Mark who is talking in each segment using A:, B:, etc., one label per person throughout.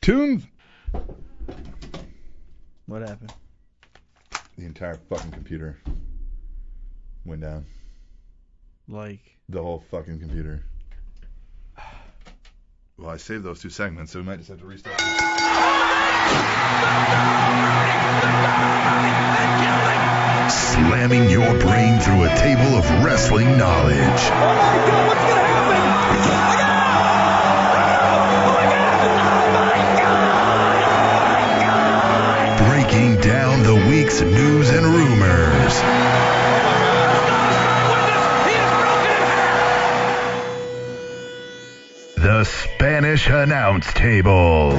A: Tune
B: What happened?
A: the entire fucking computer went down.
B: Like,
A: The whole fucking computer. Well, I saved those two segments, so we might just have to restart.
C: Slamming your brain through a table of wrestling
A: Oh,
C: knowledge.
A: oh, oh,
C: Breaking down the week's news and rumors. The Spanish Announce Table.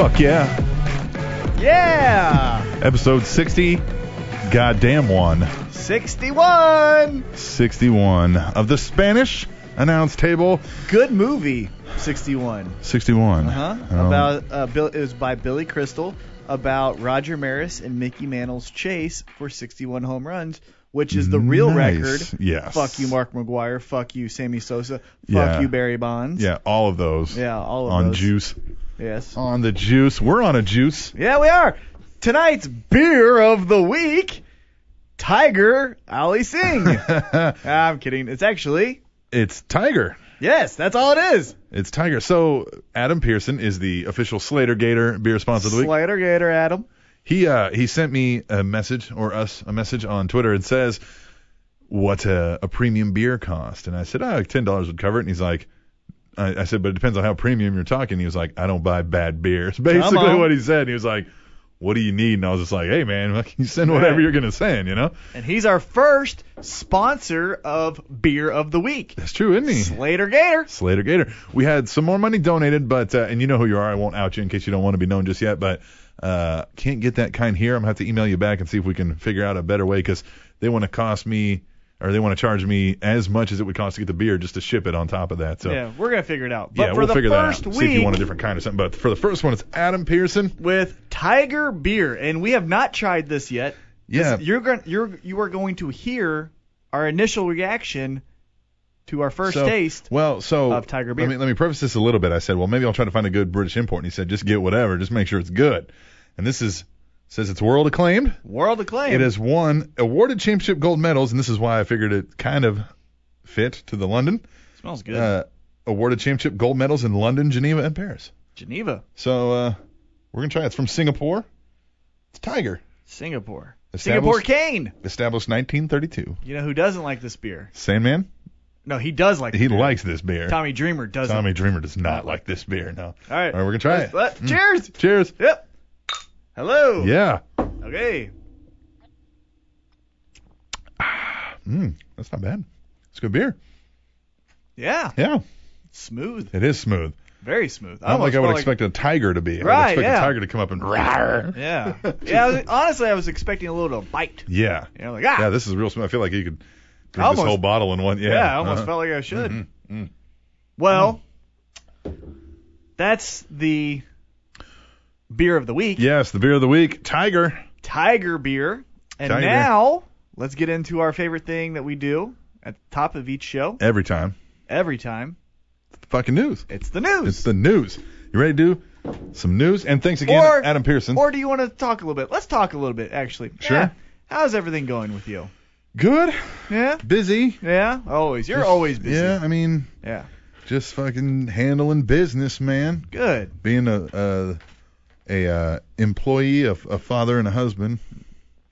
A: Fuck yeah.
B: yeah,
A: Episode 60. Goddamn one.
B: 61.
A: 61 of the Spanish announce table.
B: Good movie, 61.
A: 61.
B: Uh huh.
A: Um,
B: about uh, Bill, it was by Billy Crystal about Roger Maris and Mickey Mantle's chase for 61 home runs, which is the real
A: nice.
B: record.
A: Yes.
B: Fuck you, Mark McGuire. Fuck you, Sammy Sosa. Fuck
A: Yeah.
B: you, Barry Bonds.
A: Yeah, all of those.
B: Yeah, all of
A: on
B: those.
A: juice.
B: Yes.
A: On the juice. We're on a juice.
B: Yeah, we are. Tonight's beer of the week, Tiger Ali Singh. Ah, I'm kidding. It's actually
A: it's Tiger.
B: yes. That's all it is.
A: It's Tiger. So Adam Pearson is the official Slater Gator beer sponsor of the week.
B: Slater Gator Adam.
A: He uh, he sent me a message or us a message on Twitter and says, "What's a, a premium beer cost?" And I said, "Oh, ten dollars would cover it." And he's like, I, "I said, but it depends on how premium you're talking." He was like, "I don't buy bad beers." Basically,
B: on.
A: what he said. He was like, "What do you need?" And I was just like, "Hey, man, like, you send whatever
B: Right.
A: you're gonna send, you know."
B: And he's our first sponsor of Beer of the Week.
A: That's true, isn't he?
B: Slater Gator.
A: Slater Gator. We had some more money donated, but uh, and you know who you are. I won't out you in case you don't want to be known just yet, but uh, can't get that kind here. I'm gonna have to email you back and see if we can figure out a better way because they want to cost me or they want to charge me as much as it would cost to get the beer just to ship it on top of that. So
B: Yeah, we're gonna figure it out. But
A: yeah,
B: for
A: we'll
B: the
A: figure
B: first
A: that out.
B: week
A: See if you want a different kind or something. But for the first one, it's Adam Pearson.
B: with Tiger Beer, and we have not tried this yet.
A: Yeah,
B: This- You're going you're you are going to hear our initial reaction to our first
A: So-
B: taste.
A: Well, so
B: of Tiger beer.
A: Let me, let me preface this a little bit. I said, well, maybe I'll try to find a good British import, and he said, just get whatever, just make sure it's good. And this is says it's world acclaimed.
B: World acclaim.
A: It has won awarded championship gold medals, and this is why I figured it kind of fit to the London.
B: smells good.
A: Uh, awarded championship gold medals in London, Geneva, and Paris.
B: Geneva,
A: So uh, we're gonna try it. It's from Singapore. It's Tiger,
B: Singapore,
A: Established-
B: Singapore Cane.
A: established 1932.
B: You know who doesn't like this beer?
A: Sandman,
B: No, he does like.
A: he
B: the beer.
A: likes this beer.
B: Tommy Dreamer doesn't.
A: Tommy Dreamer does not like this beer. No.
B: All right.
A: All right, we're gonna try it. Mm.
B: Let- Cheers.
A: Cheers.
B: Yep. Hello.
A: Yeah.
B: Okay.
A: Mm, that's not bad. It's good beer.
B: Yeah.
A: Yeah,
B: Smooth.
A: it is smooth.
B: Very smooth.
A: Not like
B: almost
A: I would
B: felt
A: expect a tiger to be. I would
B: Right,
A: expect
B: yeah.
A: a tiger to come up and roar.
B: Yeah. Yeah. I was, honestly, I was expecting a little bite.
A: Yeah.
B: You know, like ah.
A: Yeah, this is real smooth. I feel like you could drink
B: Almost.
A: this whole bottle in one. Yeah,
B: Yeah, I almost
A: uh-huh. Mm-hmm. Mm.
B: felt like I should. Well, that's the beer of the week,
A: Yes, the beer of the week, Tiger.
B: Tiger Beer. And
A: Tiger.
B: now let's get into our favorite thing that we do at the top of each show
A: Every time,
B: every time.
A: It's the fucking news.
B: It's the news.
A: It's the news. You ready to do some news? And thanks again,
B: Or-
A: Adam Pearson.
B: or do you want to talk a little bit? Let's talk a little bit, actually.
A: Mm-hmm. Sure.
B: Yeah. How's everything going with you?
A: Good,
B: Yeah.
A: busy.
B: Yeah. Always. You're always busy.
A: Yeah, I mean,
B: Yeah.
A: just fucking handling business, man.
B: Good.
A: Being a a, a uh, employee, a, a father, and a husband.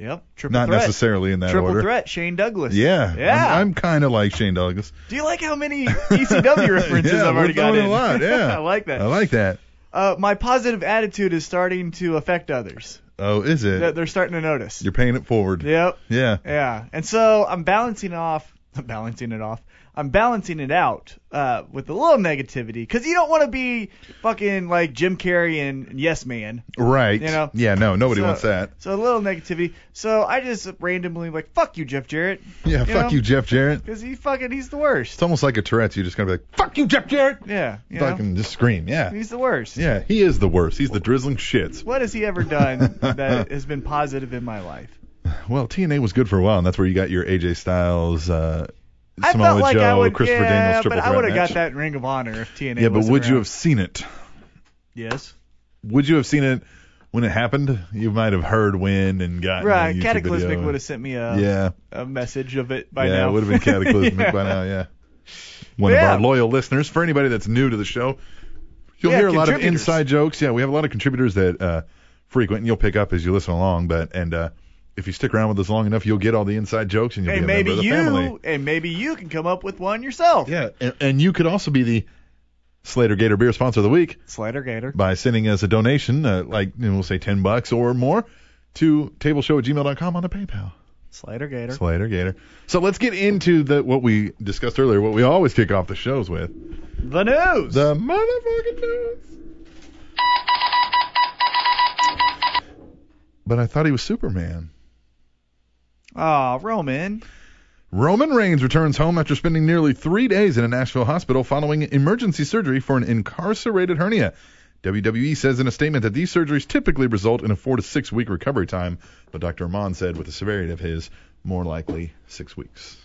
B: Yep. Triple
A: Not
B: threat.
A: necessarily in that
B: Triple
A: order.
B: threat. Shane Douglas.
A: Yeah.
B: Yeah.
A: I'm, I'm kind of like Shane Douglas.
B: Do you like how many ECW references
A: Yeah,
B: I've already
A: we're
B: got
A: throwing
B: in?
A: a lot, yeah.
B: I like that.
A: I like that.
B: uh, my positive attitude is starting to affect others.
A: Oh, is it?
B: They're they're starting to notice.
A: You're paying it forward.
B: Yep.
A: Yeah.
B: Yeah. And so I'm balancing off I'm balancing it off. I'm balancing it out uh, with a little negativity because you don't want to be fucking like Jim Carrey and Yes Man.
A: Right.
B: You know?
A: Yeah, no, nobody
B: So-
A: wants that.
B: So a little negativity. So I just randomly like fuck you, Jeff Jarrett,
A: Yeah,
B: you
A: fuck
B: know?
A: you, Jeff Jarrett.
B: because he fucking he's the worst.
A: It's almost like a Tourette's. You're just gonna be like, fuck you, Jeff Jarrett.
B: Yeah, you know?
A: Fucking just scream. Yeah.
B: he's the worst.
A: Yeah, he is the worst. He's the drizzling shits.
B: What has he ever done that has been positive in my life?
A: Well, TNA was good for a while, and that's where you got your AJ Styles, uh,
B: I
A: Samoa
B: felt like
A: Joe,
B: I would,
A: uh, Christopher
B: yeah,
A: Daniels triple
B: but I
A: threat
B: would have
A: match.
B: got that in Ring of Honor if TNA.
A: Yeah, but
B: wasn't
A: would you
B: around.
A: have seen it?
B: Yes.
A: Would you have seen it when it happened? You might have heard when and gotten a
B: Right.
A: YouTube
B: Cataclysmic
A: video.
B: would have sent me a,
A: Yeah,
B: a message of it by
A: yeah,
B: now.
A: it would have been cataclysmic by now. Yeah. One
B: Yeah.
A: of our loyal listeners. For anybody that's new to the show, you'll
B: Yeah,
A: hear a lot of
B: contributors.
A: inside jokes. Yeah, we have a lot of contributors that uh, frequent, and you'll pick up as you listen along. But and uh, if you stick around with us long enough, you'll get all the inside jokes, and you'll
B: and
A: be a member
B: maybe
A: of the
B: you
A: family.
B: and maybe you can come up with one yourself.
A: Yeah, and, and you could also be the Slater Gator Beer sponsor of the week
B: Slider Gator.
A: by sending us a donation, uh, like you know, we'll say ten bucks or more, to tableshow at gmail.com on the PayPal.
B: Slider Gator.
A: Slater Gator. So let's get into the what we discussed earlier, what we always kick off the shows with.
B: the news.
A: The motherfucking news. But I thought he was Superman.
B: Aw, Roman.
A: Roman Reigns returns home after spending nearly three days in a Nashville hospital following emergency surgery for an incarcerated hernia. WWE says in a statement that these surgeries typically result in a four to six week recovery time, but Dr. Amon said with the severity of his, more likely six weeks.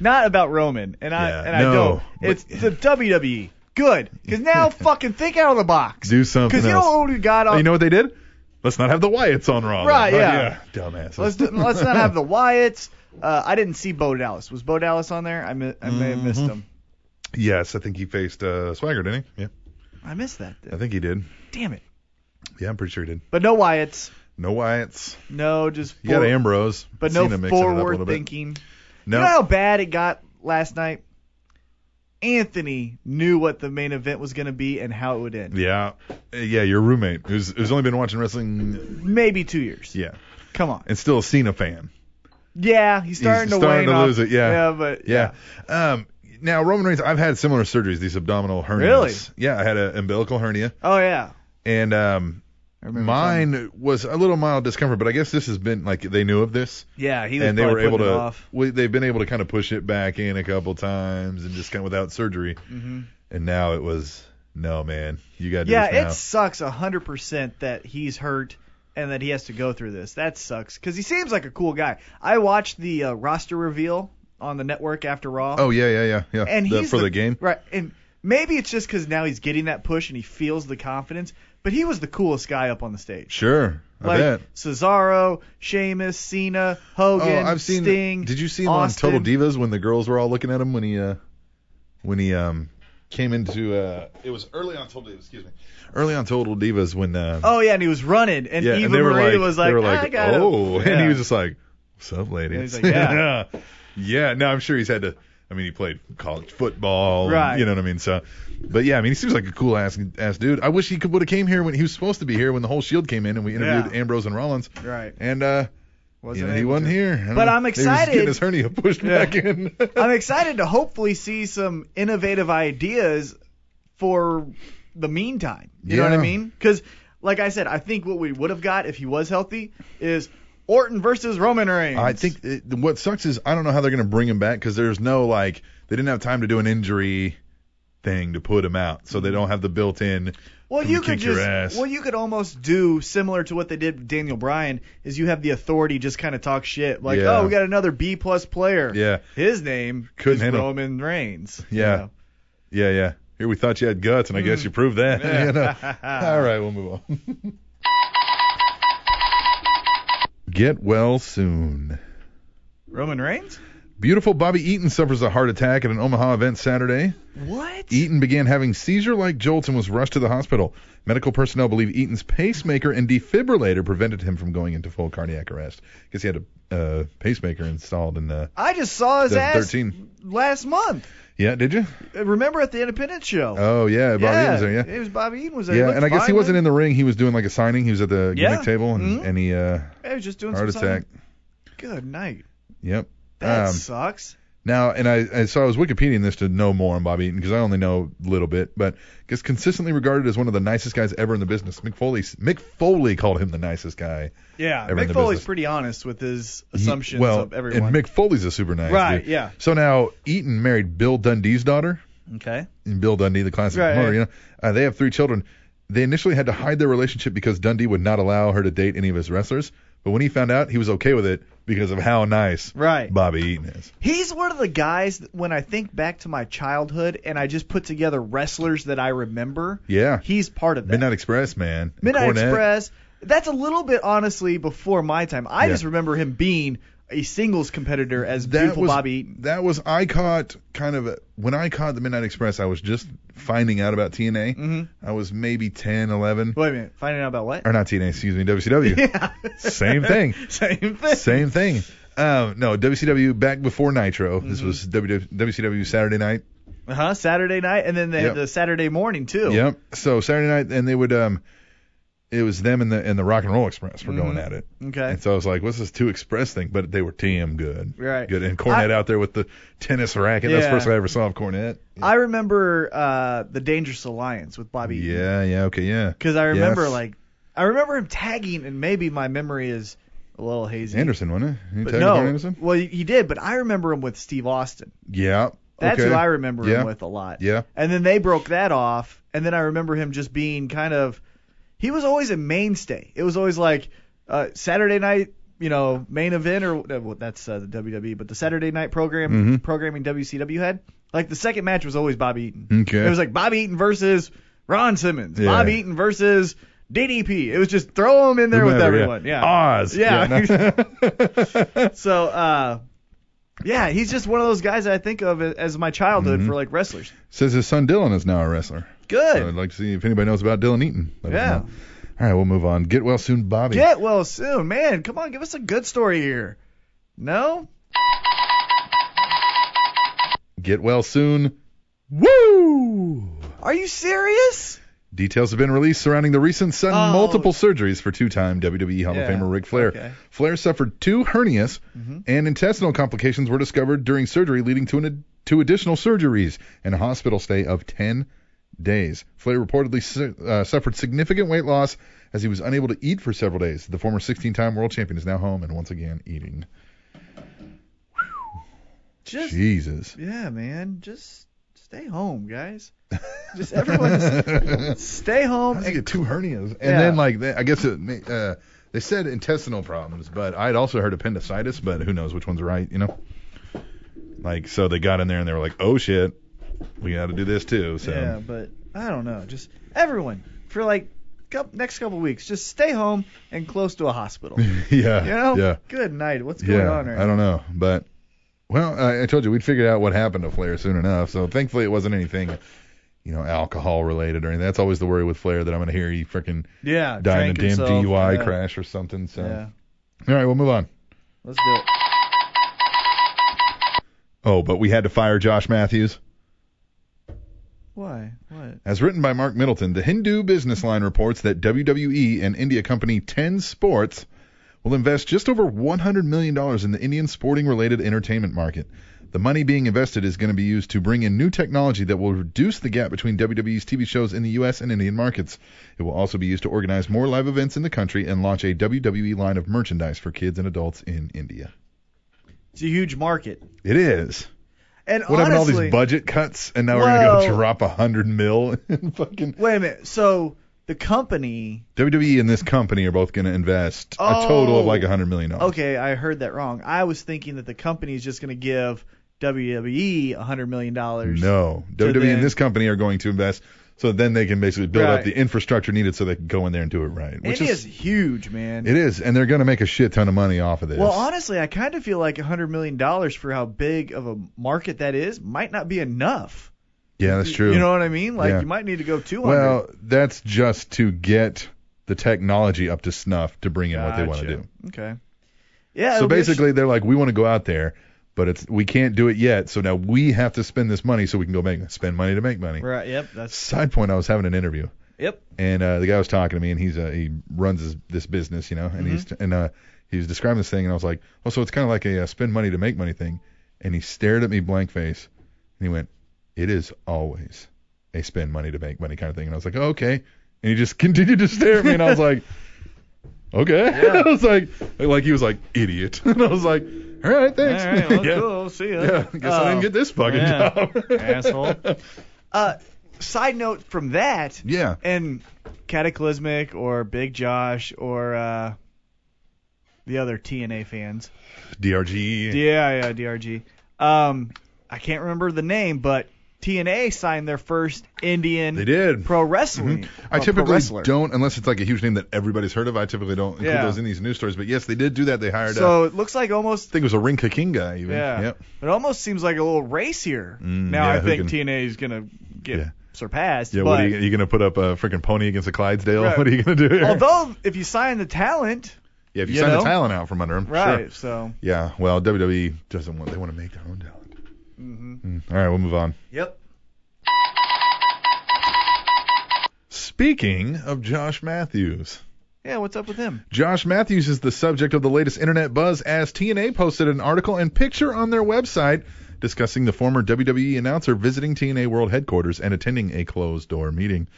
B: Not about Roman. And I
A: Yeah,
B: and
A: no,
B: I don't.
A: but-
B: It's the WWE. Good. Because now fucking think out of the box.
A: Do something
B: Because you
A: else.
B: know what we got
A: Oh,
B: on
A: you know what they did? Let's not have the Wyatts on Raw. then.
B: Right, yeah.
A: Dumbasses.
B: Let's do, let's not have the Wyatts. Uh, I didn't see Bo Dallas. Was Bo Dallas on there? I, mi- I may have
A: Mm-hmm.
B: missed him.
A: yes, I think he faced uh, Swagger, didn't he? Yeah,
B: I missed that.
A: I think he did.
B: Damn it.
A: Yeah, I'm pretty sure he did.
B: But no Wyatts.
A: No Wyatts.
B: No, just
A: You got
B: for-
A: Ambrose.
B: but no
A: Cena mixing it up a little
B: forward
A: bit.
B: thinking.
A: No.
B: You know how bad it got last night. Anthony knew what the main event was going to be and how it would end.
A: Yeah, Uh, yeah, your roommate who's who's only been watching wrestling,
B: Maybe two years.
A: yeah,
B: Come on.
A: and still a Cena fan.
B: Yeah, he's starting to
A: starting
B: wane
A: to
B: off.
A: lose it, yeah.
B: but
A: Yeah. Um. Now Roman Reigns, I've had similar surgeries, these abdominal hernias. Really? Yeah, I had an umbilical hernia,
B: Oh yeah.
A: and um,
B: I remember
A: mine was a little mild discomfort, but I guess this has been like they knew of this,
B: something. Yeah, he was
A: and they were
B: probably
A: able
B: putting it
A: to.
B: off.
A: We, they've been able to kind of push it back in a couple times, and just kind of without surgery,
B: Mhm.
A: and now it was no man, you got to
B: Yeah,
A: do this now.
B: it sucks a hundred percent that he's hurt and that he has to go through this. That sucks because he seems like a cool guy. I watched the uh, roster reveal on the network after Raw.
A: Oh yeah, yeah, yeah, yeah.
B: and
A: The-
B: he's
A: for the game.
B: right? And maybe it's just because now he's getting that push and he feels the confidence. But he was the coolest guy up on the stage.
A: Sure. I
B: Like
A: bet.
B: Cesaro, Sheamus, Cena, Hogan,
A: oh, I've seen.
B: Sting.
A: did you see him
B: Austin.
A: on Total Divas when the girls were all looking at him when he uh when he um came into uh it was early on Total Divas, excuse me. Early on Total Divas when uh
B: Oh yeah, and he was running, and
A: yeah,
B: Eva
A: and they were
B: Marie
A: like,
B: was like,
A: they were
B: "I
A: like
B: got him."
A: oh, and
B: Yeah.
A: he was just like, "What's up, ladies?"
B: And he's like, yeah.
A: yeah. Yeah, no, I'm sure he's had to. I mean, he played college football, and-
B: Right.
A: You know what I mean? So, but yeah, I mean, he seems like a cool ass ass dude. I wish he could would have came here when he was supposed to be here when the whole Shield came in and we interviewed
B: Yeah.
A: Ambrose and Rollins,
B: right.
A: and uh,
B: Wasn't
A: yeah, he
B: able
A: wasn't
B: to.
A: here. I don't
B: But
A: know.
B: I'm
A: Maybe he's just
B: excited.
A: Getting his hernia pushed
B: Yeah.
A: back in.
B: I'm excited to hopefully see some innovative ideas for the meantime. You know what I
A: Yeah.
B: mean? Because, like I said, I think what we would have got if he was healthy is Orton versus Roman Reigns.
A: I think it, what sucks is I don't know how they're going to bring him back because there's no like they didn't have time to do an injury thing to put him out, so they don't have the built-in.
B: Well,
A: Come
B: you
A: to
B: could
A: kick your
B: just
A: ass.
B: well, you could almost do similar to what they did with Daniel Bryan. Is you have the authority just kind of talk shit like,
A: Yeah.
B: oh, we got another B plus player.
A: Yeah,
B: His name
A: Couldn't
B: is
A: handle-
B: Roman Reigns.
A: Yeah. yeah, yeah. Here we thought you had guts, and I guess you proved that. You know. All right, we'll move on. Get well soon.
B: Roman Reigns.
A: Beautiful Bobby Eaton suffers a heart attack at an Omaha event Saturday.
B: What?
A: Eaton began having seizure-like jolts and was rushed to the hospital. Medical personnel believe Eaton's pacemaker and defibrillator prevented him from going into full cardiac arrest because he had a uh, pacemaker installed in the.
B: I just saw his ass
A: 2013.
B: last month.
A: Yeah, did you?
B: Remember at the Independence show?
A: Oh yeah, Bobby
B: yeah,
A: was there. Yeah,
B: It was Bobby Eaton was there.
A: yeah, and I guess he wasn't in the ring. He was doing like a signing. He was at the
B: Yeah.
A: gimmick table and,
B: Mhm.
A: and he uh,
B: I was just doing
A: heart
B: some
A: attack.
B: sign- Good night.
A: Yep.
B: That
A: Um,
B: sucks.
A: Now, and I, I so I was Wikipediaing this to know more on Bob Eaton because I only know a little bit, but gets consistently regarded as one of the nicest guys ever in the business. Mick Foley, Mick Foley called him the nicest guy.
B: Yeah,
A: Everyone in
B: Mick
A: the
B: Foley's
A: business.
B: pretty honest with his
A: He-
B: assumptions
A: well,
B: of everyone.
A: and Mick Foley's a super nice
B: Right,
A: dude.
B: yeah.
A: So now Eaton married Bill Dundee's daughter,
B: okay.
A: and Bill Dundee, the classic
B: Right,
A: murderer.
B: yeah.
A: You know, uh, they have three children. They initially had to hide their relationship because Dundee would not allow her to date any of his wrestlers, but when he found out, he was okay with it because of how nice
B: Right.
A: Bobby Eaton is.
B: He's one of the guys that when I think back to my childhood and I just put together wrestlers that I remember.
A: Yeah.
B: He's part of that.
A: Midnight Express, man. And
B: Midnight
A: Cornette.
B: Express. That's a little bit honestly before my time. I
A: Yeah.
B: just remember him being a singles competitor as
A: that
B: beautiful
A: was,
B: Bobby Eaton.
A: That was I caught kind of when I caught the Midnight Express. I was just finding out about TNA.
B: Mhm.
A: I was maybe 10, 11,
B: Wait a minute, finding out about what?
A: or not TNA, excuse me, WCW.
B: Yeah.
A: Same thing.
B: Same thing.
A: Same thing. Um, no, WCW back before Nitro. This was
B: Mm-hmm.
A: WW WCW Saturday night.
B: Uh huh. Saturday night, and then they
A: Yep.
B: had the Saturday morning too.
A: Yep. So Saturday night, and they would um, it was them and the and the Rock and Roll Express were going
B: Mhm.
A: at it.
B: Okay.
A: And so I was like, what's this two express thing? But they were TM good.
B: Right.
A: Good. And Cornette
B: I-
A: out there with the tennis racket. That's the
B: Yeah.
A: first I ever saw of Cornette.
B: I remember uh, the Dangerous Alliance with Bobby.
A: Yeah, yeah, okay, yeah.
B: Because I remember
A: Yes.
B: like I remember him tagging, and maybe my memory is a little hazy.
A: Anderson, wasn't it? He
B: But
A: tagged
B: no,
A: Arn Anderson?
B: well he did, but I remember him with Steve Austin.
A: Yeah.
B: That's
A: okay.
B: who I remember
A: Yeah.
B: him with a lot.
A: Yeah.
B: And then they broke that off, and then I remember him just being kind of he was always a mainstay. It was always like uh, Saturday night, you know, main event or uh, well, that's uh, the WWE, but the Saturday night program
A: Mhm.
B: programming WCW had. Like the second match was always Bobby Eaton.
A: Okay.
B: It was like Bobby Eaton versus Ron Simmons.
A: Yeah.
B: Bobby Eaton versus DDP. It was just throw him in there with
A: Whomever, Oh.
B: everyone. Yeah.
A: Oz.
B: Yeah.
A: no.
B: So uh yeah, he's just one of those guys that I think of as my childhood
A: Mm-hmm.
B: for like wrestlers.
A: Says his son Dylan is now a wrestler.
B: Good.
A: So I'd like to see if anybody knows about Dylan Eaton. Let us
B: Yeah.
A: know. All right, we'll move on. Get well soon, Bobby.
B: Get well soon, man. Come on, give us a good story here. No?
A: Get well soon. Woo!
B: Are you serious?
A: Details have been released surrounding the recent sudden
B: Oh.
A: multiple surgeries for two-time WWE Hall
B: Yeah,
A: of Famer Ric Flair.
B: okay.
A: Flair suffered two hernias,
B: Mhm.
A: and intestinal complications were discovered during surgery, leading to an, two additional surgeries and a hospital stay of 10 days. Flair reportedly su- uh, suffered significant weight loss as he was unable to eat for several days. The former 16-time world champion is now home and once again eating.
B: Just
A: Jesus.
B: yeah, man. Just stay home, guys. Just everyone just stay home.
A: How did
B: and-
A: he get two hernias? And
B: Yeah.
A: then like they, I guess it, may- uh, they said intestinal problems, but I'd also heard appendicitis, but who knows which one's right, you know? Like so they got in there and they were like, oh shit, we got to do this too. So um,
B: Yeah, but I don't know. Just everyone for like couple, next couple weeks, just stay home and close to a hospital. You
A: yeah,
B: know?
A: yeah,
B: Good night. What's going
A: yeah.
B: on right
A: I don't know, but well, I, I told you we'd figured out what happened to Flair soon enough. So thankfully it wasn't anything, you know, alcohol related or anything. That's always the worry with Flair that I'm gonna hear he freaking
B: now? Yeah.
A: die in a
B: drank
A: damn
B: himself.
A: DUI
B: yeah.
A: crash or something. So
B: Yeah.
A: all right, we'll move on.
B: Let's do it.
A: Oh, but we had to fire Josh Matthews.
B: Why? What?
A: As written by Mark Middleton, the Hindu business line reports that WWE and India company Ten Sports will invest just over $100 million in the Indian sporting related entertainment market. The money being invested is going to be used to bring in new technology that will reduce the gap between WWE's TV shows in the U.S. and Indian markets. It will also be used to organize more live events in the country and launch a WWE line of merchandise for kids and adults in India.
B: It's a huge market.
A: It is.
B: And
A: What
B: honestly,
A: happened to all these budget cuts? And now we're going to go
B: Well-
A: drop a hundred mil in fucking
B: Wait a minute. So the company.
A: WWE and this company are both going to invest a total of
B: Oh.
A: like a hundred million dollars.
B: Okay, I heard that wrong. I was thinking that the company is just going to give WWE a hundred million dollars.
A: No,
B: Oh. So
A: WWE
B: then-
A: and this company are going to invest, so then they can basically build up
B: Right.
A: the infrastructure needed so they can go in there and do it right.
B: it
A: Which
B: is, huge, man.
A: It is, and they're going to make a shit ton of money off of this.
B: well, honestly, I kind of feel like a hundred million dollars for how big of a market that is might not be enough.
A: yeah, that's true.
B: You know what I mean? Like
A: Yeah.
B: you might need to go two hundred.
A: well, that's just to get the technology up to snuff to bring in what they want to do.
B: Okay. Yeah.
A: so
B: it'll be a sh-
A: basically, they're like, we want to go out there, but it's we can't do it yet. So now we have to spend this money so we can go make spend money to make money.
B: right. Yep. That's
A: Side point: I was having an interview.
B: yep.
D: Mm-hmm.
A: and uh, the guy was talking to me, and he's uh, he runs his, this business, you know, and he's and uh, he was describing this thing, and I was like, oh, so it's kind of like a uh, spend money to make money thing. And he stared at me blank face, and he went, it is always a spend money to make money kind of thing. And I was like, oh, okay. And he just continued to stare at me, and I was like, okay. I was like, like he was like idiot, and I was like, all right, thanks.
D: All right, well,
A: yeah.
D: cool. See ya.
A: Yeah, guess I didn't get this fucking
D: yeah.
A: job.
D: Asshole.
B: Uh, side note from that,
A: Yeah.
B: and Cataclysmic or Big Josh or uh, the other TNA fans.
A: DRG.
B: Yeah, yeah, DRG. Um, I can't remember the name, but TNA signed their first Indian
A: They did.
B: pro wrestling.
A: Mm-hmm. I
B: uh, pro
A: typically
B: wrestler.
A: don't, unless it's like a huge name that everybody's heard of. I typically don't include
B: Yeah.
A: those in these news stories. But yes, they did do that. They hired. a, I
B: So it looks like almost
A: think it was a Rinka King guy. Even.
B: Yeah.
A: Yep.
B: It almost seems like a little race here.
A: Mm,
B: now
A: yeah,
B: I
A: who
B: think
A: can-
B: TNA is gonna get
A: Yeah.
B: surpassed.
A: Yeah.
B: but
A: what are you, are you gonna put up a freaking pony against a Clydesdale?
B: Right.
A: What are you gonna do? Here?
B: although if you sign the talent,
A: yeah, if you,
B: you
A: sign
B: know?
A: the talent out from under him.
B: right?
A: Sure.
B: So
A: Yeah. Well, WWE doesn't want. They want to make their own talent.
B: mm-hmm.
A: Mm, all right, we'll move on.
B: yep.
A: Speaking of Josh Matthews.
B: Yeah, what's up with him?
A: Josh Matthews is the subject of the latest internet buzz as TNA posted an article and picture on their website discussing the former WWE announcer visiting TNA World headquarters and attending a closed door meeting.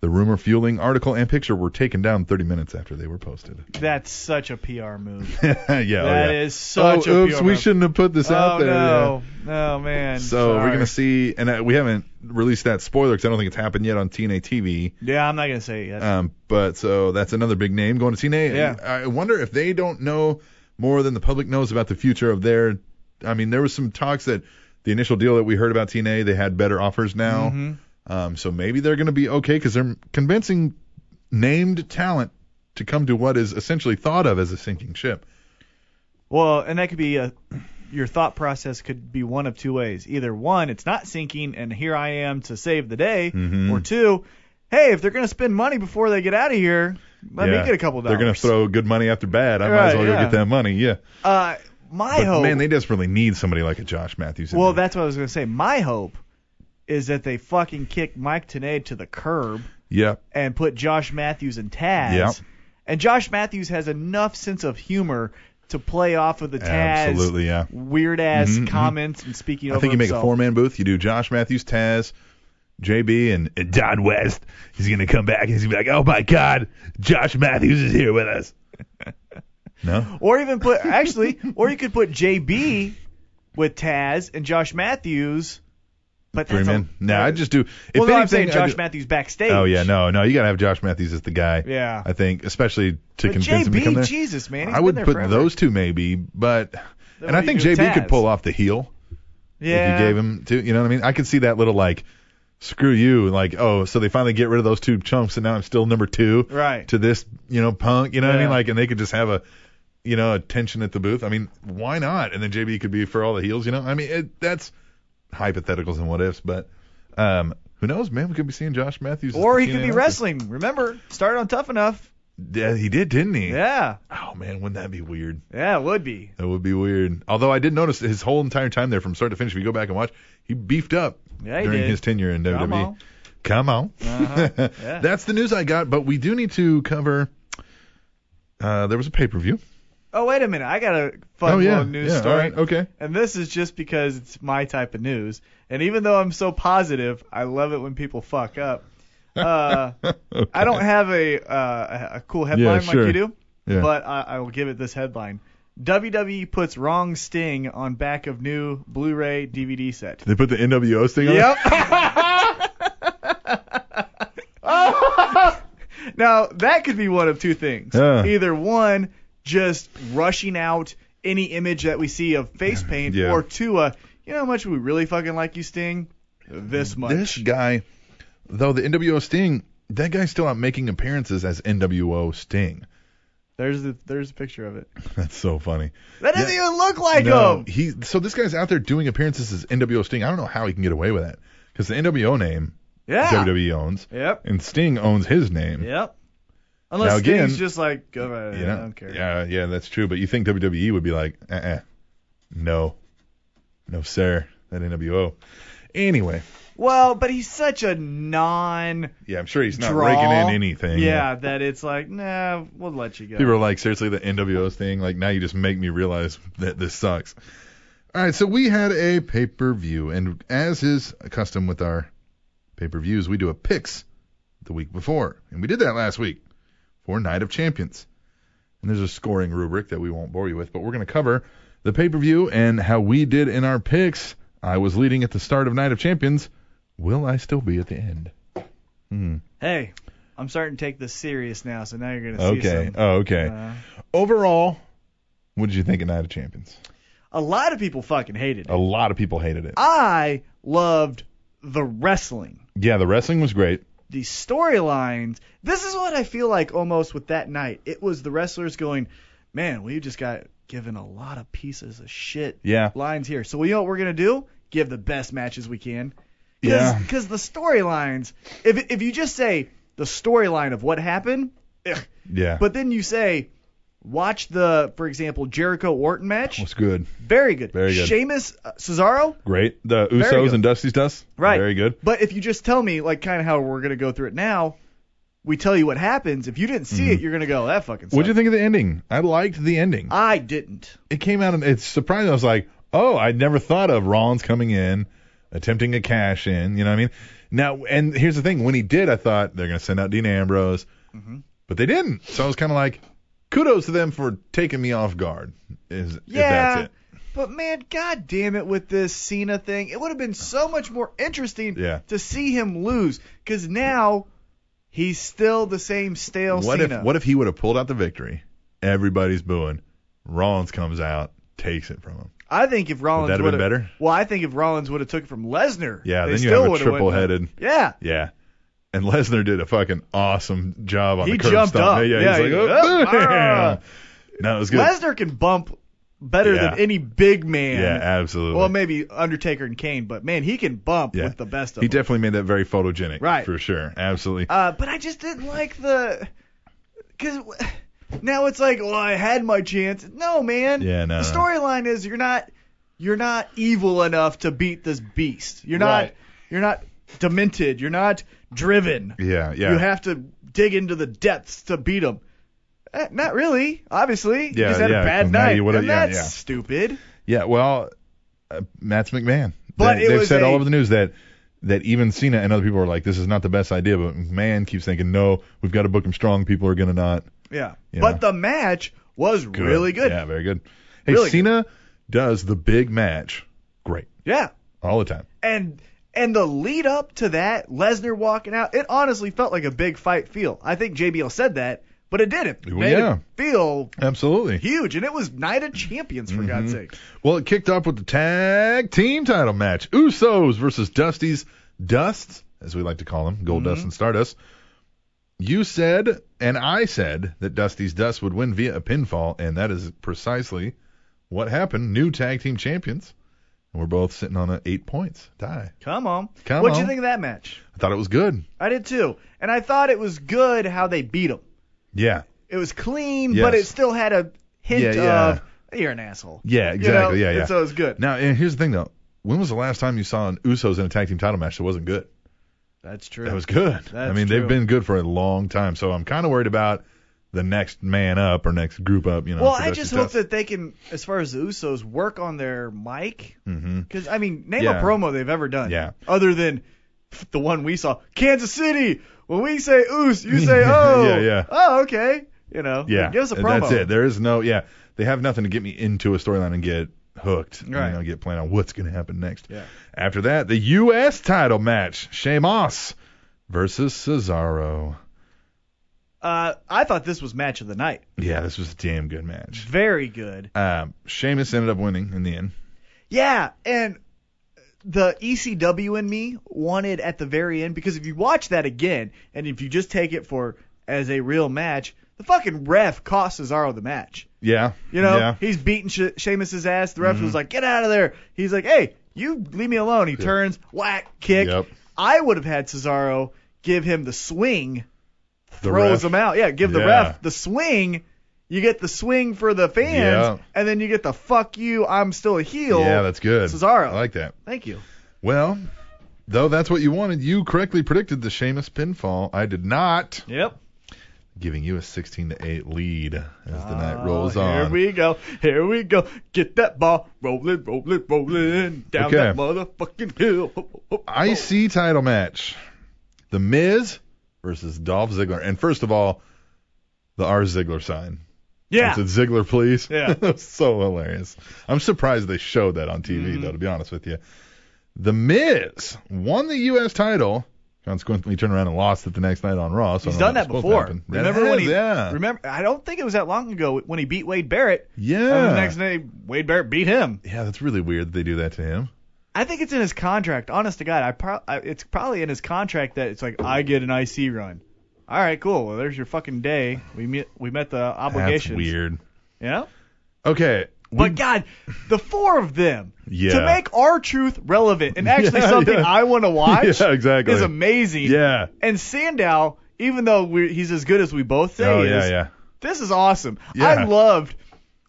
A: The rumor fueling article and picture were taken down 30 minutes after they were posted.
B: That's such a PR move.
A: yeah, oh, yeah.
B: That is such
A: oh,
B: a
A: oops,
B: PR
A: we
B: move.
A: shouldn't have put this
B: oh
A: out there.
B: no, no man.
A: Yeah. So we're
B: Sorry.
A: gonna see, and uh, we haven't released that spoiler because I don't think it's happened yet on TNA TV.
B: Yeah, I'm not gonna say that.
A: Um, but so that's another big name going to TNA.
B: Yeah.
A: I wonder if they don't know more than the public knows about the future of their. I mean, there was some talks that the initial deal that we heard about TNA, they had better offers now.
B: Mm-hmm.
A: Um, so maybe they're going to be okay because they're convincing named talent to come to what is essentially thought of as a sinking ship.
B: well, and that could be a. Your thought process could be one of two ways. Either one, it's not sinking, and here I am to save the day,
A: Mm-hmm.
B: or two, hey, if they're gonna spend money before they get out of here, let
A: Yeah.
B: me get a couple dollars.
A: They're going to throw good money after bad. I might as
B: Right,
A: well go
B: yeah.
A: get that money. Yeah.
B: Uh, my
A: But
B: hope.
A: man, they desperately need somebody like a Josh Matthews. in
B: well,
A: there.
B: that's what I was gonna say. My hope is that they fucking kick Mike Tenay to the curb
A: yeah.
B: and put Josh Matthews and Taz.
A: Yep.
B: And Josh Matthews has enough sense of humor to play off of the Taz
A: Absolutely. Yeah.
B: weird ass
A: Mhm, mhm.
B: comments and speaking
A: I
B: over
A: think you make a
B: himself.
A: four man booth. You do Josh Matthews, Taz, JB, and and Don West. He's gonna come back and he's gonna be like, "Oh my God, Josh Matthews is here with us." no,
B: Or even put actually, or you could put JB with Taz and Josh Matthews. But
A: three
B: that's
A: man.
B: a,
A: No, I just do. If
B: well, no, I'm
A: anything,
B: saying
A: I
B: Josh
A: do-
B: Matthews backstage.
A: Oh yeah, no, no, you gotta have Josh Matthews as the guy.
B: Yeah.
A: I think, especially to
B: But
A: convince him to come there.
B: JB, Jesus man, he's
A: I
B: been
A: would
B: there
A: put
B: forever.
A: those two maybe, but
B: Then
A: and
B: what
A: I
B: do
A: think
B: you do with
A: JB could
B: Taz?
A: pull off the heel.
B: Yeah.
A: if you gave him to you know what I mean? I could see that little like screw you like oh so they finally get rid of those two chunks and now I'm still number 2
B: Right.
A: to this you know punk you know what I mean
B: Yeah.
A: like and they could just have a you know a tension at the booth I mean why not and then JB could be for all the heels you know I mean it, that's hypotheticals and what ifs but um who knows man we could be seeing Josh Matthews as
B: Or
A: the
B: he could
A: TNA
B: be wrestling. Remember, started on Tough Enough.
A: yeah he did didn't he
B: Yeah,
A: oh man wouldn't that be weird
B: yeah, it would be.
A: that would be weird although I did notice his whole entire time there from start to finish if you go back and watch he beefed up
B: Yeah, he
A: during
B: did.
A: his tenure in E.
B: Come
A: WWE.
B: on.
A: Come on.
B: Uh-huh. Yeah.
A: That's the news I got, but we do need to cover. Uh, there was a pay per view.
B: Oh wait a minute, I got a fun
A: Oh, yeah.
B: little news
A: yeah. All
B: story.
A: right. Okay.
B: And this is just because it's my type of news. And even though I'm so positive, I love it when people fuck up. Uh,
A: Okay.
B: I don't have a uh, a- a cool headline
A: sure.
B: like you do,
A: Yeah.
B: but I, I will give it this headline: WWE puts wrong Sting on back of new Blu-ray DVD set.
A: They put the NWO thing on?
B: Yep. now that could be one of two things.
A: Yeah.
B: Either one, just rushing out any image that we see of face paint,
A: Yeah.
B: or two, uh, you know how much we really fucking like you, Sting. This much.
A: This guy, though, the NWO Sting, that guy's still out making appearances as NWO Sting.
B: There's the there's a picture of it.
A: That's so funny.
B: That doesn't even look like um,
A: No,
B: him.
A: he so this guy's out there doing appearances as NWO Sting. I don't know how he can get away with that because the NWO name
B: Yeah.
A: WWE owns
B: Yep.
A: and Sting owns his name.
B: Yep. Unless
A: Now, again,
B: Sting's just like, go ahead,
A: You know?
B: I don't care.
A: Yeah, yeah, that's true. But you think E "Uh-uh. WWE would be like, uh, uh no, no, sir, that NWO. Anyway,
B: Well, but he's such a non.
A: yeah, I'm sure he's not
B: Draw.
A: raking in anything.
B: Yeah, that it's like, nah, we'll let you go.
A: People are like, seriously, the NWO thing. Like now, you just make me realize that this sucks. All right, so we had a pay per view, and as is custom with our pay per views, we do a picks the week before, and we did that last week for Night of Champions. And there's a scoring rubric that we won't bore you with, but we're going to cover the pay per view and how we did in our picks. I was leading at the start of Night of Champions. Will I still be at the end? Hmm.
B: hey, I'm starting to take this serious now, so now you're gonna see
A: Okay.
B: some.
A: Oh, okay.
B: uh,
A: Overall, what did you think of Night of Champions?
B: a lot of people fucking hated
A: A
B: it.
A: lot of people hated it.
B: I loved the wrestling.
A: Yeah, the wrestling was great.
B: the storylines. This is what I feel like almost with that night. It was the wrestlers going, man, we just got given a lot of pieces of shit
A: Yeah.
B: lines here. So you know what we're gonna do? Give the best matches we can. Cause,
A: Yeah.
B: Because the storylines, if if you just say the storyline of what happened, ugh,
A: Yeah.
B: but then you say. Watch the, for example, Jericho Orton match.
A: was good.
B: Very good.
A: Very good.
B: Sheamus uh, Cesaro,
A: Great. The
B: Very
A: Usos
B: good.
A: and Dusty's Dust.
B: Right.
A: Very good.
B: But if you just tell me, like, kind of how we're gonna go through it now, we tell you what happens. If you didn't see it, you're gonna go, that fucking. Sucked.
A: What'd Mm-hmm. you think of the ending? I liked the ending.
B: I didn't.
A: it came out and it's surprising. I was like, oh, I'd never thought of Rollins coming in, attempting a cash in. You know what I mean? Now, and here's the thing: when he did, I thought they're gonna send out Dean Ambrose,
B: Mm-hmm.
A: but they didn't. So I was kind of like, kudos to them for taking me off guard. Is if
B: Yeah.
A: that's it.
B: But man, god damn it with this Cena thing. It would have been so much more interesting
A: Yeah.
B: to see him lose, because now he's still the same stale
A: What
B: Cena.
A: if what if he would have pulled out the victory? Everybody's booing. Rollins comes out, takes it from him.
B: I think if
A: Would
B: Rollins
A: that have been
B: would've-
A: better?
B: Well, I think if Rollins would have took it from Lesnar,
A: Yeah,
B: they
A: then you
B: still
A: have a
B: would've went-
A: triple headed.
B: Yeah.
A: Yeah. And Lesnar did a fucking awesome job on
B: He
A: the curb
B: jumped
A: stomp.
B: up.
A: Yeah,
B: Yeah,
A: he's
B: he-
A: like,
B: oh,
A: oh,
B: ah.
A: No, it was good.
B: Lesnar can bump better
A: Yeah.
B: than any big man.
A: yeah, absolutely.
B: Well, maybe Undertaker and Kane, but man, he can bump
A: Yeah.
B: with the best of
A: he
B: them.
A: definitely made that very photogenic.
B: Right.
A: For sure. Absolutely.
B: uh, but I just didn't like the, cause now it's like, well, I had my chance. No, man.
A: Yeah, no,
B: The
A: no.
B: storyline is you're not, you're not evil enough to beat this beast. You're not,
A: Right.
B: you're not demented. You're not driven.
A: yeah, yeah.
B: You have to dig into the depths to beat him. Eh, not really, obviously. you
A: Yeah,
B: just had
A: yeah,
B: a bad
A: 'cause now
B: night.
A: you would've-
B: and
A: yeah,
B: that's
A: yeah.
B: stupid.
A: yeah, well, uh, Matt's McMahon.
B: But
A: they,
B: it
A: they've
B: was
A: said
B: a-
A: all over the news that that even Cena and other people are like, this is not the best idea, but McMahon keeps thinking, no, we've got to book him strong. People are going to not.
B: Yeah.
A: You
B: But
A: know?
B: the match was really good.
A: Yeah, very good. Hey,
B: Really good.
A: Cena does the big match great
B: yeah.
A: all the time.
B: and and the lead up to that, Lesnar walking out, it honestly felt like a big fight feel. I think JBL said that, but it didn't. It
A: Well,
B: made
A: yeah.
B: it feel
A: Absolutely.
B: huge, and it was Night of Champions for God's
A: Mm-hmm.
B: sake.
A: Well, it kicked off with the tag team title match. Usos versus Dusty's Dust, as we like to call them, Gold Dust
B: Mm-hmm.
A: and Stardust. You said, and I said, that Dusty's Dust would win via a pinfall, and that is precisely what happened. New tag team champions. And we're both sitting on an eight points tie.
B: Come on,
A: Come
B: what'd you
A: on.
B: think of that match?
A: I thought it was good.
B: I did too, and I thought it was good how they beat him.
A: Yeah.
B: It was clean,
A: Yes.
B: but it still had a hint
A: Yeah, yeah.
B: of "Hey, you're an asshole.
A: Yeah,
B: You know?
A: exactly. yeah, yeah.
B: And so it was good.
A: now, and here's the thing, though. When was the last time you saw an Usos in a tag team title match that wasn't good?
B: That's true.
A: That was good. I
B: That's
A: mean,
B: true.
A: they've been good for a long time, so I'm kind of worried about the next man up or next group up. You know.
B: well,
A: for
B: I
A: Dusty
B: just
A: Test.
B: hope that they can, as far as the Usos, work on their mic
A: Mhm.
B: Because I mean, name
A: Yeah.
B: a promo they've ever done.
A: Yeah.
B: Other than the one we saw, Kansas City. When we say oos, you say oh.
A: Yeah, yeah.
B: Oh, okay. You know.
A: Yeah.
B: Give us a
A: and
B: promo.
A: That's it. There is no. Yeah. They have nothing to get me into a storyline and get hooked.
B: Right.
A: You know, get playing on what's going to happen next.
B: Yeah.
A: After that, the U.S. title match: Sheamus versus Cesaro.
B: Uh, I thought this was match of the night.
A: Yeah, this was a damn good match.
B: Very good.
A: Um, Sheamus ended up winning in the end.
B: Yeah, and the ECW in me wanted at the very end because if you watch that again, and if you just take it for as a real match, the fucking ref cost Cesaro the match.
A: Yeah.
B: You know,
A: Yeah. Mm-hmm.
B: he's beating she- Sheamus's ass. The ref was like, "Get out of there." He's like, "Hey, you leave me alone." He turns, whack, kick.
A: Yep.
B: I would have had Cesaro give him the swing,
A: The
B: throws
A: ref-
B: him out. Yeah, give the
A: Yeah.
B: ref the swing. You get the swing for the
A: Yeah.
B: fans, and then you get the "fuck you, I'm still a heel."
A: Yeah, that's good.
B: Cesaro.
A: I like that.
B: Thank you.
A: Well, Though that's what you wanted, you correctly predicted the Sheamus pinfall. I did not,
B: Yep.
A: giving you a 16 to 8 lead as the
B: Ah,
A: night rolls
B: Here
A: on.
B: we go. Here we go. Get that ball rolling, rolling, rolling down
A: Okay.
B: that motherfucking hill. Ho, ho, ho, ho.
A: IC title match. The Miz versus Dolph Ziggler. And first of all, the R Ziggler sign.
B: Yeah.
A: It's a Ziggler, please.
B: Yeah.
A: That's so hilarious. I'm surprised they showed that on TV,
B: Mm-hmm.
A: though, to be honest with you. The Miz won the U.S. title, consequently turned around and lost it the next night on Raw. So I
B: He's
A: don't
B: done
A: know
B: that
A: what's supposed to
B: before.
A: happen. That
B: Remember when
A: has,
B: he?
A: Yeah.
B: Remember? I don't think it was that long ago when he beat Wade Barrett. And
A: yeah.
B: the next day, Wade Barrett beat him.
A: yeah, that's really weird that they do that to him.
B: I think it's in his contract. Honest to God, I, pro- I it's probably in his contract that it's like I get an IC run. All right, cool. Well, there's your fucking day. We met we met the
A: That's
B: obligations.
A: weird.
B: You know?
A: Okay.
B: But God, the four of them
A: Yeah.
B: to make our truth relevant and actually
A: Yeah,
B: something
A: yeah.
B: I want to watch
A: yeah, exactly.
B: is amazing.
A: Yeah.
B: And Sandow, even though we he's as good as we both say
A: oh,
B: he
A: yeah,
B: is,
A: yeah.
B: this is awesome.
A: Yeah.
B: I loved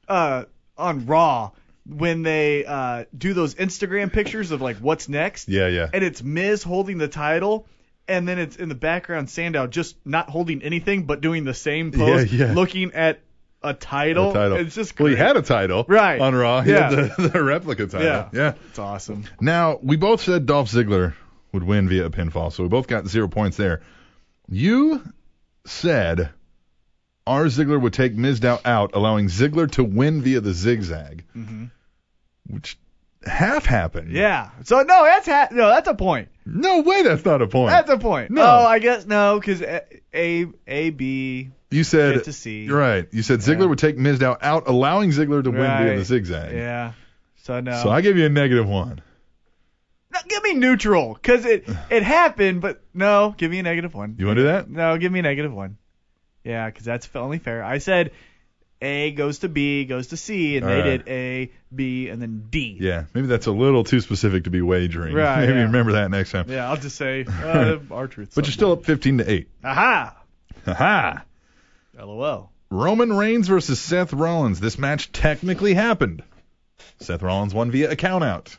B: uh, on Raw when they uh, do those Instagram pictures of like what's next,
A: Yeah, yeah.
B: and it's Miz holding the title, and then it's in the background Sandow just not holding anything but doing the same pose,
A: Yeah, yeah.
B: looking at a title.
A: The title.
B: It's just
A: well,
B: great.
A: he had a title
B: Right.
A: on Raw. He
B: Yeah.
A: had the, the replica title.
B: Yeah.
A: yeah.
B: It's awesome.
A: Now, we both said Dolph Ziggler would win via a pinfall, so we both got zero points there. You said R. Ziggler would take Mizdow out, allowing Ziggler to win via the zigzag, which half happened.
B: Mm-hmm. Yeah. So no, that's ha- no, that's a point.
A: No way that's not a point.
B: That's a point.
A: No.
B: Oh, I guess no, because a, a A B
A: you said,
B: get to C.
A: you're right. You said Ziggler
B: Yeah.
A: would take Mizdow out, allowing Ziggler to win via
B: Right.
A: the zigzag.
B: Yeah. So no.
A: So I gave you a negative one.
B: No, give me neutral, cause it it happened, but no, give me a negative one.
A: You want to do that?
B: No, give me a negative one. Yeah, cause that's only fair. I said A goes to B goes to C, and they
A: Alright.
B: did A, B, and then D.
A: Yeah. Maybe that's a little too specific to be wagering.
B: Right,
A: Maybe
B: yeah.
A: remember that next time.
B: Yeah, I'll just say uh, our truth.
A: But you're still up 15 to 8.
B: aha.
A: Aha!
B: LOL.
A: Roman Reigns versus Seth Rollins. This match technically happened. Seth Rollins won via a countout.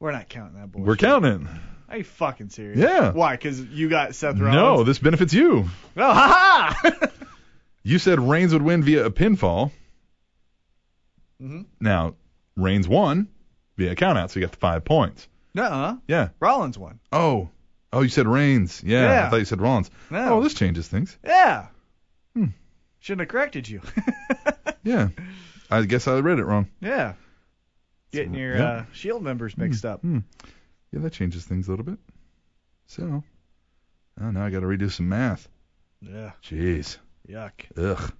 B: We're not counting that bullshit.
A: We're counting.
B: Are you fucking serious?
A: Yeah.
B: Why? Cause you got Seth
A: No,
B: Rollins.
A: this benefits you.
B: No. No. Ha ha.
A: You said Reigns would win via a pinfall.
B: Mhm.
A: Now, Reigns won via a countout, so you got the five points.
B: Nuh-uh.
A: Yeah.
B: Rollins won.
A: Oh. Oh, you said Reigns. Yeah. I
B: Yeah.
A: thought you said Rollins.
B: No.
A: Oh, this changes things.
B: Yeah.
A: Hmm.
B: Shouldn't have corrected you.
A: Yeah. I guess I read it wrong.
B: yeah. Getting your
A: yeah.
B: uh, shield members mixed up.
A: Hmm. Yeah, that changes things a little bit. So, oh, now I got to redo some math.
B: Yeah.
A: Jeez.
B: Yuck.
A: Ugh.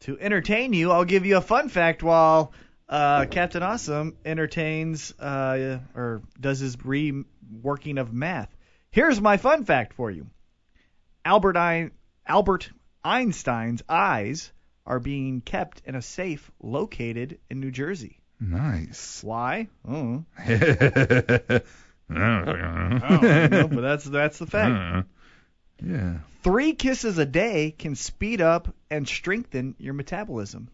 B: To entertain you, I'll give you a fun fact while uh, Captain Awesome entertains uh, or does his reworking of math. Here's my fun fact for you. Albert Ein- Albert Einstein's eyes are being kept in a safe located in New Jersey.
A: Nice.
B: Why? Oh, I don't Oh, know,
A: yeah.
B: but that's that's the fact.
A: Hmm.
B: Three kisses a day can speed up and strengthen your metabolism.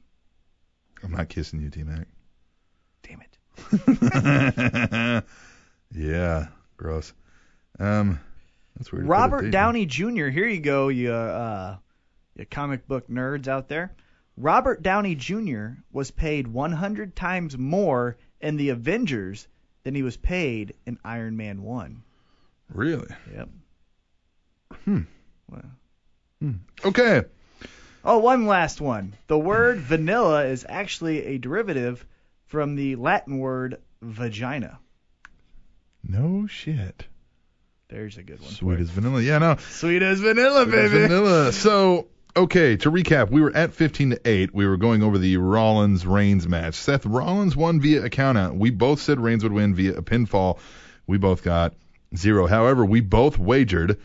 A: I'm not kissing you, T
B: Damn it.
A: Mac. yeah. Gross. Um that's weird. to put it
B: Robert
A: there.
B: Downey Jr. Here you go, you uh, you comic book nerds out there. Robert Downey Jr. was paid 100 times more in the Avengers than he was paid in Iron Man One.
A: Really? Hmm.
B: Yep.
A: Okay.
B: Oh, one last one. The word vanilla is actually a derivative from the Latin word vagina.
A: No shit.
B: There's a good one. for
A: Sweet
B: you.
A: as vanilla. Yeah, no.
B: Sweet as vanilla,
A: Sweet as Vanilla. So, okay, to recap, we were at 15 to 8. We were going over the Rollins Reigns match. Seth Rollins won via a countout. We both said Reigns would win via a pinfall. We both got zero. However, we both wagered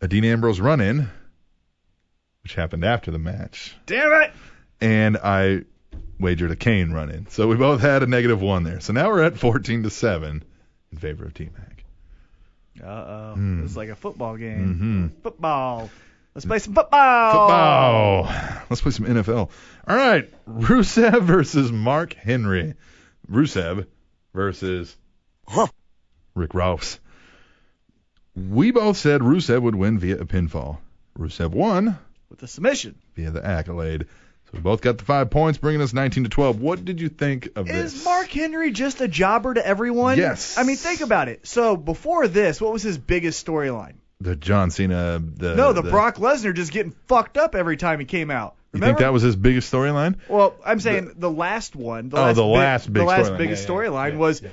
A: a Dean Ambrose run in, which happened after the match,
B: Damn it!
A: and I wagered a Kane run in. So we both had a negative one there. So now we're at 14 to 7 in favor of T Mac.
B: Uh oh.
A: Hmm.
B: This is like a football game.
A: hmm
B: Football. Let's play some football.
A: Football. Oh. Let's play some NFL. All right. Rusev versus Mark Henry. Rusev versus Rick Rouse. We both said Rusev would win via a pinfall. Rusev won
B: with the submission.
A: via the accolade. So we both got the five points, bringing us 19 to 12. What did you think of this?
B: Is Mark Henry just a jobber to everyone?
A: Yes.
B: I mean, think about it. So before this, what was his biggest storyline?
A: the John Cena? Uh, The,
B: No, the, Brock Lesnar just getting fucked up every time he came out.
A: You
B: Remember?
A: think that was his biggest storyline?
B: Well, I'm saying the, last one. The
A: Oh,
B: last
A: the
B: big-
A: last big
B: the last
A: storyline.
B: biggest
A: Yeah, yeah,
B: storyline
A: yeah,
B: was
A: yeah.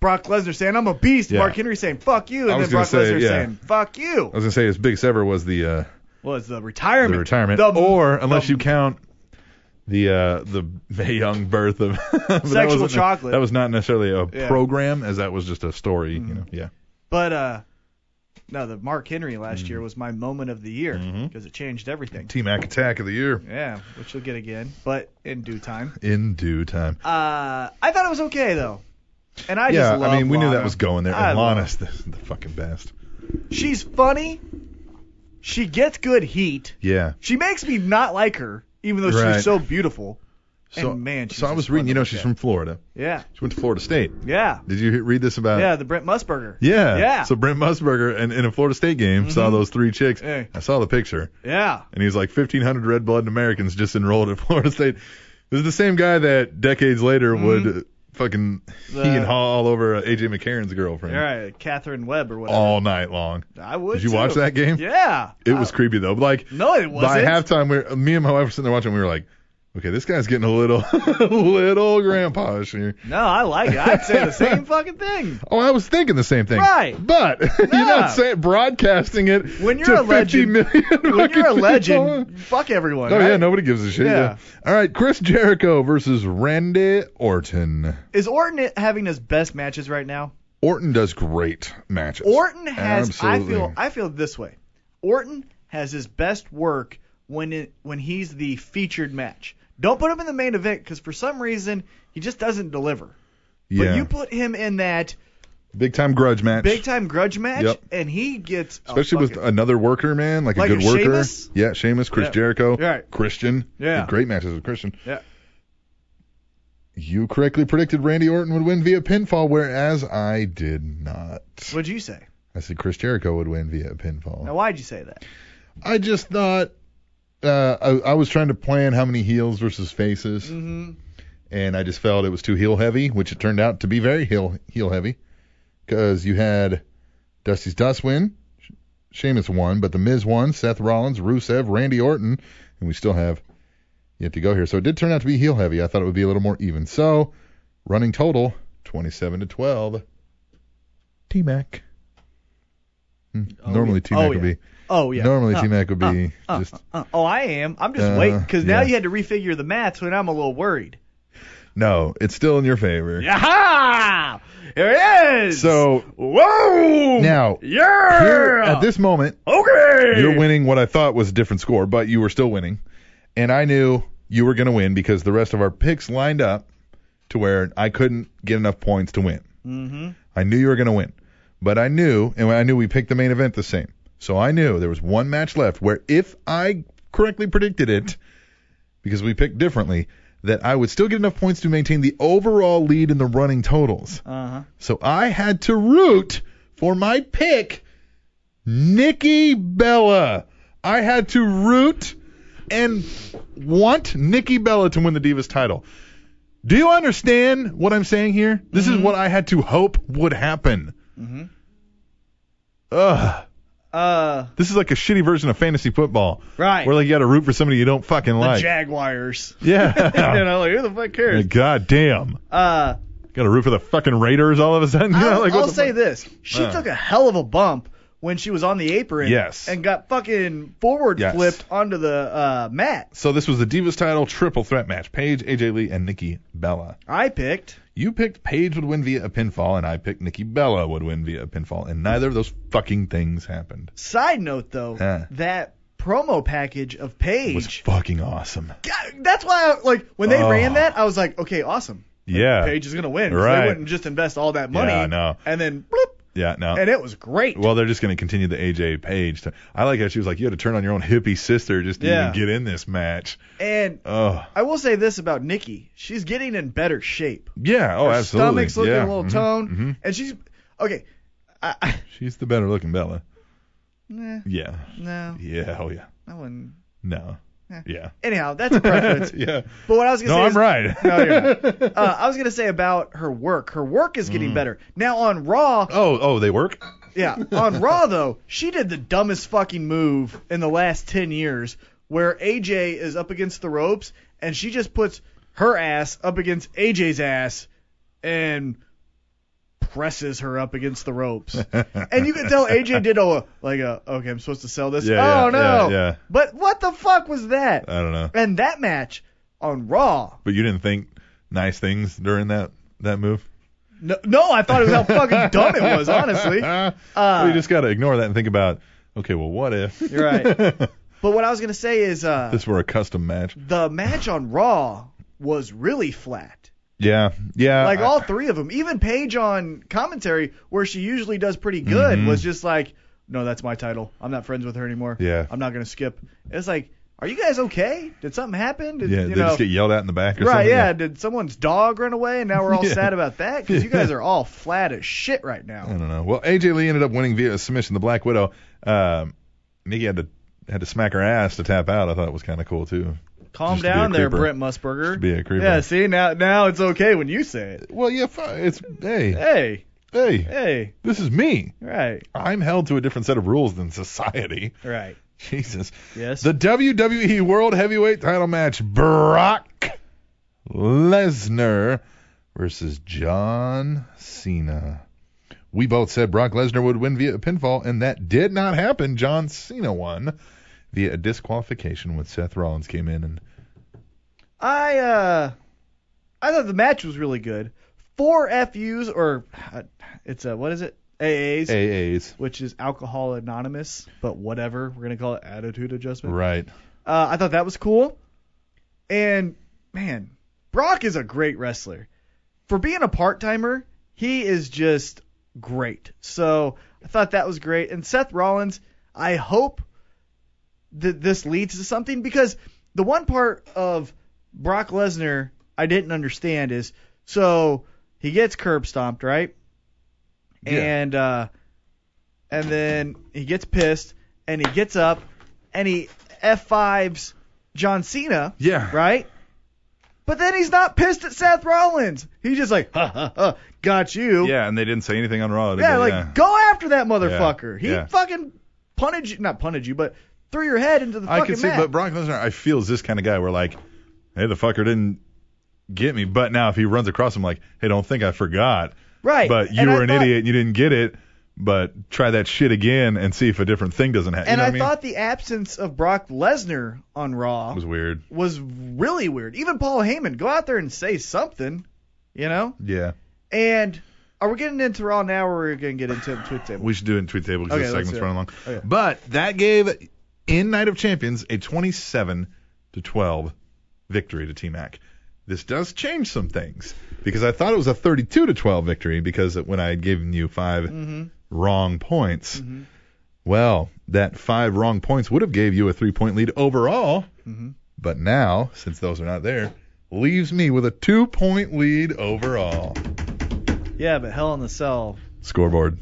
B: Brock Lesnar saying I'm a beast,
A: Yeah.
B: Mark Henry saying fuck
A: I
B: you, and
A: was
B: then Brock
A: gonna say,
B: Lesnar
A: yeah. Uh,
B: saying fuck you.
A: I was gonna say his biggest ever was the uh,
B: Was the
A: the
B: retirement?
A: retirement,
B: The-
A: or unless
B: the-
A: you count the uh, the May Young birth of but that
B: Sexual
A: wasn't-
B: chocolate.
A: That was not necessarily a
B: Yeah. Mm-hmm.
A: program, as that was just a story. You know, yeah.
B: But uh, no, the Mark Henry last
A: Mm-hmm.
B: year was my moment of the year because it changed everything.
A: T Mac Attack of the Year
B: Yeah, which you'll get again, but in due time.
A: in due time.
B: Uh, I thought it was okay though, and I
A: yeah,
B: just love
A: I mean we knew
B: Lana.
A: that was going there.
B: I
A: And
B: love-
A: Lana's the, the fucking best.
B: She's funny. She gets good heat.
A: Yeah.
B: She makes me not like her, even though
A: Right.
B: she's so beautiful.
A: So
B: and man, she's
A: so I
B: just
A: was reading. You know,
B: funny.
A: she's from Florida.
B: Yeah,
A: She went to Florida State.
B: yeah,
A: Did you he- read this about?
B: yeah. The Brent Musburger.
A: Yeah.
B: Yeah. Mm-hmm.
A: So Brent Musburger and in a Florida State game saw those three chicks.
B: Yeah.
A: I saw the picture.
B: yeah.
A: and he's like 1500 red blooded americans just enrolled at florida state this is the same guy that decades later would uh, fucking
B: Mm-hmm. The-
A: he and haw all over uh, aj mccarron's girlfriend
B: All right, Catherine Webb or whatever.
A: all night long
B: I would.
A: Oh, did you
B: too.
A: watch that game
B: Yeah.
A: it was creepy though like
B: No, Uh, it
A: by
B: wasn't.
A: halftime we were, me and my wife were sitting there watching we were like okay this guy's getting a little little grandpa-ish here
B: No, I like it. I'd say the same fucking thing.
A: Oh, I was thinking the same thing.
B: Right.
A: But you're
B: Yeah.
A: not saying broadcasting it
B: When you're
A: to
B: a legend-
A: 50 million
B: When you're a
A: fucking people.
B: legend, fuck everyone.
A: Oh
B: right?
A: yeah, nobody gives a shit.
B: Yeah.
A: Yeah. All right, Chris Jericho versus Randy Orton.
B: Is Orton having his best matches right now?
A: Orton does great matches.
B: Orton has.
A: Absolutely.
B: I feel. I feel this way. Orton has his best work when it, when he's the featured match. Don't put him in the main event because for some reason he just doesn't deliver.
A: yeah.
B: But you put him in that
A: big time grudge match.
B: big time grudge match,
A: Yep.
B: and he gets oh, a
A: Especially with
B: fucking-
A: another worker, man, like,
B: Like
A: a good
B: a
A: worker.
B: Sheamus?
A: Yeah, Sheamus, Chris
B: Yeah.
A: Jericho,
B: Right.
A: Christian.
B: Yeah.
A: Did Great matches with Christian.
B: Yeah.
A: You correctly predicted Randy Orton would win via pinfall, whereas I did not.
B: What'd you say?
A: I said Chris Jericho would win via pinfall.
B: Now, why'd you say that?
A: I just thought uh, I, I was trying to plan how many heels versus faces,
B: Mm-hmm.
A: and I just felt it was too heel heavy, which it turned out to be very heel heel heavy, because you had Dusty's Dust win, Sh- Sheamus won, but the Miz won, Seth Rollins, Rusev, Randy Orton, and we still have yet to go here. So it did turn out to be heel heavy. I thought it would be a little more even. So running total 27 to 12. T Mac.
B: Oh,
A: Hmm. Normally
B: yeah.
A: T Mac
B: Oh,
A: would
B: yeah.
A: be
B: Oh yeah.
A: normally
B: Uh,
A: T Mac would be
B: uh,
A: just
B: uh, oh, I am. I'm just
A: Uh,
B: waiting because now
A: yeah.
B: you had to refigure the math, so now I'm a little worried.
A: No, it's still in your favor.
B: Yaha! Here it is.
A: So
B: whoa.
A: Now,
B: yeah.
A: here, at this moment,
B: okay.
A: you're winning what I thought was a different score, but you were still winning. And I knew you were going to win because the rest of our picks lined up to where I couldn't get enough points to win.
B: Mm-hmm.
A: I knew you were going to win. But I knew, and I knew we picked the main event the same. So I knew there was one match left where if I correctly predicted it, because we picked differently, that I would still get enough points to maintain the overall lead in the running totals.
B: Uh huh.
A: So I had to root for my pick, Nikki Bella. I had to root and want Nikki Bella to win the Divas title. Do you understand what I'm saying here? This
B: Mm-hmm.
A: is what I had to hope would happen.
B: Mhm.
A: Ugh.
B: Uh,
A: This is like a shitty version of fantasy football.
B: right.
A: Where like you gotta root for somebody you don't fucking
B: the
A: like.
B: Jaguars. you
A: yeah.
B: know, like, who the fuck cares?
A: God damn.
B: Uh,
A: Gotta root for the fucking Raiders all of a sudden.
B: I'll,
A: Like, what
B: I'll
A: the
B: say
A: fuck?
B: this: she
A: Uh.
B: took a hell of a bump when she was on the apron,
A: Yes.
B: and got fucking forward
A: Yes.
B: flipped onto the uh, mat.
A: So this was the Divas title triple threat match. Paige, AJ Lee, and Nikki Bella.
B: I picked.
A: You picked Paige would win via a pinfall, and I picked Nikki Bella would win via a pinfall, and neither of those fucking things happened.
B: Side note, though,
A: Huh.
B: that promo package of
A: It was
B: Paige.
A: fucking awesome.
B: God, that's why, I, like, when they
A: Oh.
B: ran that, I was like, okay, awesome.
A: Yeah.
B: Paige is gonna win. 'cause They
A: Right.
B: wouldn't just invest all that money.
A: Yeah, I know.
B: And then, bloop,
A: Yeah, no.
B: and it was great.
A: well, they're just going to continue the AJ Paige. To, I like how she was like, you had to turn on your own hippie sister just to
B: Yeah.
A: even get in this match.
B: and
A: Oh,
B: I will say this about Nikki: she's getting in better shape.
A: yeah. Oh,
B: Her
A: absolutely.
B: stomach's looking
A: yeah.
B: a little
A: mhm,
B: toned,
A: mhm.
B: and she's okay. I- I, I,
A: She's the better looking Bella.
B: nah,
A: Yeah.
B: no,
A: Yeah. Oh yeah.
B: I wouldn't.
A: No.
B: Yeah.
A: Yeah.
B: Anyhow, that's a preference.
A: yeah.
B: But what I was gonna
A: No,
B: say
A: I'm
B: is,
A: right.
B: No, you're not. Uh, I was gonna say about her work. Her work is
A: Mm.
B: getting better now on Raw.
A: oh, oh, they work.
B: Yeah, on Raw though, she did the dumbest fucking move in the last ten years, where AJ is up against the ropes and she just puts her ass up against AJ's ass and presses her up against the ropes. and you can tell AJ did a like a okay, I'm supposed to sell this.
A: Yeah,
B: oh
A: yeah,
B: no.
A: yeah, yeah.
B: But what the fuck was that?
A: I don't know.
B: and that match on Raw.
A: But you didn't think nice things during that that move.
B: No, no, I thought it was how fucking dumb it was, honestly.
A: Ah,
B: Uh,
A: you just gotta ignore that and think about. Okay, well, what if
B: You're right. But what I was gonna say is uh
A: this were a custom match?
B: the match on Raw was really flat.
A: Yeah, yeah.
B: Like
A: Uh, I-
B: all three of them, even Paige on commentary, where she usually does pretty good,
A: Mhm.
B: was just like, "No, that's my title. I'm not friends with her anymore.
A: Yeah.
B: I'm not gonna skip." It's like, "Are you guys okay? Did something happen? Did,
A: yeah,
B: you
A: they
B: know,
A: just get yelled at in the back or
B: right?
A: something.
B: Yeah. Did someone's dog run away and now we're all
A: Yeah.
B: sad about that? Because you
A: Yeah.
B: guys are all flat as shit right now.
A: I don't know. Well, AJ Lee ended up winning via submission. The Black Widow. Um, Nikki had to had to smack her ass to tap out. I thought it was kind of cool too.
B: Calm
A: Just to be a
B: down there,
A: creeper.
B: Brent Musburger.
A: To be a creeper.
B: yeah. See now, now it's okay when you say it.
A: Well, yeah. fi- It's hey,
B: Hey,
A: hey.
B: hey,
A: This is me.
B: right,
A: I'm held to a different set of rules than society.
B: right.
A: Jesus.
B: Yes.
A: The WWE World Heavyweight Title match: Brock Lesnar versus John Cena. We both said Brock Lesnar would win via pinfall, and that did not happen. John Cena won via a disqualification when Seth Rollins came in, and
B: I uh, I thought the match was really good. Four FUs or uh, it's a what is it? AAs,
A: AA's.
B: which is Alcohol Anonymous, but whatever. We're gonna call it attitude adjustment.
A: Right.
B: Uh, I thought that was cool. And man, Brock is a great wrestler. For being a part timer, he is just great. So I thought that was great. And Seth Rollins, I hope that this leads to something because the one part of Brock Lesnar I didn't understand is so he gets curb stomped, right?
A: Yeah.
B: And uh, and then he gets pissed and he gets up and he F5s John Cena,
A: Yeah.
B: right? But then he's not pissed at Seth Rollins. He's just like, ha ha ha, got you.
A: Yeah, and they didn't say anything on Raw. did
B: Yeah,
A: they?
B: like go after that motherfucker. He
A: yeah.
B: fucking punted you, not punted you, but threw your head into the
A: I
B: fucking
A: can see,
B: mat.
A: but Brock Lesnar, I feel is this kind of guy where like, hey, the fucker didn't get me, but now if he runs across him, like, hey, don't think I forgot,
B: right.
A: but you
B: And I
A: were an
B: thought-
A: idiot and you didn't get it, but try that shit again and see if a different thing doesn't happen.
B: And
A: you know
B: I,
A: what I mean?
B: thought the absence of Brock Lesnar on Raw
A: it
B: was,
A: was weird.
B: really weird. Even Paul Heyman, go out there and say something, you know?
A: Yeah,
B: And are we getting into Raw now or are we going to get into it Twit Table?
A: we should do it in tweet table because
B: Okay,
A: the segment's
B: let's do it. Oh,
A: running long.
B: Okay.
A: But that gave in Night of Champions a 27 to 12 victory to T Mac. This does change some things because I thought it was a 32 to 12 victory because when I had given you 5
B: Mm-hmm.
A: wrong points. Well, that five wrong points would have gave you a three point lead overall,
B: Mm-hmm.
A: but now since those are not there, leaves me with a two point lead overall.
B: Yeah, but Hell in the Cell.
A: Scoreboard,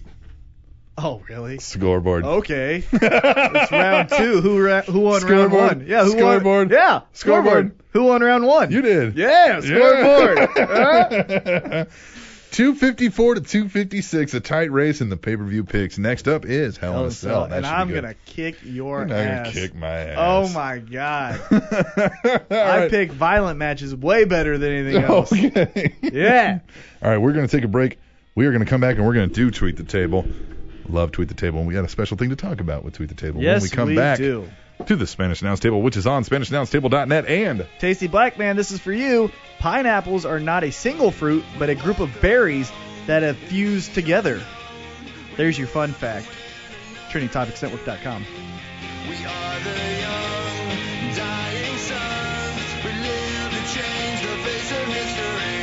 B: Oh, really?
A: scoreboard,
B: Okay. Oh. it's round two. Who ra- who won
A: Scoreboard.
B: round one? Yeah, who
A: Scoreboard.
B: won? Yeah,
A: Scoreboard.
B: Who won round one?
A: you did.
B: Yeah, scoreboard. Huh?
A: 254 to 256, a tight race in the pay-per-view picks. Next up is Hell in a Cell. That
B: and
A: should be
B: I'm
A: good.
B: gonna kick your
A: You're not
B: ass.
A: gonna kick my ass.
B: Oh my god. I
A: I
B: pick violent matches way better than anything else.
A: Okay.
B: Yeah.
A: All right, we're gonna take a break. We are gonna come back and we're gonna do tweet the table. Love tweet the table, and we got a special thing to talk about with tweet the table
B: Yes,
A: when we come back
B: do.
A: to the Spanish Announce Table, which is on SpanishAnnounceTable.net and
B: Tasty Black Man, this is for you. Pineapples are not a single fruit, but a group of berries that have fused together. There's your fun fact. TrainingTopicsNetwork.com.
D: We are the young, dying sons. We live to change the face of history.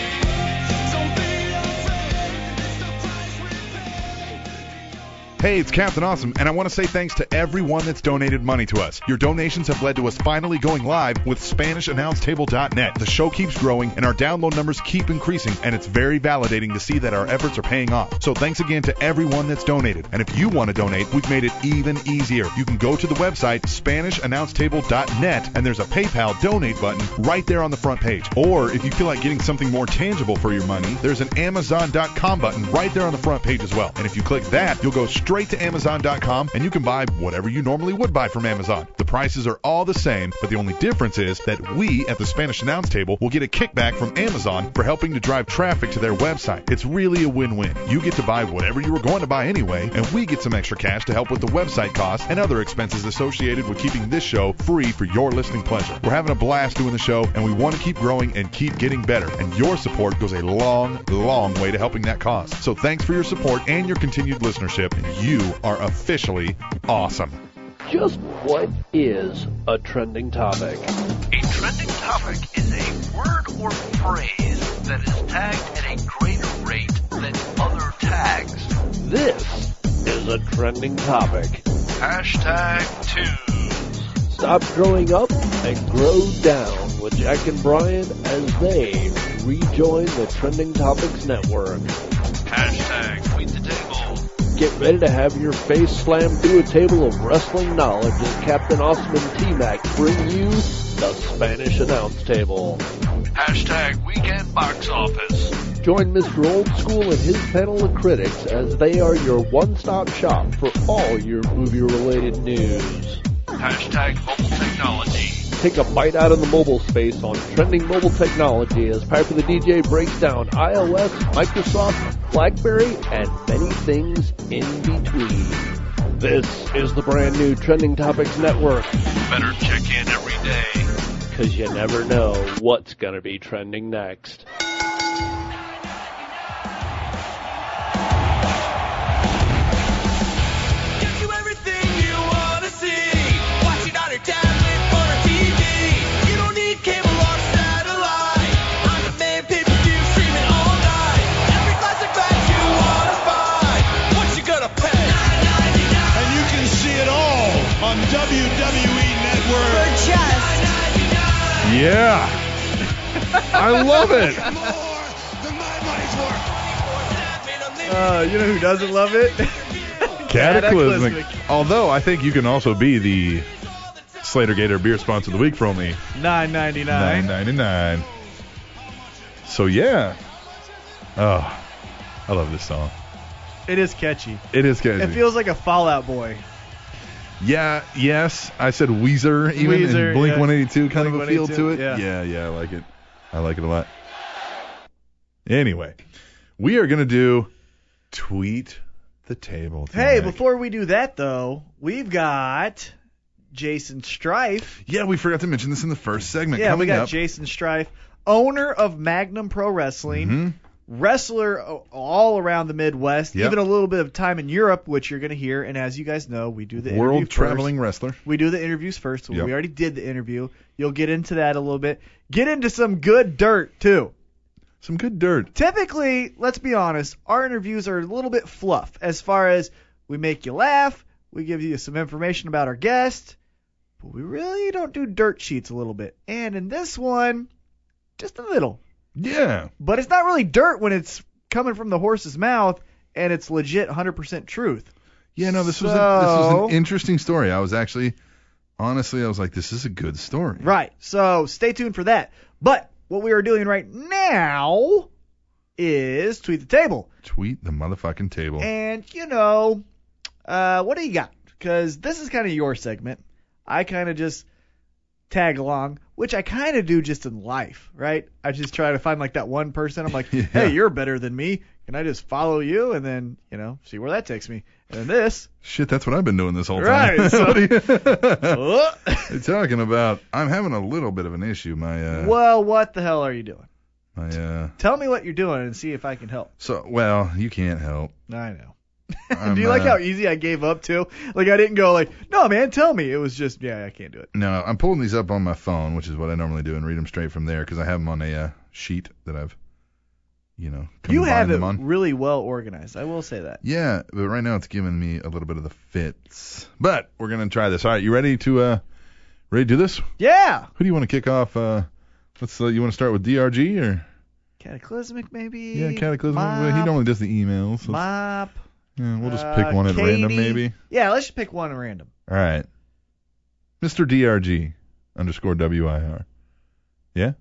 D: So be afraid. It's the price we pay. The only
A: Hey, it's Captain Awesome, and I want to say thanks to everyone that's donated money to us. Your donations have led to us finally going live with SpanishAnnounceTable.net. The show keeps growing, and our download numbers keep increasing, and it's very validating to see that our efforts are paying off. So thanks again to everyone that's donated. And if you want to donate, we've made it even easier. You can go to the website, SpanishAnnounceTable.net, and there's a PayPal donate button right there on the front page. Or if you feel like getting something more tangible for your money, there's an Amazon.com button right there on the front page as well. And if you click that, you'll go straight to Amazon.com and you can buy whatever you normally would buy from Amazon. The prices are all the same, but the only difference is that we at the Spanish Announce Table will get a kickback from Amazon for helping to drive traffic to their website. It's really a win win. You get to buy whatever you were going to buy anyway, and we get some extra cash to help with the website costs and other expenses associated with keeping this show free for your listening pleasure. We're having a blast doing the show, and we want to keep growing and keep getting better. And your support goes a long, long way to helping that cause. So thanks for your support and your continued listenership. You are officially awesome.
E: Just what is a trending topic?
F: A trending topic is a word or phrase that is tagged at a greater rate than other tags.
E: This is a trending topic.
F: Hashtag twos.
E: Stop growing up and grow down with Jack and Brian as they rejoin the Trending Topics Network.
F: Hashtag tweet the table.
E: Get ready to have your face slammed through a table of wrestling knowledge as Captain Austin and T-Mac bring you the Spanish Announce Table.
F: Hashtag weekend box office.
E: Join Mr. Old School and his panel of critics as they are your one-stop shop for all your movie-related news.
F: Hashtag mobile technology.
E: Take a bite out of the mobile space on trending mobile technology as Piper the DJ breaks down iOS, Microsoft, BlackBerry, and many things in between. This is the brand new Trending Topics Network,
F: Better check in every day.
E: because you never know what's going to be trending next.
D: Give you everything you wanna see. Watch it on your tablet or a TV. You don't need cable or satellite. On demand pay-per-view streaming all night. Every classic match you wanna buy. What you gonna pay?
G: and you can see it all on WWE Network.
D: For just
A: Yeah. I love it.
D: more than my money's worth.
B: Uh, you know who doesn't love it?
A: Cataclysmic.
B: Cataclysmic.
A: Although I think you can also be the Slater Gator beer sponsor of the week for only
B: 9.99.
A: nine ninety nine. So yeah. Oh, I love this song.
B: It is catchy.
A: It is catchy.
B: It feels like a Fallout Boy.
A: yeah, yes. I said Weezer even
B: Weezer,
A: and Blink
B: yeah.
A: 182 kind of a feel to it.
B: Blink-182, yeah.
A: yeah, I like it. I like it a lot. Anyway, we are gonna do tweet the table.
B: Hey,
A: tonight.
B: before we do that though, we've got Jason Strife.
A: yeah, we forgot to mention this in the first segment.
B: Yeah, we
A: Coming
B: got
A: up-
B: Jason Strife, owner of Magnum Pro Wrestling.
A: Mhm.
B: wrestler o- all around the Midwest,
A: Yep.
B: even a little bit of time in Europe, which you're going to hear. And as you guys know, we do the interview
A: world
B: first.
A: traveling wrestler.
B: We do the interviews first. so
A: Yep.
B: We already did the interview. You'll get into that a little bit. Get into some good dirt too.
A: Some good dirt.
B: Typically, let's be honest, our interviews are a little bit fluff as far as we make you laugh, we give you some information about our guest, but we really don't do dirt sheets a little bit. And in this one, just a little
A: Yeah.
B: but it's not really dirt when it's coming from the horse's mouth and it's legit 100% truth.
A: Yeah, no, this was a, this was
B: So-
A: an interesting story. I was actually honestly I was like this is a good story.
B: Right. So stay tuned for that. But what we are doing right now is tweet the table.
A: Tweet the motherfucking table.
B: And you know, uh, what do you got? Because this is kind of your segment. I kind of just tag along, which I kind of do just in life, right? I just try to find like that one person. I'm like,
A: Yeah.
B: hey, you're better than me. Can I just follow you and then, you know, see where that takes me? And then this.
A: Shit, that's what I've been doing this whole
B: Right,
A: time.
B: so-
A: What are you-
B: Oh.
A: You're talking about I'm having a little bit of an issue. My uh,
B: well, what the hell are you doing?
A: my uh,
B: Tell me what you're doing and see if I can help.
A: so well you can't help.
B: I know.
A: I'm,
B: Do you like
A: uh,
B: how easy I gave up to? Like I didn't go like, no man, tell me. It was just, yeah, I can't do it.
A: No, I'm pulling these up on my phone, which is what I normally do, and read them straight from there because I have them on a uh, sheet that I've you know, come
B: You
A: buy
B: have it
A: them on.
B: really well organized. I will say that.
A: Yeah, but right now it's giving me a little bit of the fits. But we're gonna try this. All right, you ready to uh ready to do this?
B: Yeah.
A: Who do you want to kick off? Uh, let's. Uh, you want to start with DRG or
B: Cataclysmic maybe.
A: yeah, Cataclysm? Well,
B: Mop,
A: he normally does the emails. so-
B: Mop.
A: yeah, we'll just
B: uh,
A: pick one at random
B: Katie.
A: maybe.
B: Yeah, let's just pick one at random.
A: All right, Mr. DRG underscore WIR.
B: Yeah.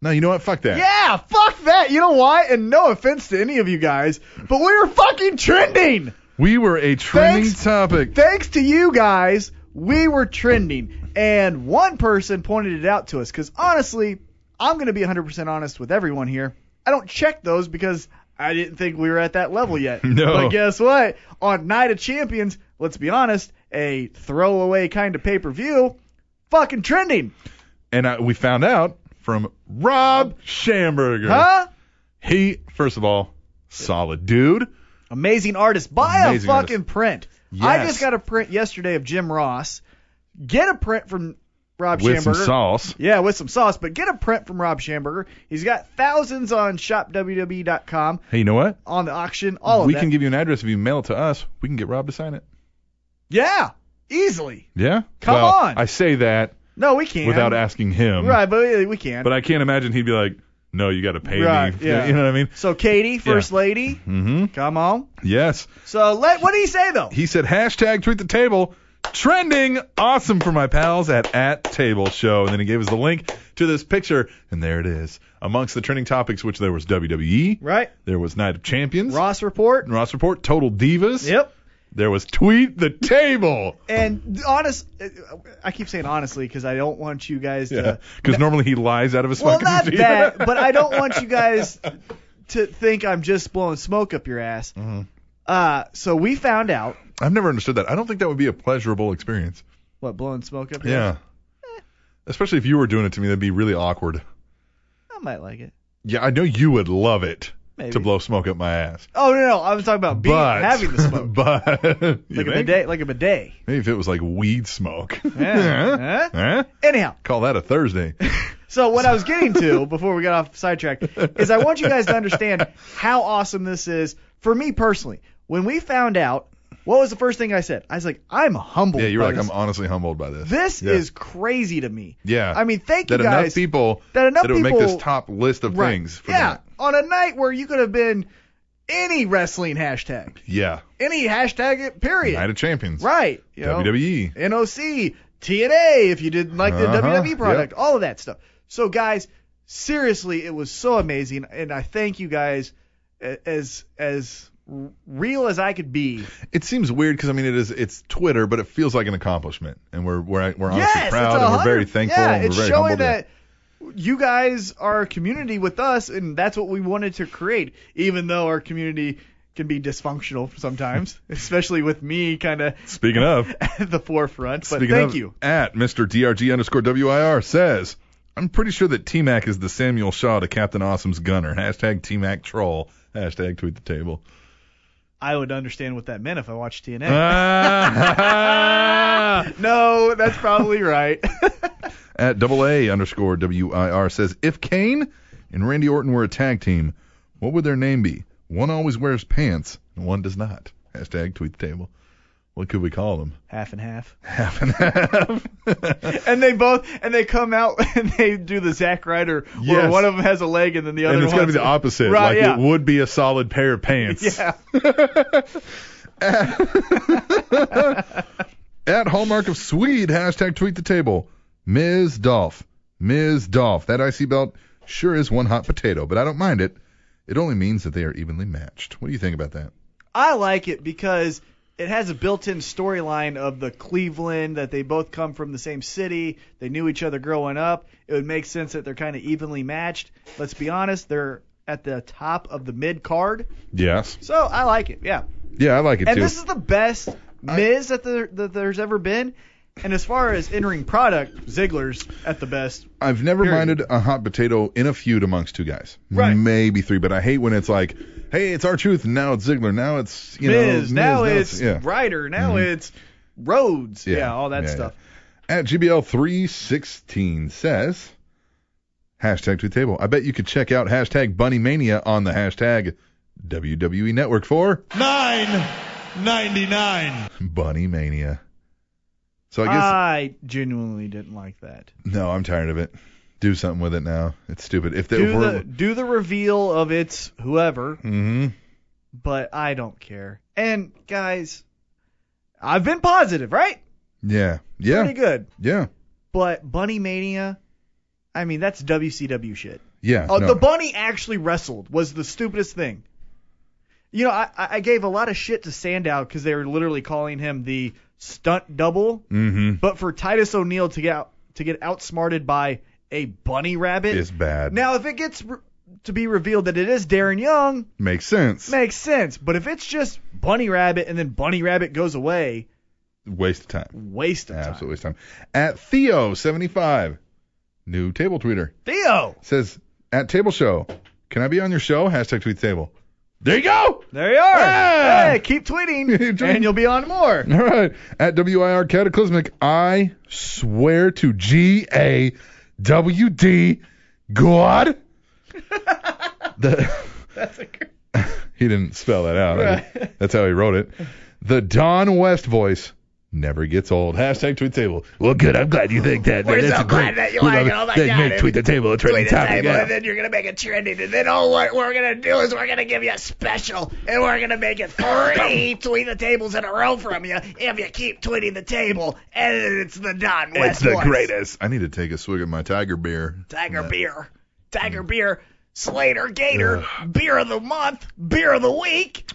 A: No, you know what? Fuck that.
B: Yeah, fuck that. You know why? And no offense to any of you guys, but we were fucking trending.
A: We were a trending
B: Thanks.
A: topic.
B: Thanks to you guys, we were trending. And one person pointed it out to us because honestly, I'm going to be 100% honest with everyone here. I don't check those because I didn't think we were at that level yet.
A: No.
B: But guess what? On Night of Champions, let's be honest, a throwaway kind of pay per view, fucking trending.
A: And I, we found out from Rob Schamberger.
B: Huh?
A: He, first of all, solid dude.
B: Amazing artist. Buy
A: Amazing
B: a
A: artist.
B: fucking print. I
A: Yes.
B: just got a print yesterday of Jim Ross. Get a print from Rob
A: With some
B: Schamberger.
A: sauce.
B: Yeah, with some sauce, but get a print from Rob Schamberger. He's got thousands on shopwwe.com
A: Hey, you know what?
B: E on the auction, all of
A: we
B: Oh, that.
A: can give you an address if you mail it to us. We can get Rob to sign it.
B: yeah, easily.
A: Yeah.
B: Come
A: Well,
B: on.
A: I say that
B: No, we can.
A: without asking him.
B: Right, but we- we can.
A: But I can't imagine he'd be like, "No, you got to pay
B: Right,
A: me."
B: yeah.
A: You know what I mean?
B: so Katie, first lady,
A: Mm-hmm.
B: come on.
A: Yes.
B: So let what did he say though?
A: He said, hashtag tweet the table, trending, awesome for my pals at at table show. And then he gave us the link to this picture, and there it is. Amongst the trending topics, which there was WWE,
B: Right?
A: there was Night of Champions,
B: Ross report.
A: and Ross Report, Total Divas,
B: Yep.
A: there was tweet the table.
B: And honest, I keep saying honestly because I don't want you guys to.
A: Yeah, because normally he lies out of his
B: Well,
A: fucking
B: not
A: teeth.
B: that, but I don't want you guys to think I'm just blowing smoke up your ass.
A: Mm-hmm.
B: Uh, so we found out
A: I've never understood that. I don't think that would be a pleasurable experience.
B: what blowing smoke up. your
A: Yeah.
B: ass?
A: Especially if you were doing it to me, that'd be really awkward.
B: I might like it.
A: Yeah, I know you would love it
B: Maybe.
A: to blow smoke up my ass.
B: Oh no, no, I was talking about being
A: but
B: having the smoke.
A: But you
B: like a
A: think?
B: bidet, like a bidet.
A: Maybe if it was like weed smoke.
B: Yeah.
A: Huh? Huh?
B: Anyhow,
A: Call that a Thursday.
B: so what I was getting to before we got off sidetrack is I want you guys to understand how awesome this is for me personally. When we found out, what was the first thing I said? I was like, I'm humbled.
A: yeah, you were
B: by
A: like,
B: this.
A: I'm honestly humbled by this.
B: This
A: Yeah.
B: is crazy to me.
A: Yeah.
B: I mean, thank
A: that
B: you
A: enough
B: guys.
A: people
B: that enough
A: it would make this
B: people-
A: top list of
B: Right.
A: things. For
B: yeah,
A: That.
B: on a night where you could have been any wrestling hashtag,
A: Yeah.
B: any hashtag period.
A: Night of Champions. E.
B: right. You know,
A: WWE.
B: NOC, TNA, if you didn't like the
A: Uh-huh,
B: WWE product, all of that stuff. So, guys, seriously, it was so amazing, and I thank you guys a- as as r- real as I could be.
A: It seems weird because I mean it is it's Twitter, but it feels like an accomplishment, and we're we're we're honestly
B: yes,
A: proud
B: it's
A: and we're very
B: 100
A: thankful
B: Yeah,
A: and we're
B: it's
A: very
B: showing
A: humbled. to-
B: that you guys are a community with us, and that's what we wanted to create. Even though our community can be dysfunctional sometimes, especially with me kind of
A: Speaking of,
B: at the forefront. But
A: Speaking
B: thank
A: of,
B: you.
A: At Mr. DRG underscore WIR says, I'm pretty sure that T Mac is the Samuel Shaw to Captain Awesome's gunner. Hashtag T Mac troll. Hashtag tweet the table.
B: I would understand what that meant if I watched TNA.
A: Uh, at
B: No, that's probably right.
A: double A underscore WIR says, If Kane and Randy Orton were a tag team, what would their name be? One always wears pants and one does not. Hashtag tweet the table. What could we call them?
B: half and half.
A: Half and half.
B: And they both and they come out and they do the Zack Ryder where
A: Yes.
B: one of them has a leg and then the other
A: and it's going to
B: one's-
A: be the opposite.
B: Right,
A: like
B: yeah.
A: it would be a solid pair of pants.
B: Yeah.
A: At Hallmark of Swede, hashtag tweet the table. Ms. Dolph. Ms. Dolph. That IC belt sure is one hot potato, but I don't mind it. It only means that they are evenly matched. What do you think about that?
B: I like it because it has a built-in storyline of the Cleveland that they both come from the same city. They knew each other growing up. It would make sense that they're kind of evenly matched. Let's be honest, they're at the top of the mid card.
A: Yes.
B: So I like it. Yeah.
A: Yeah, I like it
B: And
A: too.
B: this is the best Miz that, there, that there's ever been. And as far as entering product, Ziggler's at the best.
A: I've never
B: Period.
A: minded a hot potato in a feud amongst two guys.
B: Right.
A: Maybe three, but I hate when it's like, hey, it's our truth, and now it's Ziggler, now it's you know,
B: Miz, now it's
A: yeah. Mm-hmm.
B: Ryder, now it's Rhodes, yeah,
A: Yeah,
B: all that
A: yeah,
B: stuff.
A: At GBL316 says, hashtag to the table. I bet you could check out hashtag Bunny Mania on the hashtag WWE Network for
G: Nine ninety nine.
A: Bunny Mania. So I guess
B: I genuinely didn't like that.
A: no, I'm tired of it. Do something with it now. It's stupid. If they
B: Do
A: were,
B: the do the reveal of it's whoever,
A: hmm
B: but I don't care. And guys, I've been positive, right?
A: yeah, yeah,
B: Pretty good.
A: yeah,
B: But Bunny Mania, I mean that's WCW shit.
A: yeah.
B: Oh,
A: no.
B: the bunny actually wrestled was the stupidest thing. You know, I, I I gave a lot of shit to Sandow because they were literally calling him the stunt double.
A: hmm
B: But for Titus O'Neil to get out, to get outsmarted by a bunny rabbit,
A: It's bad.
B: now if it gets re- to be revealed that it is Darren Young,
A: Makes sense.
B: makes sense. But if it's just bunny rabbit and then bunny rabbit goes away,
A: Waste of time.
B: waste of time.
A: Absolutely time. At Theo75, new table tweeter,
B: Theo,
A: says, at table show, can I be on your show? Hashtag tweet table. There you go.
B: there you are.
A: Ah!
B: Hey, keep
A: Keep
B: tweeting,
A: tweeting.
B: and you'll be on more.
A: All right. At WIR Cataclysmic, I swear to G A W D God. The-
B: That's a great.
A: he didn't spell that out. That's how he wrote it. The Don West voice never gets old. Hashtag tweet table. Well, good. I'm glad you think that. That's a great.
D: that you
A: we love
D: like it.
A: it.
D: Oh my
A: Then
D: God,
A: make
D: it-
A: tweet the table a trending topic. Yeah.
D: and then you're gonna make it trendy. And then all what we're gonna do is we're gonna give you a special, and we're gonna make it three tweet the tables in a row from you if you keep tweeting the table. And it's the Don West.
A: It's the
D: voice.
A: greatest. I need to take a swig of my tiger beer.
D: Tiger beer, Tiger beer, Slater Gator, beer of the month, beer of the week.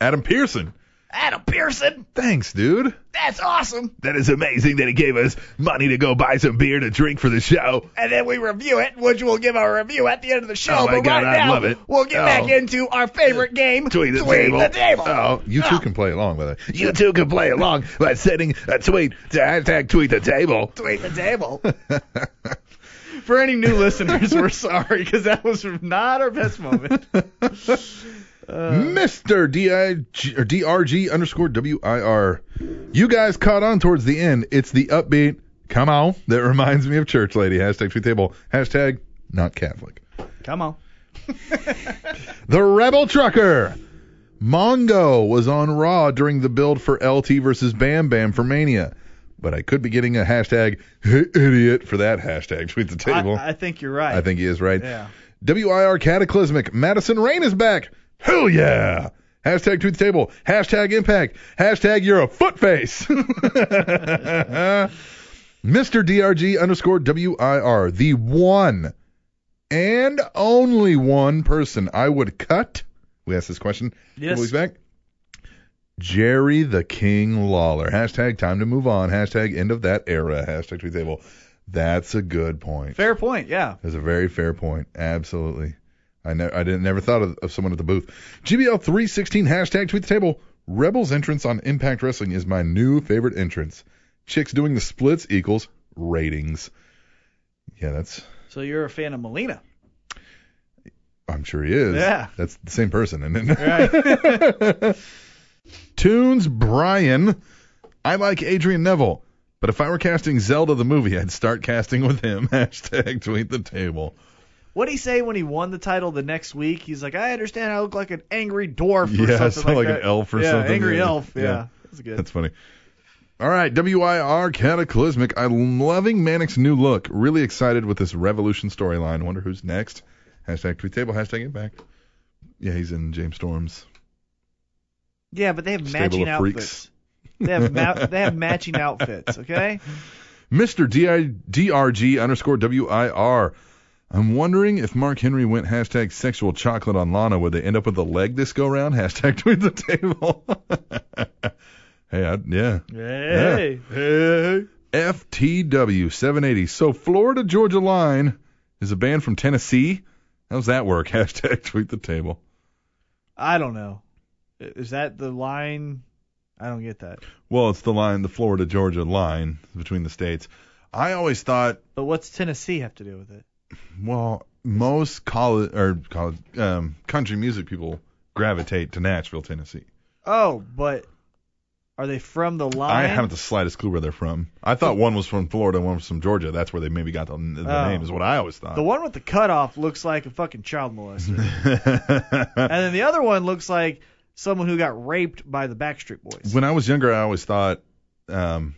A: Adam Pearson.
D: Adam Pearson,
A: Thanks, dude.
D: that's awesome.
A: That is amazing that he gave us money to go buy some beer to drink for the show.
D: And then we review it, which we'll give our review at the end of the show.
A: Oh my
D: but
A: God,
D: right
A: I
D: now,
A: love it.
D: we'll get
A: Oh.
D: back into our favorite game,
A: Tweet the table.
D: the table.
A: Oh, you
D: Ah.
A: two can play along with it. You two can play along by setting a tweet to hashtag tweet the table.
D: Tweet the table.
B: For any new listeners, we're sorry because that was not our best moment.
A: Mr. D-I-G, or DRG underscore WIR. You guys caught on towards the end. It's the upbeat, come on, that reminds me of Church Lady. Hashtag tweet table. Hashtag not Catholic.
B: Come on.
A: The Rebel Trucker. Mongo was on Raw during the build for LT versus Bam Bam for Mania. But I could be getting a hashtag idiot for that hashtag. Tweet the table. I,
B: I, I think you're right.
A: think he is right.
B: Yeah.
A: WIR Cataclysmic. Madison Rain is back. Hell yeah. Hashtag tweet the table. Hashtag impact. Hashtag you're a foot face. Mr. DRG underscore WIR. The one and only one person I would cut. We asked this question.
B: Yes.
A: Couple weeks back. Jerry the King Lawler. Hashtag time to move on. Hashtag end of that era. Hashtag tweet the table. That's a good point.
B: Fair point. Yeah.
A: That's a very fair point. Absolutely. I ne- I didn't never thought of, of someone at the booth. GBL three sixteen hashtag tweet the table. Rebels entrance on Impact Wrestling is my new favorite entrance. Chicks doing the splits equals ratings. Yeah, that's
B: So you're a fan of Melina.
A: I'm sure he is.
B: Yeah.
A: That's the same person, isn't it? Tunes Brian. I like Adrian Neville, but if I were casting Zelda the movie, I'd start casting with him. Hashtag tweet the table.
B: What'd he say when he won the title the next week? He's like, I understand I look like an angry dwarf or
A: Yeah, I
B: something
A: sound like
B: like
A: an
B: that.
A: elf or
B: yeah,
A: something.
B: Angry
A: Yeah.
B: elf. Yeah.
A: Yeah.
B: That's good.
A: That's funny. All right, WIR Cataclysmic. I'm loving Manic's new look. Really excited with this Revolution storyline. Wonder who's next. Hashtag tweet table. Hashtag impact. Yeah, he's in James Storm's.
B: yeah, but they have
A: Stable
B: matching
A: of freaks.
B: outfits. They have ma- they have matching outfits, okay?
A: Mr. D-I- DRG underscore WIR. I'm wondering if Mark Henry went hashtag sexual chocolate on Lana, would they end up with a leg this go round? Hashtag tweet the table. hey, I, yeah.
B: Hey. Hey.
A: FTW 780. So Florida Georgia Line is a band from Tennessee. How's that work? Hashtag tweet the table.
B: I don't know. I- Is that the line? I don't get that.
A: Well, it's the line, the Florida Georgia line between the states. I always thought,
B: But what's Tennessee have to do with it?
A: well, most college or college um, country music people gravitate to Nashville, Tennessee.
B: Oh, but Are they from the line?
A: I haven't the slightest clue where they're from. I thought one was from Florida and one was from Georgia. That's where they maybe got the, the
B: Oh.
A: name, is what I always thought.
B: The one with the cutoff looks like a fucking child molester. and then the other one looks like someone who got raped by the Backstreet Boys.
A: when I was younger, I always thought um,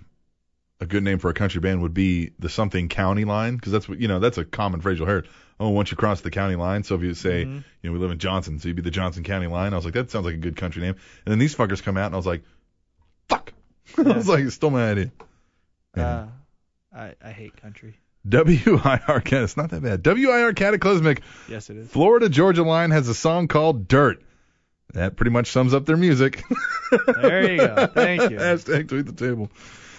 A: a good name for a country band would be the something county line, because that's what you know. That's a common phrase you'll hear. Oh, once you cross the county line, so if you say, you know, we live in Johnson, so you'd be the Johnson County line. I was like, that sounds like a good country name. And then these fuckers come out, and I was like, fuck. I was like, you stole my idea.
B: Uh, I, I hate country.
A: WIR Cat, it's not that bad. WIR Cataclysmic,
B: Yes, it is.
A: Florida Georgia Line has a song called Dirt. That pretty much sums up their music.
B: There you go. Thank you.
A: Hashtag tweet the table.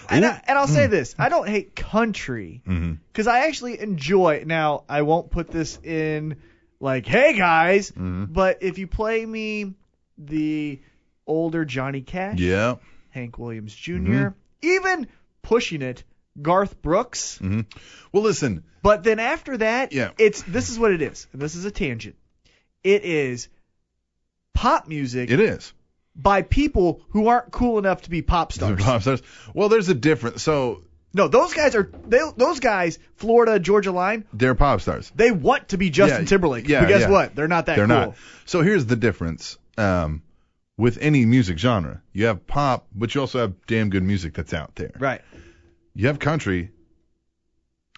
B: And, I, and I'll say this: I don't hate country
A: Mhm.
B: because I actually enjoy. Now, I won't put this in like, "Hey guys,"
A: Mm-hmm.
B: but if you play me the older Johnny Cash,
A: Yeah. Mm-hmm.
B: Hank Williams junior even pushing it, Garth Brooks.
A: Well, listen.
B: But then after that,
A: Mm-hmm. Yeah.
B: it's this is what it is, and this is a tangent. It is pop music
A: It is.
B: by people who aren't cool enough to be pop
A: Those are
B: stars.
A: pop stars. Well, there's a difference. So
B: No, those guys are they, those guys, Florida, Georgia line,
A: they're pop stars.
B: they want to be Justin
A: Yeah,
B: Timberlake.
A: yeah,
B: but guess
A: yeah.
B: what? They're not that
A: They're
B: cool.
A: not. So here's the difference. Um, with any music genre, you have pop, but you also have damn good music that's out there.
B: Right.
A: You have country.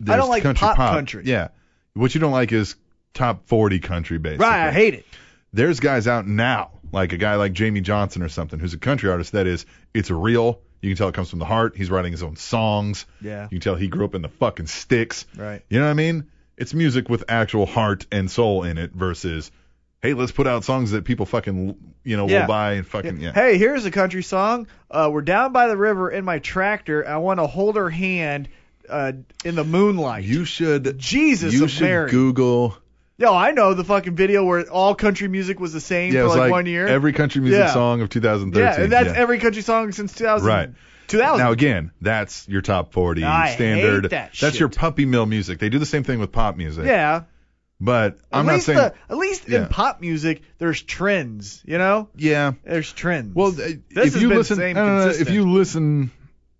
B: I don't
A: There's
B: like pop country.
A: Yeah. What you don't like is top 40 country basically.
B: Right, I hate it.
A: There's guys out now, like a guy like Jamie Johnson or something, who's a country artist that is, it's real. You can tell it comes from the heart. He's writing his own songs.
B: Yeah.
A: You can tell he grew up in the fucking sticks.
B: Right.
A: You know what I mean? It's music with actual heart and soul in it versus, hey, let's put out songs that people fucking, you know,
B: Yeah.
A: will buy and fucking, yeah.
B: Hey, here's a country song. Uh, we're down by the river in my tractor. I want to hold her hand uh, in the moonlight.
A: You should,
B: Jesus
A: you
B: of
A: should
B: Mary.
A: Google.
B: Yo, I know the fucking video where all country music was the same
A: Yeah, it
B: for
A: was
B: like,
A: like
B: one year.
A: every country music
B: Yeah.
A: song of 2013.
B: yeah, and that's
A: yeah.
B: every country song since 2000.
A: Right.
B: 2000.
A: Now again, that's your top 40
B: I hate
A: standard.
B: that shit.
A: That's your puppy mill music. They do the same thing with pop music.
B: yeah.
A: But I'm
B: at
A: not
B: least
A: saying
B: the, at least in
A: Yeah.
B: pop music, there's trends. You know,
A: yeah.
B: there's trends.
A: Well,
B: this
A: th-
B: has
A: if you
B: been
A: listen,
B: same
A: no, no, no, if
B: consistent.
A: you listen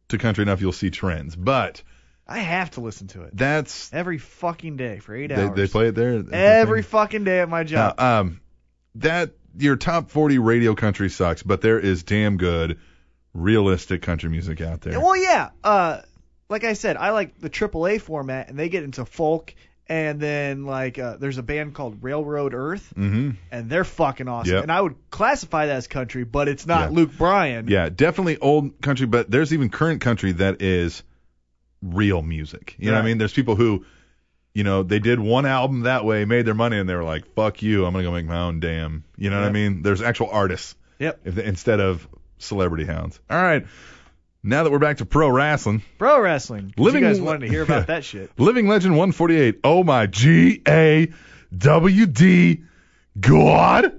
A: to country enough, you'll see trends. But
B: I have to listen to it
A: that's
B: every fucking day for eight
A: they,
B: hours.
A: they play it there. That's the
B: every
A: thing.
B: fucking day at my job.
A: Uh, um, that your top 40 radio country sucks, but there is damn good realistic country music out there.
B: well, yeah. Uh, like I said, I like the AAA format, and they get into folk. And then like uh, there's a band called Railroad Earth,
A: hmm
B: and they're fucking awesome.
A: Yep.
B: And I would classify that as country, but it's not
A: Yeah.
B: Luke Bryan.
A: Yeah, definitely old country, but there's even current country that is real music. You know what
B: Right.
A: I mean? There's people who, you know, they did one album that way, made their money, and they were like, "Fuck you, I'm gonna go make my own damn." You know what I
B: Yep.
A: mean? There's actual artists.
B: Yep.
A: If they, instead of celebrity hounds. All right. Now that we're back to pro wrestling,
B: Pro wrestling. 'cause
A: Living-
B: you guys wanted to hear about that shit.
A: Living Legend 148. Oh my G A W D God.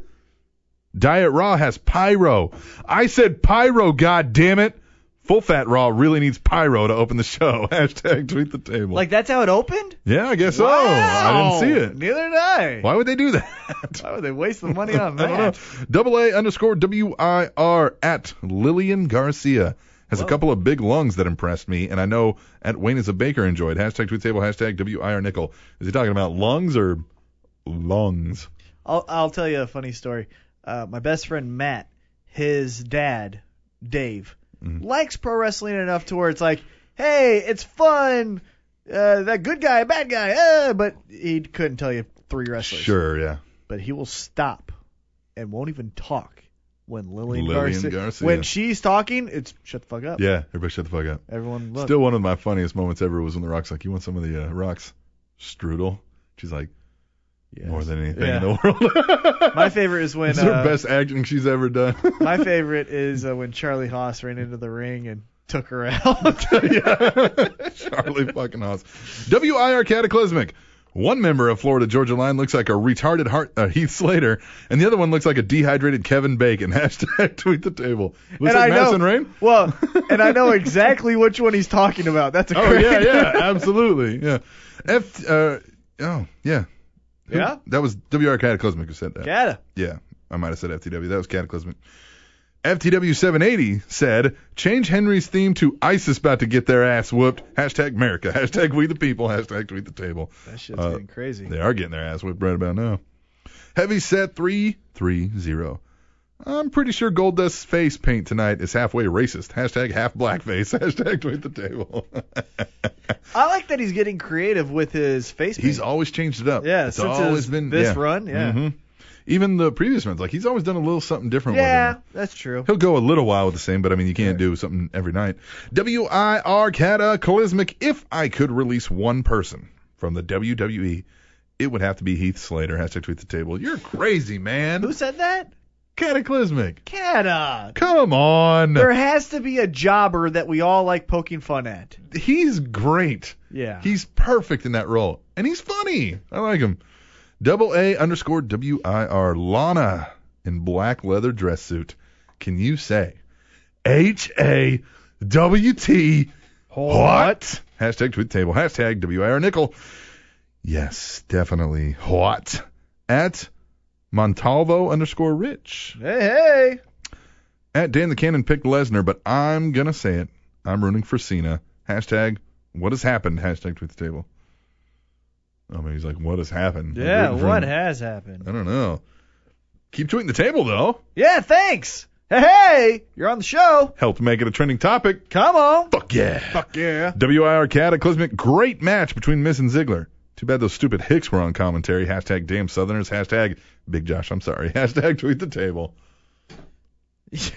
A: Diet Raw has pyro. I said pyro, god damn it. Full fat Raw really needs pyro to open the show. Hashtag tweet the table.
B: Like that's how it opened?
A: yeah, I guess so.
B: Wow.
A: Oh, I didn't see it.
B: Neither did I.
A: Why would they do that?
B: Why would they waste the money on
A: I
B: that?
A: don't know. Double A underscore W I R at Lillian Garcia has a couple of big lungs that impressed me, and I know at Wayne is a baker enjoyed. Hashtag tweet table, hashtag W I R nickel. Is he talking about lungs or lungs?
B: I'll I'll tell you a funny story. Uh, my best friend Matt, his dad Dave,
A: Mm-hmm.
B: likes pro wrestling enough to where it's like, hey, it's fun. Uh, that good guy, bad guy, uh, but he couldn't tell you three wrestlers.
A: Sure, yeah.
B: But he will stop and won't even talk when Lillian,
A: Lillian
B: Garcia,
A: Garcia.
B: when she's talking, it's shut the fuck up.
A: Yeah, everybody shut the fuck up.
B: Everyone look.
A: Still one of my funniest moments ever was when The Rock's like, You want some of the uh, Rock's strudel? She's like, More than anything
B: Yeah.
A: in the world.
B: my favorite is when
A: It's her
B: uh,
A: best acting she's ever done.
B: My favorite is uh, when Charlie Haas ran into the ring and took her out.
A: yeah. Charlie fucking Haas. WIR Cataclysmic. One member of Florida Georgia Line looks like a retarded heart, uh, Heath Slater, and the other one looks like a dehydrated Kevin Bacon. Hashtag tweet the table. Looks
B: and
A: like
B: I know,
A: Madison Rain?
B: Well, and I know exactly which one he's talking about. That's a
A: Oh,
B: great.
A: yeah, yeah, absolutely. Yeah. F, uh, oh, yeah. Who-
B: Yeah?
A: That was WIR Cataclysmic who said that.
B: Gotta.
A: Yeah, I might have said FTW. That was Cataclysmic. FTW780 said, change Henry's theme to ISIS about to get their ass whooped. Hashtag America. Hashtag we the people. Hashtag tweet the table.
B: That shit's
A: Uh,
B: getting crazy.
A: They are getting their ass whipped right about now. Heavy set 330. I'm pretty sure Goldust's face paint tonight is halfway racist. Hashtag half blackface. Hashtag tweet the table.
B: I like that he's getting creative with his face.
A: he's
B: paint.
A: always changed it up.
B: yeah.
A: it's
B: since
A: always
B: his-
A: been
B: this
A: yeah.
B: run, yeah,
A: hmm Even the previous ones, like he's always done a little something different. with
B: yeah,
A: them.
B: that's true.
A: He'll go a little while with the same, but I mean, you can't do something every night. WIR Cataclysmic. If I could release one person from the WWE, it would have to be Heath Slater. Hashtag tweet the table. You're crazy, man.
B: Who said that?
A: Cataclysmic.
B: Canada.
A: Come on.
B: There has to be a jobber that we all like poking fun at.
A: He's great.
B: Yeah.
A: He's perfect in that role. And he's funny. I like him. Double A underscore W I R Lana in black leather dress suit. Can you say H A W T what? Hashtag tweet the table. Hashtag WIR nickel. Yes, definitely. What? At Montalvo underscore rich.
B: Hey, hey.
A: At Dan the Cannon picked Lesnar, but I'm gonna say it. I'm rooting for Cena. Hashtag what has happened? Hashtag tweet the table. I mean, he's like, what has happened? I'm
B: Yeah,
A: rooting for
B: what
A: him.
B: has
A: I
B: happened?
A: don't know. Keep tweeting the table though.
B: Yeah, thanks. Hey, hey, you're on the show.
A: Helped make it a trending topic.
B: Come on.
A: Fuck yeah.
B: Fuck yeah.
A: WIR Cataclysmic, great match between Miz and Ziggler. Too bad those stupid Hicks were on commentary. Hashtag damn Southerners. Hashtag Big Josh, I'm sorry. Hashtag tweet the table.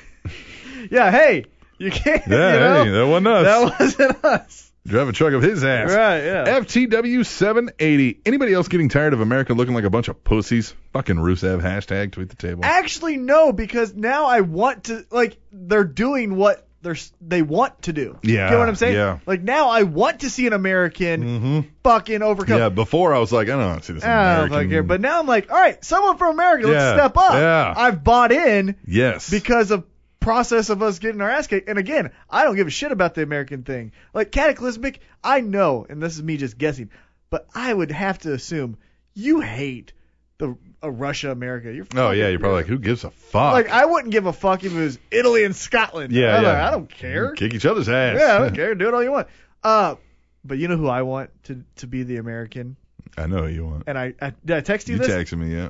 B: Yeah, hey, you can't.
A: Yeah,
B: you know,
A: hey, that wasn't us.
B: that wasn't us.
A: Drive a truck of his ass.
B: Right, yeah.
A: FTW 780. Anybody else getting tired of America looking like a bunch of pussies? Fucking Rusev. Hashtag tweet the table.
B: Actually, no, because now I want to like they're doing what they're s- they want to do.
A: Yeah,
B: you know what I'm saying?
A: yeah.
B: Like now I want to see an American
A: Mhm.
B: fucking overcome.
A: Yeah, before I was like, I don't want to see this
B: Oh,
A: American.
B: fuck it. But now I'm like, all right, someone from America,
A: Yeah,
B: let's step up.
A: yeah.
B: I've bought in
A: yes.
B: because of process of us getting our ass kicked. And again, I don't give a shit about the American thing. Like cataclysmic, I know, and this is me just guessing, but I would have to assume you hate the uh, Russia America. You're
A: oh,
B: fucking-
A: yeah, you're probably like, who gives a fuck?
B: like I wouldn't give a fuck if it was Italy and Scotland.
A: yeah,
B: I'm
A: yeah.
B: like, I don't care.
A: Kick each other's ass.
B: Yeah, I don't care. Do it all you want. Uh, but you know who I want to to be the American,
A: I know you want.
B: and I, I did I text you,
A: You
B: this
A: texted me, yeah.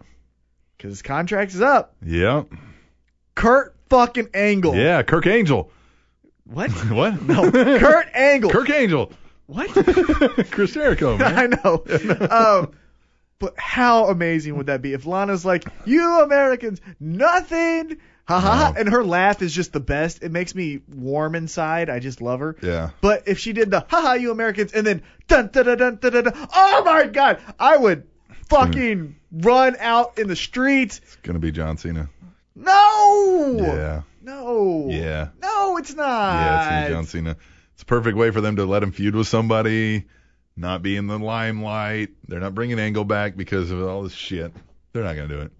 B: because his contract is up.
A: Yep.
B: Kurt fucking Angle.
A: Yeah, Kirk Angel.
B: What?
A: What?
B: No, Kurt Angle.
A: Kirk Angel.
B: What?
A: Chris Jericho, man.
B: I know. Um, but how amazing would that be if Lana's like, "You Americans, nothing." Ha ha ha.
A: No.
B: And her laugh is just the best. It makes me warm inside. I just love her.
A: Yeah.
B: But if she did the "ha ha, you Americans" and then dun dun dun dun dun, dun, dun oh my god, I would fucking run out in the streets.
A: It's going to be John Cena.
B: No.
A: Yeah.
B: No.
A: Yeah.
B: No, it's not.
A: Yeah, it's gonna be John Cena. It's a perfect way for them to let him feud with somebody, not be in the limelight. They're not bringing Angle back because of all this shit. They're not gonna do it.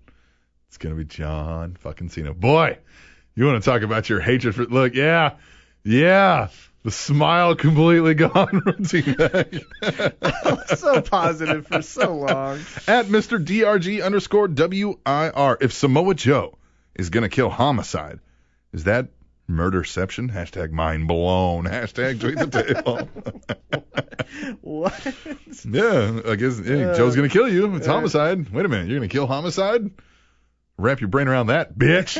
A: It's gonna be John fucking Cena. Boy, you want to talk about your hatred for? Look, yeah, yeah. The smile completely gone from Cena.
B: so positive for so long.
A: At Mr. DRG underscore WIR. If Samoa Joe is going to kill homicide, is that murderception? Hashtag mind blown. Hashtag tweet the table.
B: What?
A: yeah, I guess
B: Uh,
A: yeah, Joe's going to kill you. It's homicide. Wait a minute. You're going to kill homicide? Wrap your brain around that, bitch.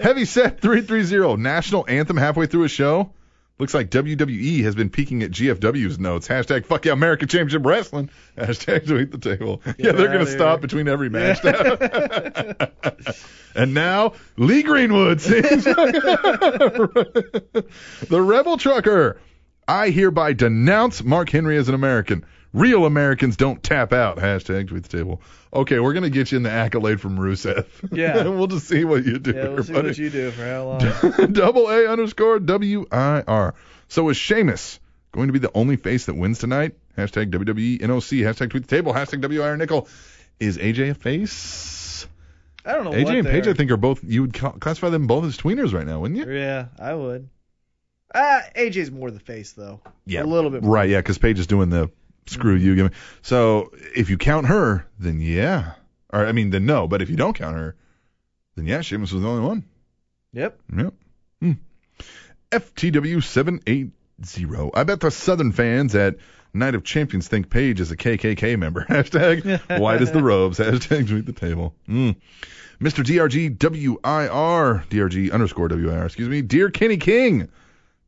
A: Heavy set 330. National anthem halfway through a show. Looks like WWE has been peeking at GFW's notes. Hashtag fuck yeah, American Championship Wrestling. Hashtag tweet the table. yeah, they're
B: outta
A: going to
B: here.
A: stop between every match. now. and now, Lee Greenwood sings The Rebel Trucker. I hereby denounce Mark Henry as an American. Real Americans don't tap out. Hashtag tweet the table. Okay, we're going to get you in the accolade from Rusev.
B: Yeah.
A: we'll just see what you do.
B: Yeah, we'll see
A: buddy.
B: what you do for how long.
A: Double A underscore W I R. So is Sheamus going to be the only face that wins tonight? Hashtag E WWE NOC. Hashtag tweet the table. Hashtag WIR nickel. Is AJ a face?
B: I don't know.
A: AJ
B: what
A: and Paige,
B: they're-
A: I think, are both. You would ca- classify them both as tweeners right now, wouldn't you?
B: Yeah, I would. Uh, AJ's more the face though.
A: Yeah.
B: A little bit. More.
A: Right, yeah, because Paige is doing the screw you. Give me. So if you count her, then yeah. Or I mean, then no. But if you don't count her, then yeah, Sheamus was the only one.
B: Yep.
A: Yep. Hmm. FTW780. I bet the Southern fans at Night of Champions think Paige is a KKK member. Hashtag white as the robes. Hashtag tweet the table. Mm. Mr. DRG WIR. DRG underscore WIR. Excuse me. Dear Kenny King.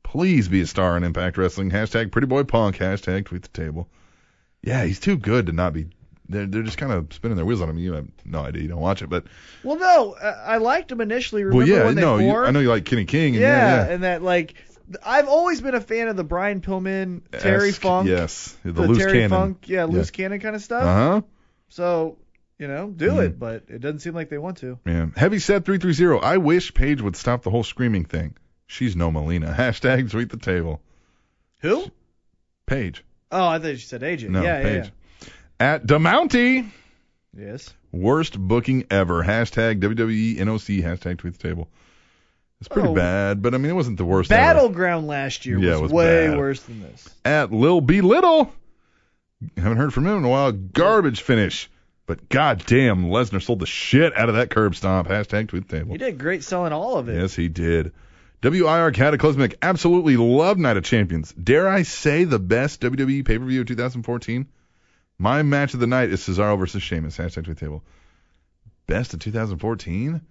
A: Please be a star in Impact Wrestling. Hashtag Pretty Boy Punk. Hashtag tweet the table. Yeah, he's too good to not be. They're, they're just kind of spinning their wheels on him. You have no idea. You don't watch it, but
B: Well, no, uh, I, I liked him initially. Remember
A: well, yeah,
B: when they
A: no, you,
B: formed?
A: I know you like Kenny King. And
B: yeah,
A: yeah, yeah.
B: and that like I've always been a fan of the Brian Pillman, Terry
A: Esque,
B: Funk,
A: Yes, the,
B: the,
A: loose
B: Terry
A: cannon.
B: Funk, yeah, loose cannon kind of stuff.
A: Uh huh.
B: So you know, do
A: Mhm.
B: it, but it doesn't seem like they want to.
A: Yeah. Heavy set three three zero. I wish Paige would stop the whole screaming thing. She's no Melina. Hashtag tweet the table.
B: Who?
A: Paige.
B: Oh, I thought you said AJ.
A: No,
B: yeah, yeah,
A: Paige. At DeMounty.
B: yeah. Yes.
A: Worst booking ever. Hashtag E WWE NOC. Hashtag tweet the table. It's pretty
B: Oh.
A: bad, but I mean it wasn't the worst. ever.
B: Battleground last year
A: Yeah,
B: was,
A: it was
B: way
A: bad.
B: worse than this.
A: at Lil B Little. Haven't heard from him in a while. Garbage finish. But goddamn, Lesnar sold the shit out of that curb stomp. Hashtag tweet the table.
B: You did great selling all of it.
A: Yes, he did. WIR Cataclysmic absolutely loved Night of Champions. Dare I say the best WWE pay per view of 2014? My match of the night is Cesaro versus Sheamus. Hashtag tweet the table. Best of 2014?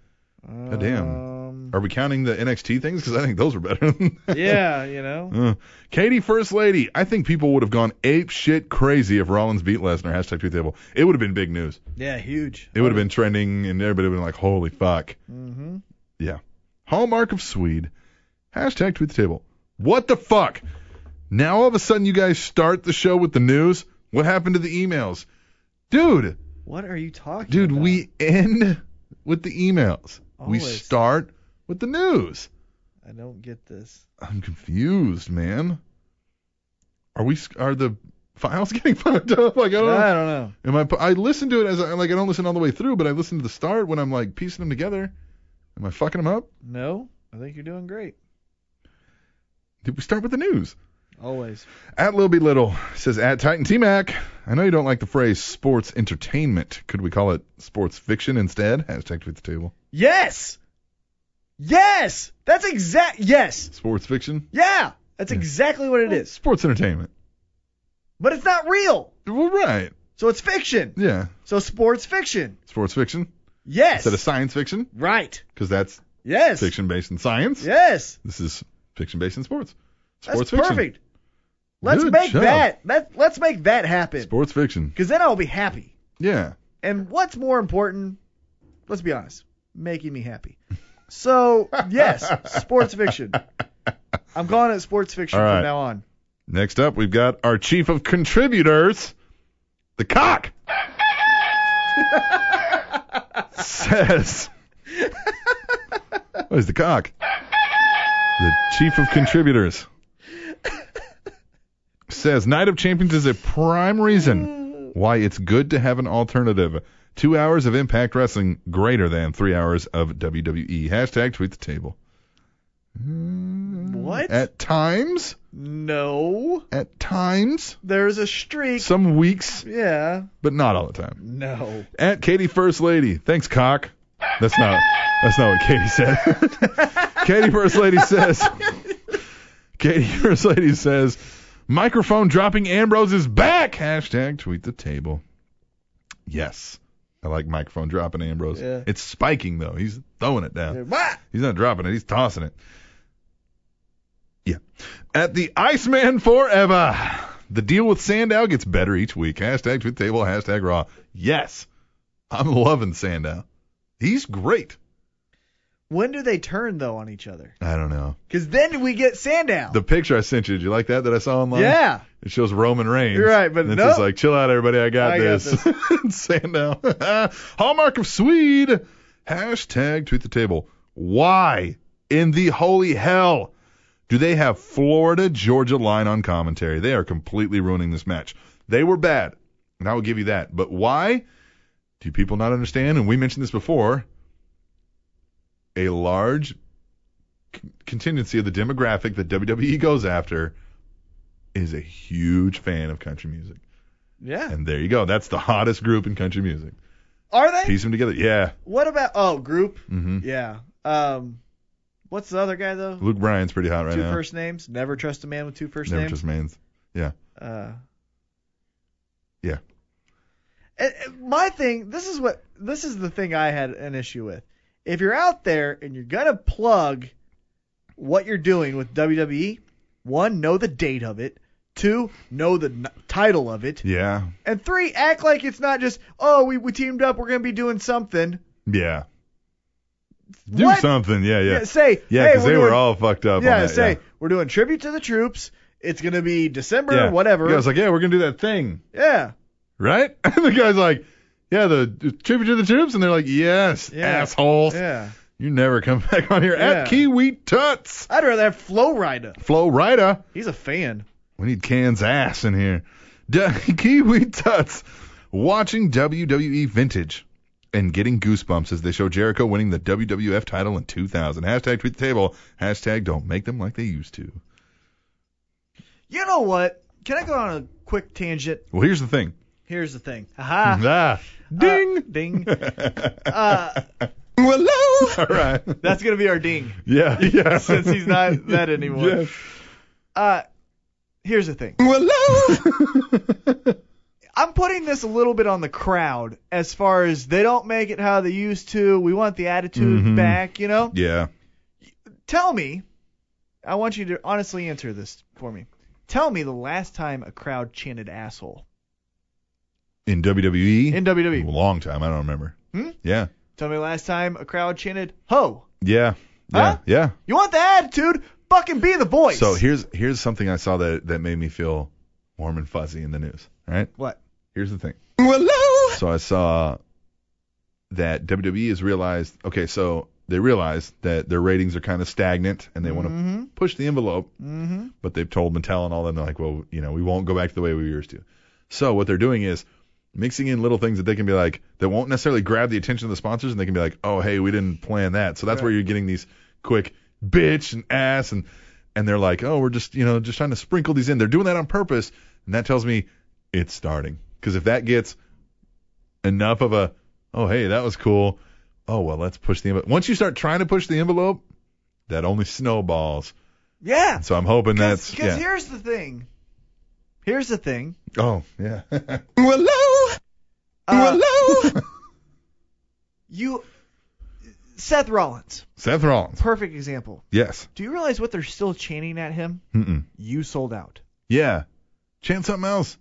B: Um,
A: Goddamn. Are we counting the NXT things? Because I think those were better.
B: yeah, you know.
A: Uh, Katie, first lady. I think people would have gone ape shit crazy if Rollins beat Lesnar. Hashtag tweet the table. It would have been big news.
B: Yeah, huge.
A: It would have been trending, and everybody would have been like, "Holy fuck!"
B: Mm-hmm.
A: Hallmark of Swede. Hashtag tweet the table. What the fuck? Now all of a sudden you guys start the show with the news. What happened to the emails? Dude,
B: What are you talking
A: dude,
B: about?
A: we end with the emails. We
B: Always.
A: start with the news.
B: I don't get this.
A: I'm confused, man. Are we? Are the files getting fucked up? Like I don't.
B: I don't know.
A: Am I? I listen to it as I like. I don't listen all the way through, but I listen to the start when I'm like piecing them together. Am I fucking them up?
B: No, I think you're doing great.
A: Did we start with the news?
B: Always.
A: At Lil B Little says at Titan T Mac. I know you don't like the phrase sports entertainment. Could we call it sports fiction instead? Hashtag tweet the table.
B: Yes. Yes. That's exact. Yes.
A: Sports fiction.
B: Yeah. That's
A: Yeah.
B: exactly what it is.
A: Sports entertainment.
B: But it's not real.
A: Well, right.
B: So it's fiction.
A: Yeah.
B: So sports fiction.
A: Sports fiction
B: Yes.
A: instead of science fiction
B: right.
A: because that's
B: Yes.
A: fiction based in science.
B: Yes.
A: This is fiction based in sports.
B: That's
A: Sports fiction.
B: perfect. Let's
A: Good
B: make
A: job.
B: that, that. Let's make that happen.
A: Sports fiction.
B: Because then I'll be happy.
A: Yeah.
B: And what's more important? Let's be honest. Making me happy. So yes, sports fiction. I'm calling it sports fiction
A: All right.
B: from now on.
A: Next up, we've got our chief of contributors, the cock. says. Where's the cock? The chief of contributors says Night of Champions is a prime reason why it's good to have an alternative. Two hours of Impact Wrestling greater than three hours of WWE. Hashtag tweet the table.
B: What?
A: At times,
B: no.
A: at times,
B: There's a streak.
A: some weeks,
B: yeah.
A: but not all the time.
B: No.
A: Aunt Katie, first lady. Thanks, cock. That's not. That's not what Katie said. Katie, first lady says. Katie, first lady says. Microphone dropping Ambrose is back. Hashtag tweet the table. Yes, I like microphone dropping Ambrose.
B: Yeah.
A: It's spiking though. He's throwing it down.
B: What?
A: He's not dropping it. He's tossing it. Yeah. At the Iceman Forever. The deal with Sandow gets better each week. Hashtag tweet the table. Hashtag raw. Yes. I'm loving Sandow. He's great.
B: When do they turn though on each other?
A: I don't know.
B: Because then we get Sandow.
A: The picture I sent you, did you like that that I saw online?
B: yeah.
A: It shows Roman Reigns.
B: You're right, but
A: and it's
B: no.
A: just like, chill out, everybody. I got
B: I got
A: this. Sandow. Hallmark of Swede. Hashtag tweet the table. Why in the holy hell do they have Florida Georgia line on commentary? They are completely ruining this match. They were bad, and I will give you that. But why do people not understand? And we mentioned this before. A large con- contingency of the demographic that WWE goes after is a huge fan of country music.
B: Yeah.
A: And there you go. That's the hottest group in country music.
B: Are they?
A: Piece them together. Yeah.
B: What about oh group?
A: hmm
B: Yeah. Um. What's the other guy though?
A: Luke Bryan's pretty hot right
B: two
A: now.
B: first names. Never trust a man with two first
A: Never
B: names.
A: just mains.
B: uh,
A: Yeah.
B: And- and my thing, this is what this is the thing I had an issue with. If you're out there and you're gonna plug what you're doing with WWE, one, know the date of it. Two, know the n- title of it.
A: Yeah.
B: And three, act like it's not just, oh, we, we teamed up, we're going to be doing something.
A: Yeah. Do
B: What?
A: something. Yeah, yeah.
B: say,
A: Yeah,
B: hey,
A: because they were
B: doing-
A: all fucked up.
B: Yeah,
A: on that,
B: say,
A: yeah.
B: we're doing tribute to the troops. It's going to be December,
A: yeah.
B: whatever.
A: The guy's like, yeah, we're gonna do that thing,
B: yeah.
A: right? And the guy's like, yeah, the tribute to the troops, and they're like, yes,
B: Yeah.
A: assholes,
B: Yeah.
A: you never come back on here
B: Yeah.
A: at Kiwi Tuts.
B: I'd rather have Flow Rida.
A: Flo Rida,
B: He's a fan.
A: we need Can's ass in here. D- Kiwi Tuts watching WWE Vintage and getting goosebumps as they show Jericho winning the WWF title in 2000. Hashtag tweet the table. Hashtag don't make them like they used to.
B: You know what? Can I go on a quick tangent?
A: Well, here's the thing.
B: Here's the thing. Haha.
A: ah, ding.
B: Uh, ding. Uh,
A: Hello. All right.
B: That's going to be our ding
A: yeah, yeah.
B: since he's not that anymore.
A: Yes.
B: Uh, here's the thing.
A: Hello.
B: I'm putting this a little bit on the crowd as far as they don't make it how they used to. We want the attitude
A: Mhm.
B: back, you know?
A: yeah.
B: Tell me, I want you to honestly answer this for me. Tell me the last time a crowd chanted asshole
A: In WWE.
B: in WWE.
A: Long time. I don't remember.
B: Hmm?
A: Yeah.
B: Tell me the last time a crowd chanted ho.
A: Yeah. Yeah.
B: Huh?
A: Yeah.
B: You want the attitude? Fucking be the voice.
A: So here's here's something I saw that that made me feel warm and fuzzy in the news. All right.
B: What?
A: Here's the thing. So I saw that WWE has realized. Okay, so they realized that their ratings are kind of stagnant and they want to
B: Mm-hmm.
A: push the envelope.
B: Mm-hmm.
A: but they've told Mattel and all them, they're like, well, you know, we won't go back to the way we used to. So what they're doing is mixing in little things that they can be like, that won't necessarily grab the attention of the sponsors, and they can be like, oh, hey, we didn't plan that. So that's where you're getting these quick bitch and ass and and they're like, oh, we're just you know just trying to sprinkle these in. They're doing that on purpose, and that tells me it's starting. Because if that gets enough of a, oh, hey, that was cool. Oh well, let's push the envelope. Once you start trying to push the envelope, that only snowballs.
B: Yeah.
A: So I'm hoping that's
B: Because
A: yeah.
B: here's the thing. Here's the thing.
A: Oh, yeah. Hello.
B: Uh,
A: Hello.
B: you, Seth Rollins,
A: Seth Rollins.
B: perfect example.
A: Yes.
B: Do you realize what they're still chanting at him?
A: Mm-mm.
B: You sold out.
A: Yeah. Chant something else.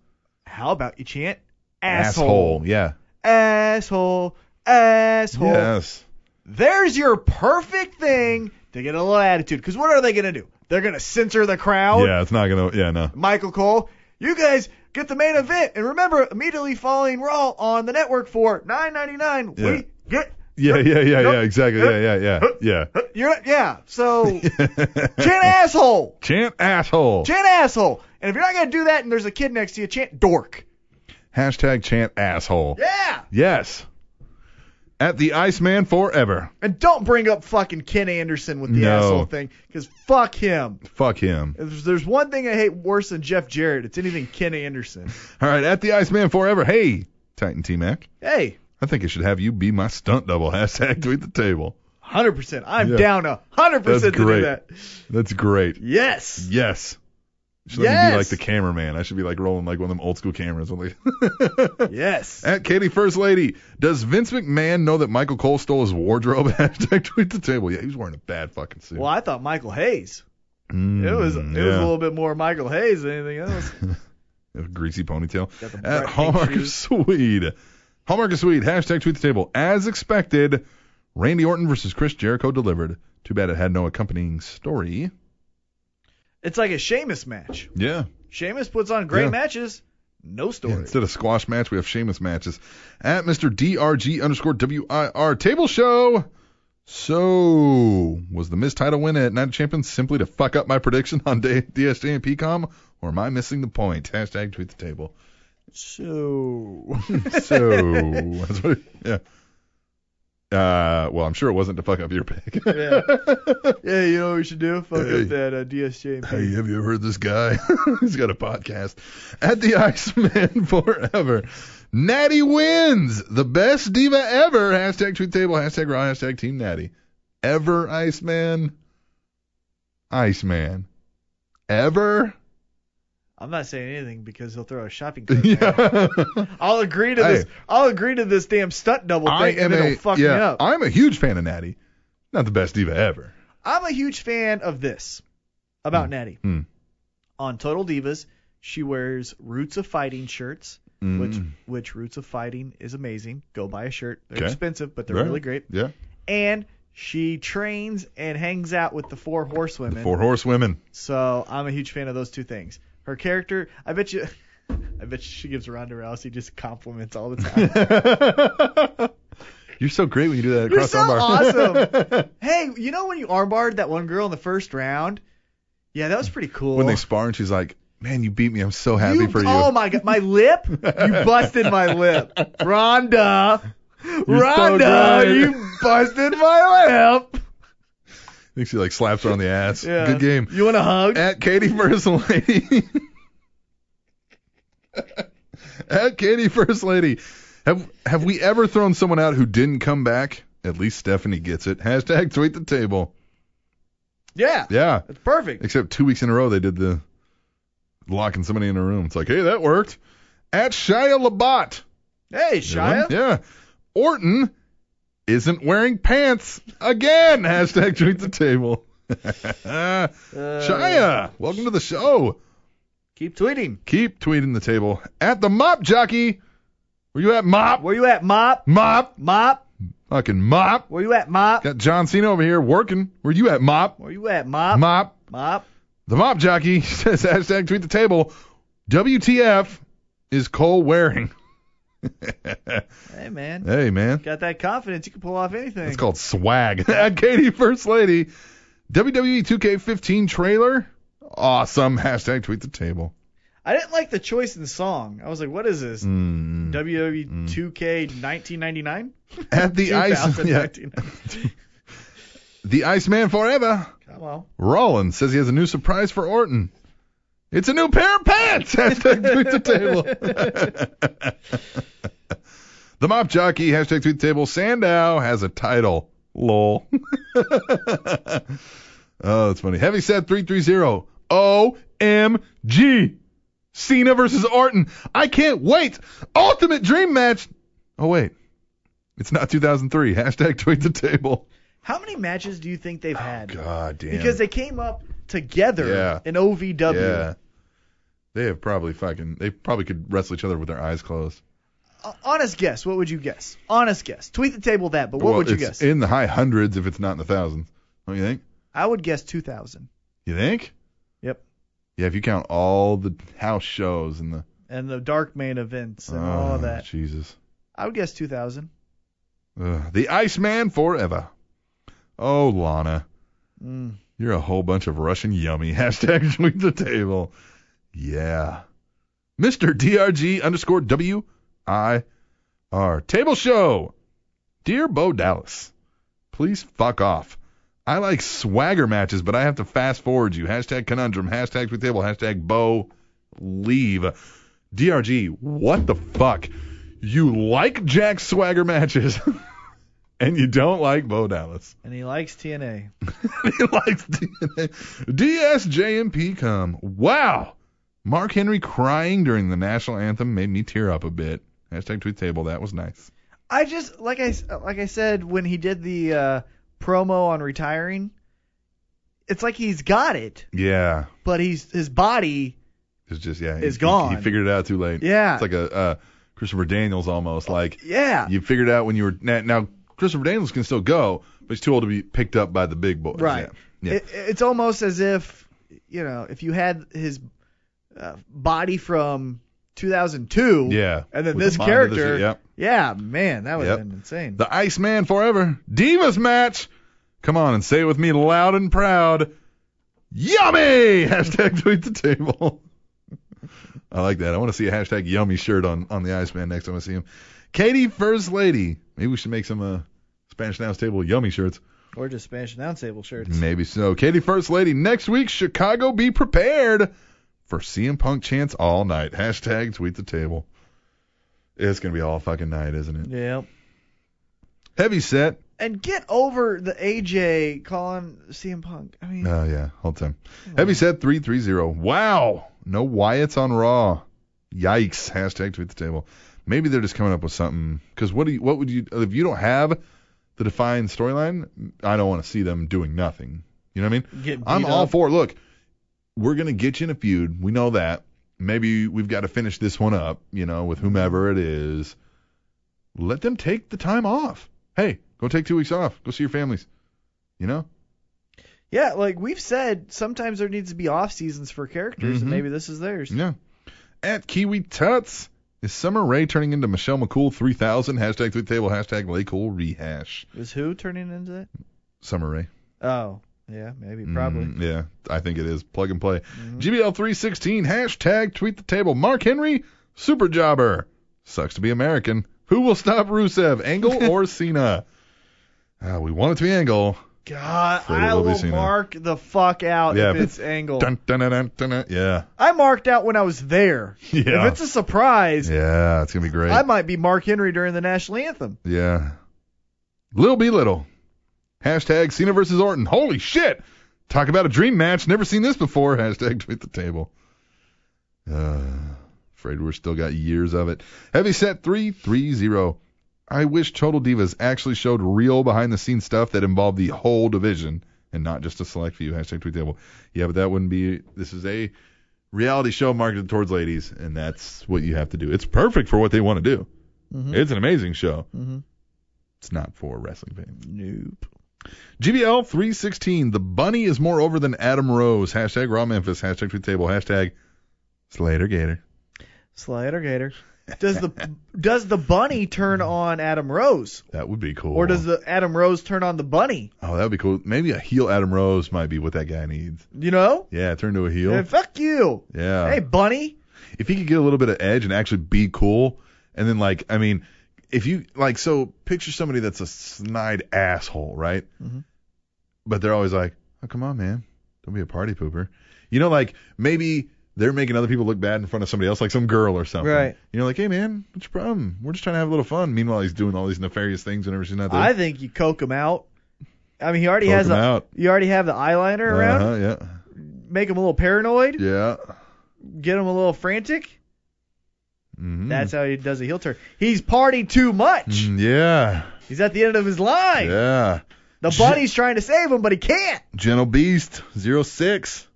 B: How about you chant
A: Asshole.
B: asshole,
A: Yeah.
B: asshole, asshole?
A: Yes.
B: There's your perfect thing to get a little attitude. Because what are they gonna do? They're gonna censor the crowd.
A: Yeah, it's not gonna. Yeah, no.
B: Michael Cole, you guys get the main event, and remember, immediately following Raw on the network for 9.99,
A: Yeah.
B: we get
A: Yeah, yeah, yeah, yeah. Exactly. Yeah, yeah, yeah,
B: you're yeah. So
A: yeah.
B: chant asshole,
A: Chant asshole.
B: chant asshole, and if you're not gonna do that, and there's a kid next to you, chant dork.
A: Hashtag chant asshole.
B: Yeah.
A: Yes. At the Iceman forever.
B: And don't bring up fucking Ken Anderson with the
A: No.
B: asshole thing, because fuck him.
A: Fuck him.
B: If there's- there's one thing I hate worse than Jeff Jarrett, it's anything Ken Anderson.
A: All right. At the Iceman forever. Hey, Titan T Mac.
B: Hey,
A: I think I should have you be my stunt double. Hashtag tweet the table.
B: 100%. I'm
A: Yeah.
B: down a 100%
A: That's
B: to
A: great.
B: do that.
A: That's great.
B: Yes.
A: Yes. Should let me be
B: Yes.
A: like the cameraman. I should be like rolling like one of them old school cameras. I'm like
B: Yes.
A: At Katie First Lady, does Vince McMahon know that Michael Cole stole his wardrobe? Hashtag tweet the table. Yeah, he was wearing a bad fucking suit.
B: Well, I thought Michael Hayes.
A: Mm,
B: It was it
A: yeah.
B: was a little bit more Michael Hayes than anything else.
A: A greasy ponytail.
B: Got the bright
A: At
B: pink
A: Hallmark of
B: shoes.
A: Swede. Hallmark of Swede. Hashtag tweet the table. As expected, Randy Orton versus Chris Jericho delivered. Too bad it had no accompanying story.
B: It's like a Sheamus match.
A: Yeah.
B: Sheamus puts on great
A: Yeah.
B: matches, no story.
A: Yeah, instead of squash match, we have Sheamus matches. At Mr. DRG underscore WIR table show. So, was the Miz title win at Night of Champions simply to fuck up my prediction on D- DSJ and PCOM, or am I missing the point? Hashtag tweet the table.
B: So
A: So, that's what, yeah. Uh, well, I'm sure it wasn't to fuck up your pick.
B: Yeah. Yeah, you know what we should do? Fuck
A: Hey.
B: up that uh, DSJ.
A: Hey, have you ever heard this guy? He's got a podcast. At the Iceman Forever. Natty wins. The best diva ever. Hashtag tweet table. Hashtag raw. Hashtag team natty. Ever Iceman. Iceman. Ever?
B: I'm not saying anything because he'll throw a shopping cart. at me.
A: yeah.
B: I'll agree to this.
A: Hey.
B: I'll agree to this damn stunt double thing,
A: I
B: and
A: am
B: then
A: a,
B: it'll fuck me
A: yeah,
B: up.
A: I'm a huge fan of Natty. Not the best diva ever.
B: I'm a huge fan of this about Natty.
A: Hmm.
B: On Total Divas, she wears Roots of Fighting shirts,
A: Mm.
B: which which Roots of Fighting is amazing. Go buy a shirt. They're
A: Hmm. Okay.
B: expensive, but they're
A: Right.
B: really great.
A: Yeah.
B: And she trains and hangs out with the four horsewomen.
A: Four horsewomen.
B: So I'm a huge fan of those two things. Her character, I bet you, I bet you she gives Ronda Rousey just compliments all the time.
A: You're so great when you do that across
B: so
A: armbar.
B: awesome. hey, you know when you armbarred that one girl in the first round? Yeah, that was pretty cool.
A: when they spar and she's like, "Man, you beat me. I'm so happy
B: you,
A: for you."
B: Oh my god, my lip! You busted my lip, Ronda. Ronda,
A: great.
B: you busted my lip.
A: I think she like slaps her on the ass.
B: Yeah.
A: Good game.
B: You want a hug?
A: At Katie First Lady. At Katie First Lady. Have have we ever thrown someone out who didn't come back? At least Stephanie gets it. Hashtag tweet the table.
B: yeah,
A: Yeah.
B: that's perfect.
A: Except two weeks in a row they did the locking somebody in a room. It's like, hey, that worked. At Shia Labat.
B: Hey, Shia.
A: Yeah. Orton isn't wearing pants again. Hashtag tweet the table.
B: Uh,
A: Shia, welcome to the show.
B: Keep tweeting.
A: Keep tweeting the table at the mop jockey. Were you at mop?
B: Where you at, Mop?
A: Mop.
B: Mop?
A: Fucking mop.
B: Where you at, Mop?
A: Got John Cena over here working. Were you at mop?
B: Where you at, Mop?
A: Mop.
B: Mop?
A: The mop jockey says hashtag tweet the table. WTF is Cole wearing?
B: Hey, man.
A: hey man.
B: Got that confidence. You can pull off anything.
A: It's called swag. At Katie First Lady. E WWE 2K15 trailer. Awesome. Hashtag tweet the table.
B: I didn't like the choice in the song. I was like, what is this? E
A: Mm.
B: WWE 2K 1999?
A: At the ice, yeah,
B: 2019.
A: the Iceman forever.
B: Come on.
A: Rollins says he has a new surprise for Orton. It's a new pair of pants. Hashtag tweet the table. the mop jockey. Hashtag tweet the table. Sandow has a title. Lol. oh, that's funny. Heavy set three three zero. O M G. Cena versus Orton. I can't wait. Ultimate dream match. Oh wait, it's not 2003. Hashtag tweet the table.
B: How many matches do you think they've had?
A: Oh, God damn.
B: Because they came up together
A: Yeah.
B: in OVW.
A: Yeah. They have probably fucking. They probably could wrestle each other with their eyes closed.
B: Uh, honest guess. What would you guess? Honest guess. Tweet the table that, but what
A: Well,
B: would you
A: it's
B: guess?
A: In the high hundreds, if it's not in the thousands. Don't you think?
B: I would guess 2000.
A: You think?
B: Yep.
A: Yeah, if you count all the house shows and the.
B: And the dark main events and all
A: Oh,
B: of that.
A: Jesus.
B: I would guess 2000.
A: Ugh. The Iceman forever. Oh, Lana.
B: Mm.
A: You're a whole bunch of Russian yummy. Hashtag tweet the table. Yeah. Mr. DRG underscore W I R. Table show. Dear Bo Dallas, please fuck off. I like swagger matches, but I have to fast forward you. Hashtag conundrum. Hashtag tweet the table. Hashtag Bo leave. DRG, what the fuck? You like Jack's swagger matches and you don't like Bo Dallas
B: And he likes TNA.
A: he likes DNA. DSJMP come. Wow. Mark Henry crying during the national anthem made me tear up a bit. Hashtag tweet table. That was nice.
B: I just like I like I said when he did the uh, promo on retiring, it's like he's got it,
A: Yeah.
B: but he's his body.
A: It's just yeah.
B: It's
A: he,
B: gone.
A: He, figured it out too late.
B: Yeah.
A: It's like a uh, Christopher Daniels almost. Like
B: Yeah,
A: you figured out when you were now, now Christopher Daniels can still go, but he's too old to be picked up by the big boys.
B: right.
A: Yeah. yeah.
B: It, it's almost as if you know if you had his uh, body from 2002.
A: Yeah.
B: And then
A: With
B: this
A: the mind of
B: character-
A: yep.
B: Yeah, man, that would
A: Yep.
B: have been insane.
A: The Iceman forever. Divas match. Come on and say it with me loud and proud. Yummy! Hashtag tweet the table. I like that. I want to see a hashtag yummy shirt on, on the Iceman next time I see him. Katie First Lady. Maybe we should make some uh, Spanish Announce Table yummy shirts.
B: or just Spanish announce table shirts.
A: Maybe so. Katie First Lady. Next week, Chicago, be prepared for CM Punk chants all night. Hashtag tweet the table. It's going to be all fucking night, isn't it?
B: Yep.
A: Heavy set
B: And get over the AJ calling CM Punk. I mean,
A: Oh yeah, whole time. Heavy set three three zero. Wow. No Wyatt's on Raw. Yikes. Hashtag tweet the table. Maybe they're just coming up with something. Because what do you, what would you if you don't have the defined storyline? I don't want to see them doing nothing. You know what I mean?
B: get beat
A: I'm all
B: up.
A: for it. Look, we're gonna get you in a feud. We know that. Maybe we've got to finish this one up, you know, with whomever it is. Let them take the time off. Hey, go take two weeks off. Go see your families. You know?
B: Yeah, like we've said, sometimes there needs to be off seasons for characters,
A: Mhm.
B: and maybe this is theirs.
A: Yeah. At Kiwi Tuts. Is Summer Rae turning into Michelle McCool 3000? Hashtag tweet table, hashtag lay cool rehash.
B: Is who turning into that?
A: Summer Rae.
B: Oh, yeah, maybe, probably.
A: Mm,
B: Mm-hmm.
A: yeah, I think it is. Plug and play. GBL316, hashtag tweet the table. Mark Henry, super jobber. Sucks to be American. Who will stop Rusev, Angle or Cena? Uh, we want it to be Angle.
B: God,
A: Afraid it
B: I
A: will be
B: will
A: Cena.
B: mark the fuck out
A: Yeah,
B: if
A: if
B: it's Angle.
A: Dun, dun, dun, dun, dun, dun. Yeah.
B: I marked out when I was there.
A: Yeah.
B: If it's a surprise,
A: Yeah, it's going to be great.
B: I might be Mark Henry during the national anthem.
A: Yeah. Little B Little. Hashtag Cena versus Orton. Holy shit. Talk about a dream match. Never seen this before. Hashtag tweet the table. Uh, afraid we're still got years of it. Heavy set 330. I wish Total Divas actually showed real behind the scenes stuff that involved the whole division and not just a select few. Hashtag tweet the table. Yeah, but that wouldn't be. This is a reality show marketed towards ladies, and that's what you have to do. It's perfect for what they want to do. It's an amazing show.
B: Mhm.
A: It's not for wrestling fans.
B: Nope.
A: GBL 316. The bunny is more over than Adam Rose. Hashtag Raw Memphis. Hashtag Tweet Table. Hashtag Slater Gator.
B: Slater Gator. Does the does the bunny turn
A: Mm.
B: on Adam Rose,
A: That would be cool.
B: or does the Adam Rose turn on the bunny?
A: Oh, that would be cool. Maybe a heel Adam Rose might be what that guy needs.
B: You know?
A: Yeah, turn to a heel.
B: Hey, fuck you.
A: yeah.
B: Hey, bunny.
A: if he could get a little bit of edge and actually be cool, and then like, I mean, if you like, so picture somebody that's a snide asshole, right?
B: Mhm.
A: But they're always like, oh come on, man, don't be a party pooper. You know, like maybe they're making other people look bad in front of somebody else, like some girl or something.
B: Right.
A: You know, like, hey man, what's your problem? We're just trying to have a little fun. Meanwhile, he's doing all these nefarious things whenever she's not there.
B: I think you coke him out. I mean, he already
A: Poke
B: has
A: him
B: a,
A: out.
B: you already have the eyeliner around.
A: Uh-huh, yeah.
B: Make him a little paranoid.
A: Yeah.
B: Get him a little frantic.
A: Mhm.
B: That's how he does a heel turn. He's party too much.
A: Mm, yeah.
B: He's at the end of his line.
A: Yeah.
B: The bunny's trying to save him, but he can't.
A: Gentle Beast 06.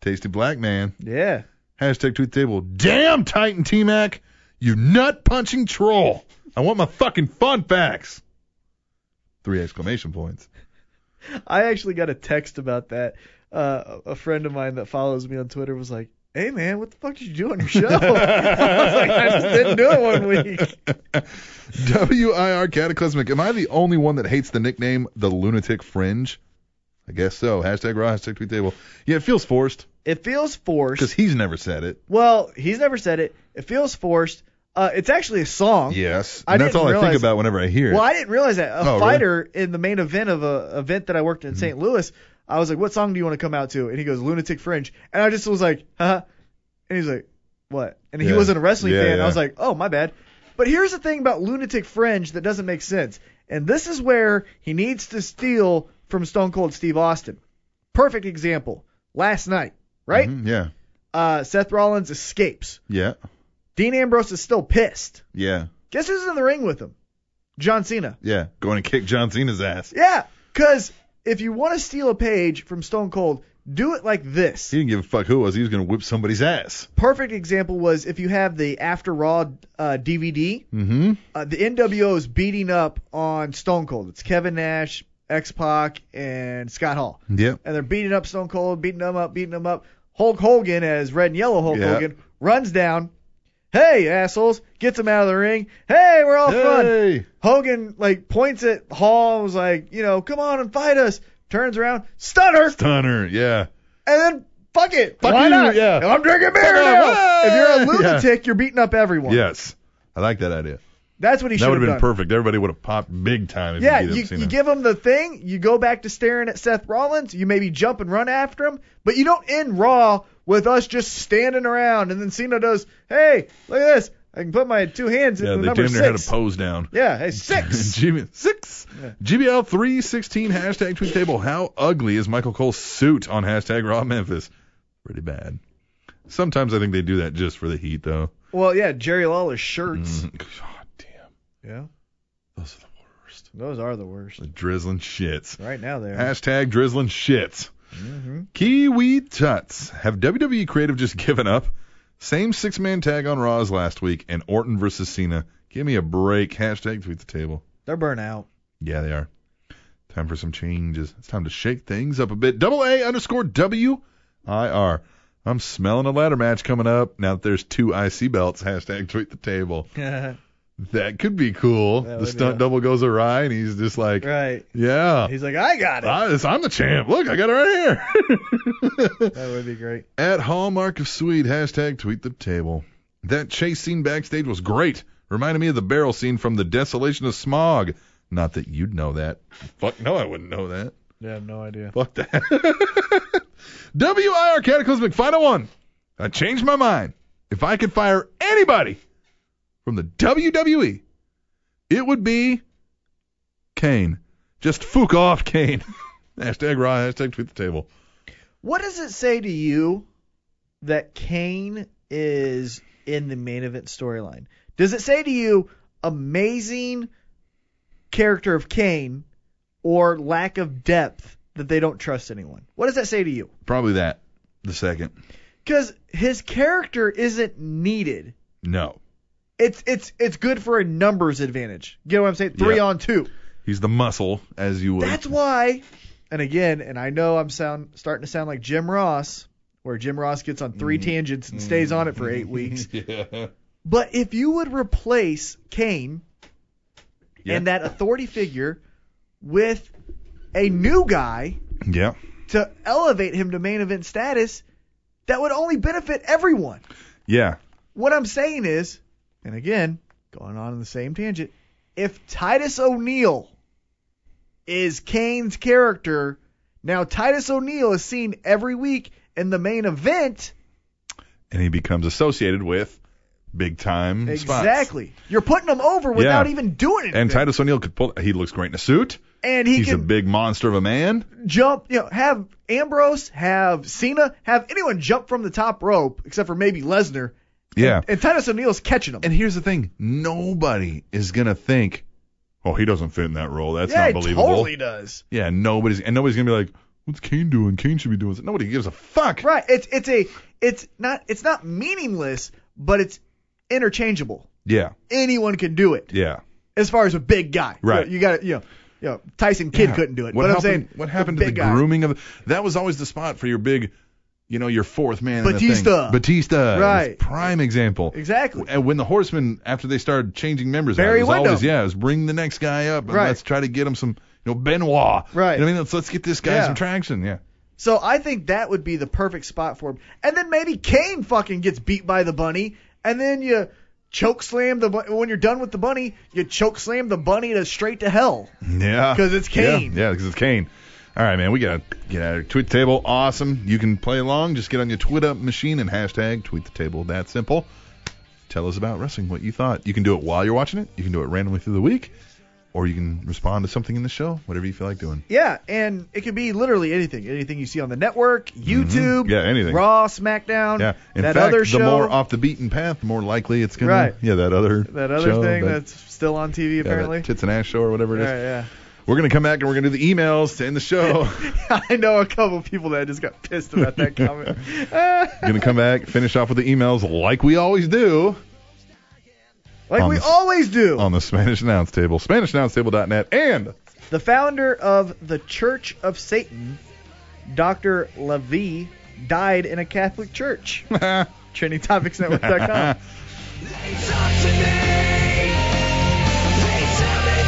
A: Tasty Black Man.
B: Yeah.
A: Hashtag tweet the table. Damn Titan T Mac, you nut punching troll. I want my fucking fun facts. Three exclamation points.
B: I actually got a text about that. Uh, a friend of mine that follows me on Twitter was like, "Hey man, what the fuck did you do on your show?" I was like, "I just didn't do it one week."
A: WIR Cataclysmic. Am I the only one that hates the nickname the Lunatic Fringe? I guess so. Hashtag raw, hashtag tweet the table. Yeah, it feels forced
B: It feels forced.
A: because he's never said it.
B: Well, he's never said it. It feels forced. Uh, it's actually a song.
A: Yes.
B: I
A: And that's
B: didn't
A: all I
B: realize-
A: think about whenever I hear it.
B: Well, I didn't realize that. A
A: Oh, really? Hmm.
B: fighter in the main event of a event that I worked in St. Louis, I was like, "What song do you want to come out to?" And he goes, "Lunatic Fringe," and I just was like, "Huh?" And he's like, "What?" And he
A: Yeah.
B: wasn't a wrestling
A: Yeah,
B: fan.
A: yeah.
B: I was like, "Oh, my bad." But here's the thing about Lunatic Fringe that doesn't make sense, and this is where he needs to steal from Stone Cold Steve Austin. Perfect example. Last night, right?
A: Mhm, Yeah.
B: Uh, Seth Rollins escapes.
A: Yeah.
B: Dean Ambrose is still pissed.
A: Yeah.
B: Guess who's in the ring with him? John Cena.
A: Yeah, going to kick John Cena's ass.
B: Yeah, because if you want to steal a page from Stone Cold, do it like this.
A: He didn't give a fuck who it was. He was going to whip somebody's ass.
B: Perfect example was if you have the After Raw uh, DVD,
A: Mm-hmm.
B: uh, the NWO is beating up on Stone Cold. It's Kevin Nash, X Pac, and Scott Hall.
A: Yep.
B: And they're beating up Stone Cold, beating them up, beating them up. Hulk Hogan, as red and yellow Hulk
A: Yeah.
B: Hogan, runs down. Hey, assholes. Gets him out of the ring. Hey, we're all Oh, fun.
A: Hey.
B: Hogan like points at Hall and was like, you know, come on and fight us. Turns around, stunner, and
A: Stunner. Yeah.
B: then fuck it.
A: Fuck
B: Why
A: you,
B: not?
A: yeah.
B: I'm drinking beer
A: Fuck
B: now.
A: off.
B: If you're a
A: Yeah.
B: lunatic, you're beating up everyone.
A: Yes. I like that idea.
B: That's what he
A: that
B: should
A: would
B: have
A: have been
B: done.
A: perfect. Everybody would have popped big time if
B: Yeah,
A: you,
B: you,
A: gave
B: you give him the thing, you go back to staring at Seth Rollins, you maybe jump and run after him, but you don't end Raw with us just standing around and then Cena does, hey, look at this, I can put my two hands
A: Yeah,
B: in the
A: they
B: number
A: damn near had a
B: six.
A: pose down.
B: yeah, hey, six.
A: GB, six.
B: Yeah.
A: GBL three sixteen hashtag tweet table. How ugly is Michael Cole's suit on hashtag Raw Memphis? Pretty bad. Sometimes I think they do that just for the heat though.
B: well, yeah, Jerry Lawler's shirts.
A: Mm, God damn,
B: Yeah,
A: those are the worst.
B: those are the worst.
A: The drizzling shits.
B: Right now, there.
A: Hashtag drizzling shits.
B: Mhm.
A: Kiwi Tuts. Have WWE Creative just given up? Same six man tag on Raw as last week and Orton versus Cena. Give me a break. Hashtag tweet the table.
B: They're burnt out.
A: Yeah, they are. Time for some changes. It's time to shake things up a bit. Double A underscore W I R. I'm smelling a ladder match coming up now that there's two IC belts. Hashtag tweet the table.
B: right.
A: That could be cool.
B: That
A: the
B: would be
A: stunt
B: awesome.
A: double goes awry and he's just like, yeah.
B: He's like, I got it.
A: I, it's- I'm the champ. Look, I got it right here.
B: That would be great.
A: At Hallmark of Sweet, hashtag tweet the table. That chase scene backstage was great. Reminded me of the barrel scene from The Desolation of Smog. Not that you'd know that. Fuck no, I wouldn't know that.
B: Yeah, I have no idea.
A: Fuck that. WIR Cataclysmic Final One. I changed my mind. If I could fire anybody from the WWE, it would be Kane. Just fuck off, Kane. hashtag Raw, hashtag tweet the table.
B: What does it say to you that Kane is in the main event storyline? Does it say to you amazing character of Kane or lack of depth that they don't trust anyone? What does that say to you?
A: Probably that. The second.
B: Because his character isn't needed.
A: No.
B: It's it's it's good for a numbers advantage. You know what I'm saying? Three
A: Yeah.
B: on two.
A: He's the muscle, as you would.
B: That's why. And again, and I know I'm sound starting to sound like Jim Ross, where Jim Ross gets on three tangents and stays on it for eight weeks.
A: yeah.
B: But if you would replace Kane
A: Yeah.
B: and that authority figure with a new guy
A: Yeah.
B: to elevate him to main event status, that would only benefit everyone.
A: Yeah.
B: What I'm saying is, and again, going on in the same tangent, if Titus O'Neil is Kane's character, now Titus O'Neil is seen every week in the main event.
A: And he becomes associated with big time spots.
B: Exactly. You're putting him over without even doing anything.
A: And Titus O'Neil could pull. He looks great in a suit.
B: And he
A: He's a
B: can
A: big monster of a man.
B: jump, you know, have Ambrose, have Cena, have anyone jump from the top rope except for maybe Lesnar.
A: Yeah.
B: And Titus O'Neil's catching him.
A: And here's the thing: nobody is gonna think, "Oh, he doesn't fit in that role. That's
B: yeah,
A: not
B: he
A: believable."
B: totally does.
A: Yeah. Nobody's and nobody's gonna be like, "What's Kane doing? Kane should be doing." Something. Nobody gives a fuck.
B: Right. It's it's a it's not it's not meaningless, but it's interchangeable.
A: Yeah.
B: Anyone can do it
A: Yeah.
B: as far as a big guy.
A: Right.
B: You, got to you know, you know, Tyson Kidd
A: Yeah.
B: couldn't do it.
A: What
B: but I'm
A: happened,
B: saying
A: what happened to the
B: big guy.
A: grooming of that was always the spot for your big, you know, your fourth man. in the thing.
B: Batista.
A: Batista, is
B: Right.
A: Prime example.
B: Exactly.
A: And uh, when the Horsemen, after they started changing members, out,
B: Barry
A: it was always
B: Windham.
A: yeah, it was bring the next guy up and
B: Right.
A: let's try to get him some, you know, Benoit.
B: Right.
A: You know what I mean, let's let's get this guy
B: Yeah.
A: some traction. Yeah.
B: So I think that would be the perfect spot for him. And then maybe Kane fucking gets beat by the bunny, and then you choke slam the bu- when you're done with the bunny, you choke slam the bunny to straight to hell.
A: Yeah.
B: 'Cause it's Kane.
A: Yeah, because it's Kane. All right, man, we gotta get out of here. Tweet the table, awesome. You can play along. Just get on your tweet up machine and hashtag tweet the table. That simple. Tell us about wrestling, what you thought. You can do it while you're watching it. You can do it randomly through the week, or you can respond to something in the show. Whatever you feel like doing.
B: Yeah, and it could be literally anything, anything you see on the network, YouTube,
A: Mm-hmm. Yeah, anything.
B: Raw, SmackDown,
A: Yeah. In
B: that
A: fact,
B: other
A: the
B: show,
A: more off the beaten path, the more likely it's gonna.
B: Right.
A: Yeah, that other.
B: that other
A: show,
B: thing
A: that-
B: that's still on TV
A: yeah, that
B: apparently.
A: tits and ass show or whatever it is.
B: All right, yeah.
A: We're gonna come back and we're gonna do the emails to end the show.
B: I know a couple people that just got pissed about that comment.
A: gonna come back, finish off with the emails like we always do.
B: like
A: On
B: we
A: the-
B: always do.
A: on the Spanish Announce Table, SpanishAnnounceTable.net, and
B: The founder of the Church of Satan, Dr. LaVie, died in a Catholic church. TrainingTopicsNetwork.com.
D: Talk to me. They tell me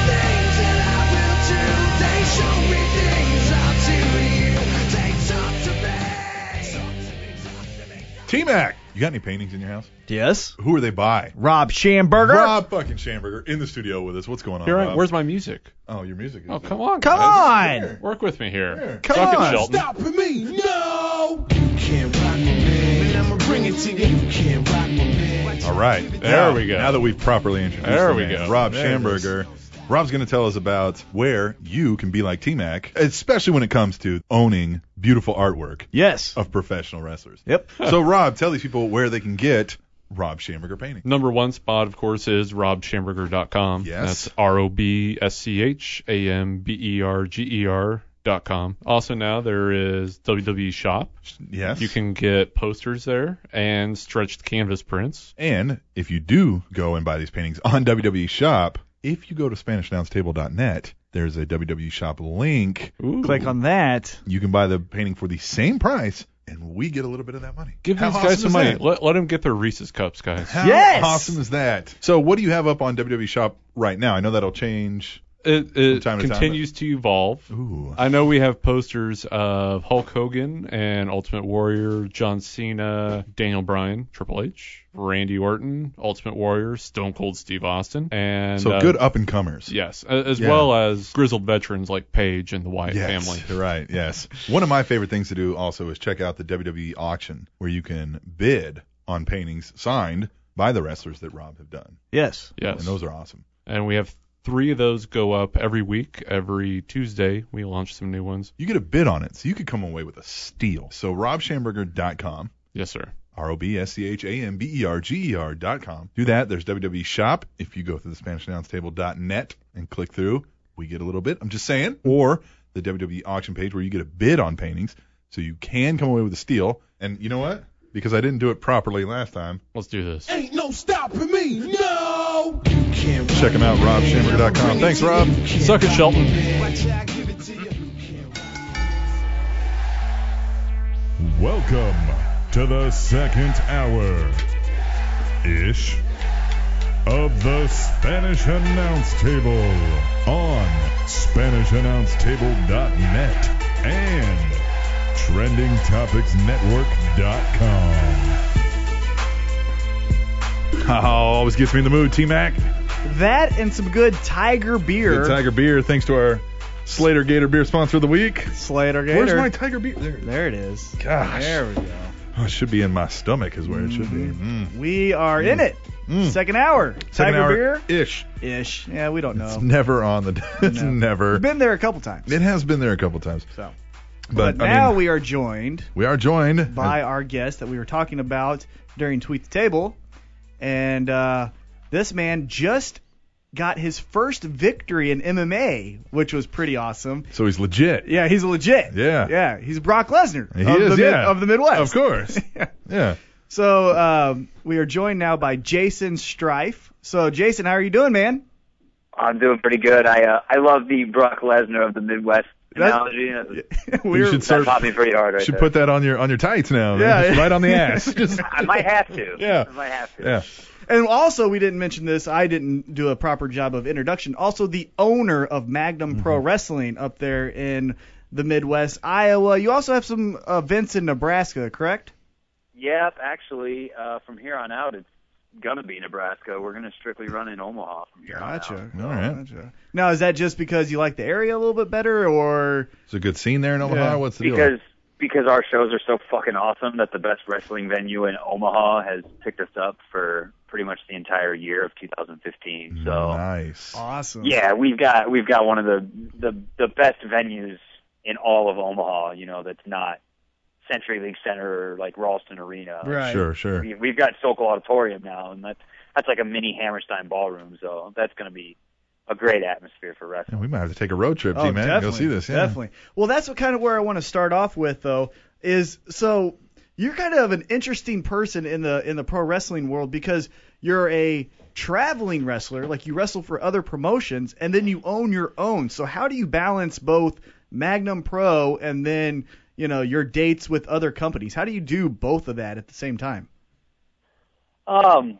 D: things that I will do. They show me things I'll do to you. They talk to me. Talk to me, talk to me.
A: T Mac. You got any paintings in your house?
H: Yes.
A: Who are they by?
B: Rob Schamberger.
A: Rob fucking Schamberger in the studio with us. What's going on?
H: Here I-
A: Rob?
H: where's my music?
A: oh, your music. Is
H: Oh, come on.
B: Come
H: guys.
B: on.
H: Work with me here.
A: Come
H: Suck it,
B: on.
H: Shelton.
G: me, no! You can't rock my man. I'ma bring it to you. You can't rock my man.
A: All right.
H: There
A: Now-
H: we go.
A: Now that we've properly introduced
H: There
A: the
H: we
A: man,
H: go.
A: Rob
H: There it
A: Schamberger. Rob's going to tell us about where you can be like T Mac, especially when it comes to owning beautiful artwork
B: Yes.
A: of professional wrestlers.
B: Yep.
A: so, Rob, tell these people where they can get Rob Schamberger painting.
H: Number one spot, of course, is robschamberger.com.
A: Yes.
H: That's R O B S C H A M B E R G E R dot com. Also now there is WWE Shop.
A: Yes.
H: You can get posters there and stretched canvas prints.
A: And if you do go and buy these paintings on WWE Shop, if you go to SpanishAnnounceTable.net, there's a WWE Shop link.
H: Ooh.
B: Click on that.
A: You can buy the painting for the same price, and we get a little bit of that money.
H: Give
A: How
H: these
A: awesome
H: guys some
A: is
H: money.
A: that?
H: Let, let them get their Reese's cups, guys.
A: How
B: Yes!
A: awesome is that? So, what do you have up on WWE Shop right now? I know that'll change.
H: It, it
A: time to time,
H: continues to evolve.
A: Ooh.
H: I know we have posters of Hulk Hogan and Ultimate Warrior, John Cena, Daniel Bryan, Triple H, Randy Orton, Ultimate Warrior, Stone Cold Steve Austin, and
A: So,
H: uh,
A: good up and comers.
H: Yes, a- as
A: Yeah.
H: well as grizzled veterans like Paige and the Wyatt
A: Yes,
H: family.
A: you're right. Yes. One of my favorite things to do also is check out the WWE auction where you can bid on paintings signed by the wrestlers that Rob have done.
B: Yes.
H: Yes,
A: And those are awesome.
H: and we have three of those go up every week. Every Tuesday, we launch some new ones.
A: You get a bid on it, so you could come away with a steal. So robshamberger.com,
H: Yes, sir.
A: R O B S C H A M B E R G E R dot com. Do that. There's WWE Shop. If you go through the Spanish Announce Table dot net and click through, we get a little bit. I'm just saying. Or the WWE auction page where you get a bid on paintings, so you can come away with a steal. And you know what? Because I didn't do it properly last time.
H: Let's do this.
G: Ain't no stopping me, no!
A: Check them out, robshamberger.com. Thanks, Rob.
H: Suck it, Shelton.
I: Welcome to the second hour ish of the Spanish Announce Table on SpanishAnnounceTable.net and TrendingTopicsNetwork.com.
A: Oh, always gets me in the mood, T Mac.
B: That and some good Tiger beer.
A: Good Tiger Beer. Thanks to our Slater Gator Beer sponsor of the week.
B: Slater Gator.
A: Where's my Tiger Beer? There.
B: there it is.
A: Gosh.
B: There we go.
A: Oh, it should be in my stomach, is where it should be. Mm.
B: We are in it.
A: Mm.
B: Second hour.
A: Second
B: Tiger
A: hour
B: beer
A: ish.
B: ish. Yeah, we don't
A: It's
B: know.
A: never on the. It's
B: No.
A: never.
B: We've been there a couple times.
A: It has been there a couple times.
B: So.
A: But, I
B: now
A: mean,
B: we are joined
A: we are joined
B: by our guest that we were talking about during Tweet the Table. And uh, this man just got his first victory in MMA, which was pretty awesome.
A: So he's legit.
B: Yeah, he's legit.
A: Yeah.
B: Yeah, he's Brock Lesnar
A: He
B: of,
A: is,
B: the Mid-
A: yeah.
B: of the Midwest.
A: Of course. yeah.
B: So um, we are joined now by Jason Strife. So Jason, how are you doing, man?
J: I'm doing pretty good. I uh, I love the Brock Lesnar of the Midwest
B: That's-
J: analogy.
B: We're-
A: you should
J: That
A: start.
J: caught me pretty hard right
A: should
J: there.
A: put that on your on your tights now. man.
B: Yeah.
A: Just right on the ass. Just-
J: I might have to.
A: Yeah.
J: I might have to.
A: yeah.
B: and also we didn't mention this. I didn't do a proper job of introduction. Also the owner of Magnum Pro
A: Mm-hmm.
B: Wrestling up there in the Midwest, Iowa. You also have some events in Nebraska, correct?
J: Yep. Actually, uh, from here on out, it's gonna be Nebraska. We're gonna strictly run in Omaha from here on out.
A: All right.
B: Gotcha. Now is that just because you like the area a little bit better, or
A: It's a good scene there in Omaha.
B: Yeah.
A: What's the deal?
J: Because because our shows are so fucking awesome that the best wrestling venue in Omaha has picked us up for pretty much the entire year of 2015. So.
A: nice.
B: awesome?
J: Yeah, we've got we've got one of the the the best venues in all of Omaha. You know, that's not Century League Center or like Ralston Arena.
B: Right.
A: Sure, sure.
J: We- We've got Sokol Auditorium now, and that's that's like a mini Hammerstein ballroom. So that's going to be a great atmosphere for wrestling.
A: Yeah, we might have to take a road trip,
B: Oh,
A: T-Man.
B: definitely.
A: Go see this. Yeah.
B: Definitely. Well, that's what kind of where I want to start off with, though, is so you're kind of an interesting person in the in the pro wrestling world because you're a traveling wrestler, like you wrestle for other promotions, and then you own your own. So how do you balance both Magnum Pro and then you know your dates with other companies? How do you do both of that at the same time?
J: Um,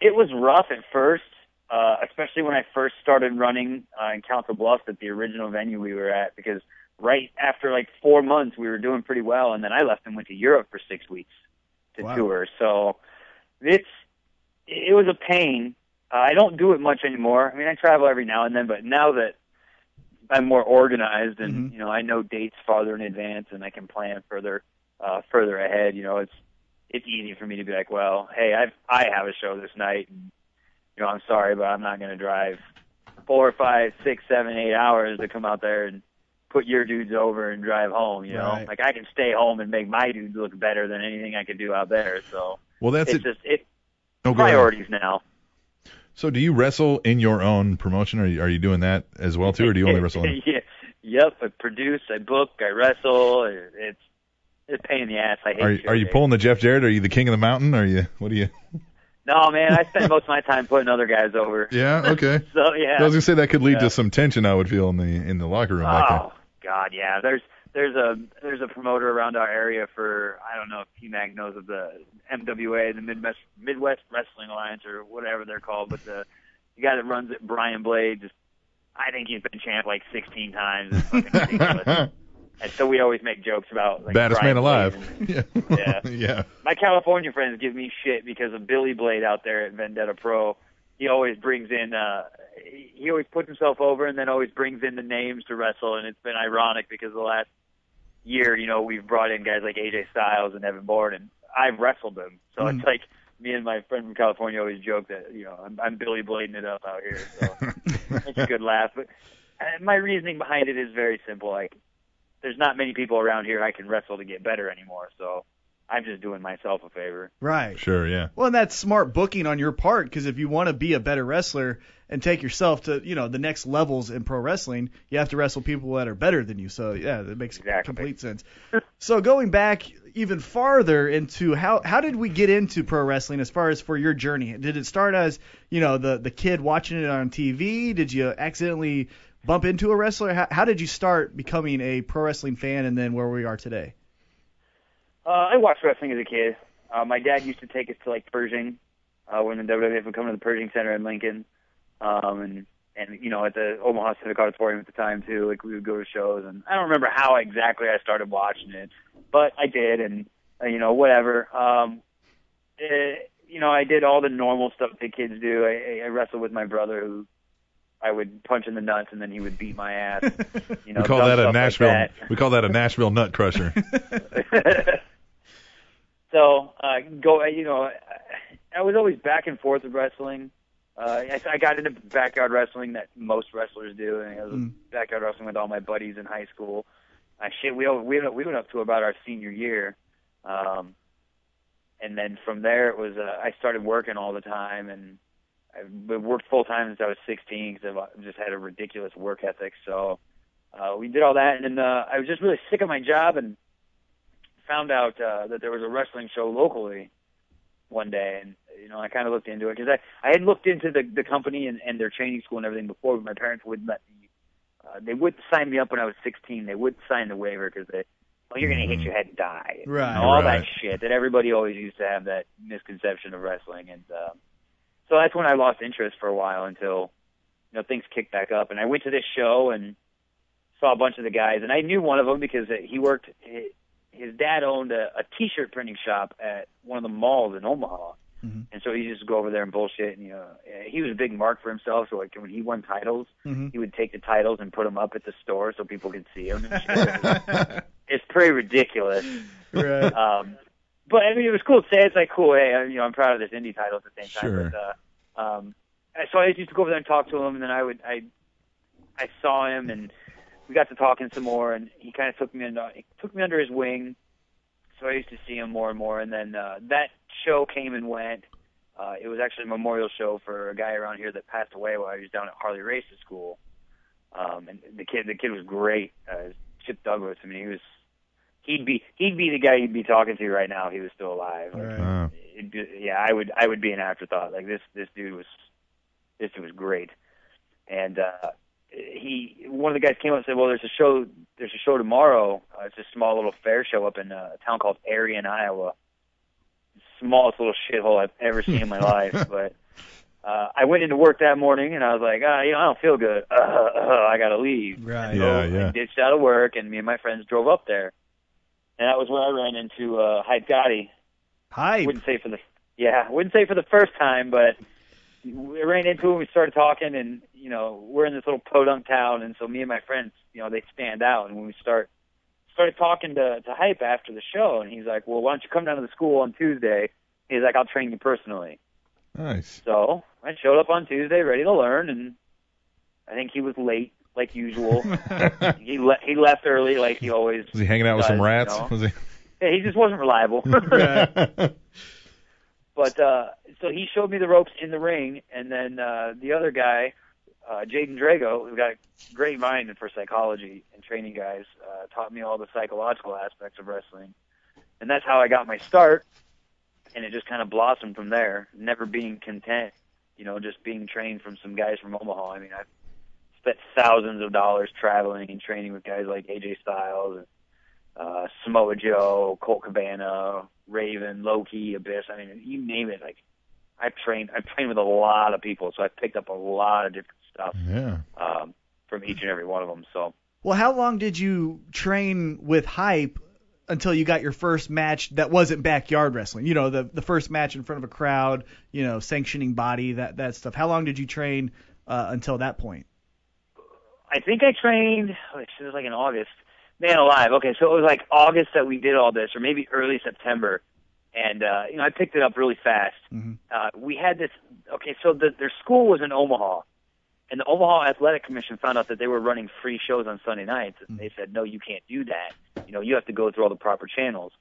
J: it was rough at first, uh, especially when I first started running uh, in Council Bluffs at the original venue we were at, because right after like four months we were doing pretty well, and then I left and went to Europe for six weeks to
B: Wow.
J: tour. So it's it was a pain. Uh, I don't do it much anymore. I mean, I travel every now and then, but now that I'm more organized and
B: Mhm.
A: Mm-hmm.
J: you know I know dates farther in advance and I can plan further uh, further ahead, you know it's it's easy for me to be like, well, hey, I've I have a show this night, and you know, I'm sorry, but I'm not going to drive four, five, six, seven, eight hours to come out there and put your dudes over and drive home. You know,
A: Right.
J: like I can stay home and make my dudes look better than anything I could do out there. So
A: Well, that's
J: it's
A: it.
J: just it
A: Oh, go ahead.
J: priorities now.
A: So, do you wrestle in your own promotion, or are you- are you doing that as well too, or do you only wrestle? In?
J: yeah. Yep, I produce, I book, I wrestle. It- It's it's a pain in the ass. I hate
A: Are you,
J: show
A: are you
J: days.
A: pulling the Jeff Jarrett? Are you the king of the mountain? Are you? What are you?
J: No, man, I spend most of my time putting other guys over.
A: Yeah. Okay.
J: So yeah.
A: I was gonna say that could lead
J: Yeah.
A: to some tension I would feel in the in the locker room. back there.
J: Oh God, yeah. There's there's a there's a promoter around our area for I don't know if T Mac knows of the MWA, the Midwest Midwest Wrestling Alliance or whatever they're called, but the the guy that runs it, Brian Blade, just I think he's been champ like 16 times. It's fucking ridiculous. and so we always make jokes about like
A: Baddest
J: Brian
A: man alive.
J: Blade and-
A: Yeah.
J: Yeah.
A: yeah.
J: my California friends give me shit because of Billy Blade out there at Vendetta Pro. He always brings in uh he he always puts himself over and then always brings in the names to wrestle and it's been ironic because the last year, you know, we've brought in guys like AJ Styles and Evan Bourne and I've wrestled them. So
B: Mm.
J: it's like me and my friend from California always joke that, you know, I'm I'm Billy Blading it up out here. So it's a good laugh. But uh, my reasoning behind it is very simple. Like, there's not many people around here I can wrestle to get better anymore. So I'm just doing myself a favor.
B: Right.
A: Sure. Yeah.
B: Well, and that's smart booking on your part because if you want to be a better wrestler and take yourself to you know the next levels in pro wrestling, you have to wrestle people that are better than you. So yeah, that makes
J: Exactly.
B: complete sense. so going back even farther into how how did we get into pro wrestling as far as for your journey? Did it start as you know the the kid watching it on TV? Did you accidentally bump into a wrestler? How, how did you start becoming a pro wrestling fan and then where we are today?
J: Uh, I watched wrestling as a kid. Uh, my dad used to take us to like Pershing uh, when the WWF would come to the Pershing Center in Lincoln, um, and and you know at the Omaha Civic Auditorium at the time too. Like we would go to shows, and I don't remember how exactly I started watching it, but I did, and uh, you know whatever. Um, it, you know I did all the normal stuff that kids do. I, I wrestled with my brother who. I would punch in the nuts and then he would beat my ass. You know,
A: we call
J: dumb
A: that
J: stuff
A: a
J: like
A: Nashville.
J: that.
A: We call that a Nashville nut crusher.
J: so uh, go, you know, I- I was always back and forth with wrestling. Uh, I, I got into backyard wrestling that most wrestlers do, and I was
B: Mm.
J: backyard wrestling with all my buddies in high school. I shit, we all- we went up- we went up to about our senior year, um, and then from there it was uh, I started working all the time and. I worked full time since I was 16 because I've just had a ridiculous work ethic. So uh, we did all that, and then uh, I was just really sick of my job, and found out uh, that there was a wrestling show locally one day, and you know I kind of looked into it because I I had looked into the the company and and their training school and everything before, but my parents wouldn't let me. Uh, they wouldn't sign me up when I was 16. They wouldn't sign the waiver because they, well, you're gonna hit
A: Mhm.
J: your head and die,
B: Right.
J: and all
A: Right.
J: that shit that everybody always used to have that misconception of wrestling, and um, so that's when I lost interest for a while until you know things kicked back up, and I went to this show and saw a bunch of the guys, and I knew one of them because he worked. His dad owned a, a T-shirt printing shop at one of the malls in Omaha,
B: Mhm.
J: and so he used to go over there and bullshit. And you know, he was a big mark for himself. So like when he won titles,
B: Mhm.
J: he would take the titles and put them up at the store so people could see them. And shit. it's pretty ridiculous.
B: Right.
J: Um, but I mean, it was cool to say. It's like cool. Hey, I- you know, I'm proud of this indie title at the same time.
A: Sure.
J: But, uh, um, and so I used to go over there and talk to him, and then I would I I saw him, and we got to talking some more, and he kind of took me under he took me under his wing. So I used to see him more and more, and then uh, that show came and went. Uh, it was actually a memorial show for a guy around here that passed away while he was down at Harley Race's school. Um, and the kid, the kid was great. Uh, Chip Douglas. I mean, he was he'd be he'd be the guy you'd be talking to right now if he was still alive. Like,
B: Right.
A: Wow.
J: it'd be, yeah, I would I would be an afterthought. Like this this dude was this dude was great, and uh, he one of the guys came up and said, well, there's a show there's a show tomorrow. Uh, it's a small little fair show up in uh, a town called Arion, Iowa. Smallest little shithole I've ever seen in my life, but. Uh, I went into work that morning and I was like, ah, you know, I don't feel good. Uh, uh, I gotta leave.
B: Right.
J: So
A: Yeah, yeah.
J: I ditched out of work, and me and my friends drove up there, and that was when I ran into uh, Hype Gotti.
B: Hype.
J: Wouldn't say for the yeah, wouldn't say for the first time, but we ran into him. We started talking, and you know, we're in this little podunk town, and so me and my friends, you know, they stand out, and when we start started talking to to Hype after the show, and he's like, "Well, why don't you come down to the school on Tuesday?" He's like, "I'll train you personally."
A: Nice.
J: So I showed up on Tuesday, ready to learn, and I think he was late, like usual. he le- he left early, like he always.
A: Was he hanging out with some
J: does,
A: rats?
J: You know?
A: Was he?
J: Yeah, he just wasn't reliable. But uh, so he showed me the ropes in the ring, and then uh, the other guy, uh, Jaden Drago, who got a great mind for psychology and training guys, uh, taught me all the psychological aspects of wrestling, and that's how I got my start. And it just kind of blossomed from there. Never being content, you know, just being trained from some guys from Omaha. I mean, I've spent thousands of dollars traveling and training with guys like AJ Styles and uh, Samoa Joe, Colt Cabana, Raven, Loki, Abyss. I mean, you name it. Like, I've trained. I've trained with a lot of people, so I've picked up a lot of different stuff
A: yeah.
J: um, from each and every one of them. So
B: Well, how long did you train with hype until you got your first match that wasn't backyard wrestling? You know, the the first match in front of a crowd, you know, sanctioning body, that that stuff. How long did you train uh, until that point?
J: I think I trained. oh, It was like in August. Man alive. Okay, so it was like August that we did all this, or maybe early September. And uh, you know, I picked it up really fast.
B: Mhm.
J: Uh, we had this. Okay, so the, their school was in Omaha, and the Omaha Athletic Commission found out that they were running free shows on Sunday nights, and they said, "No, you can't do that. You know, you have to go through all the proper channels."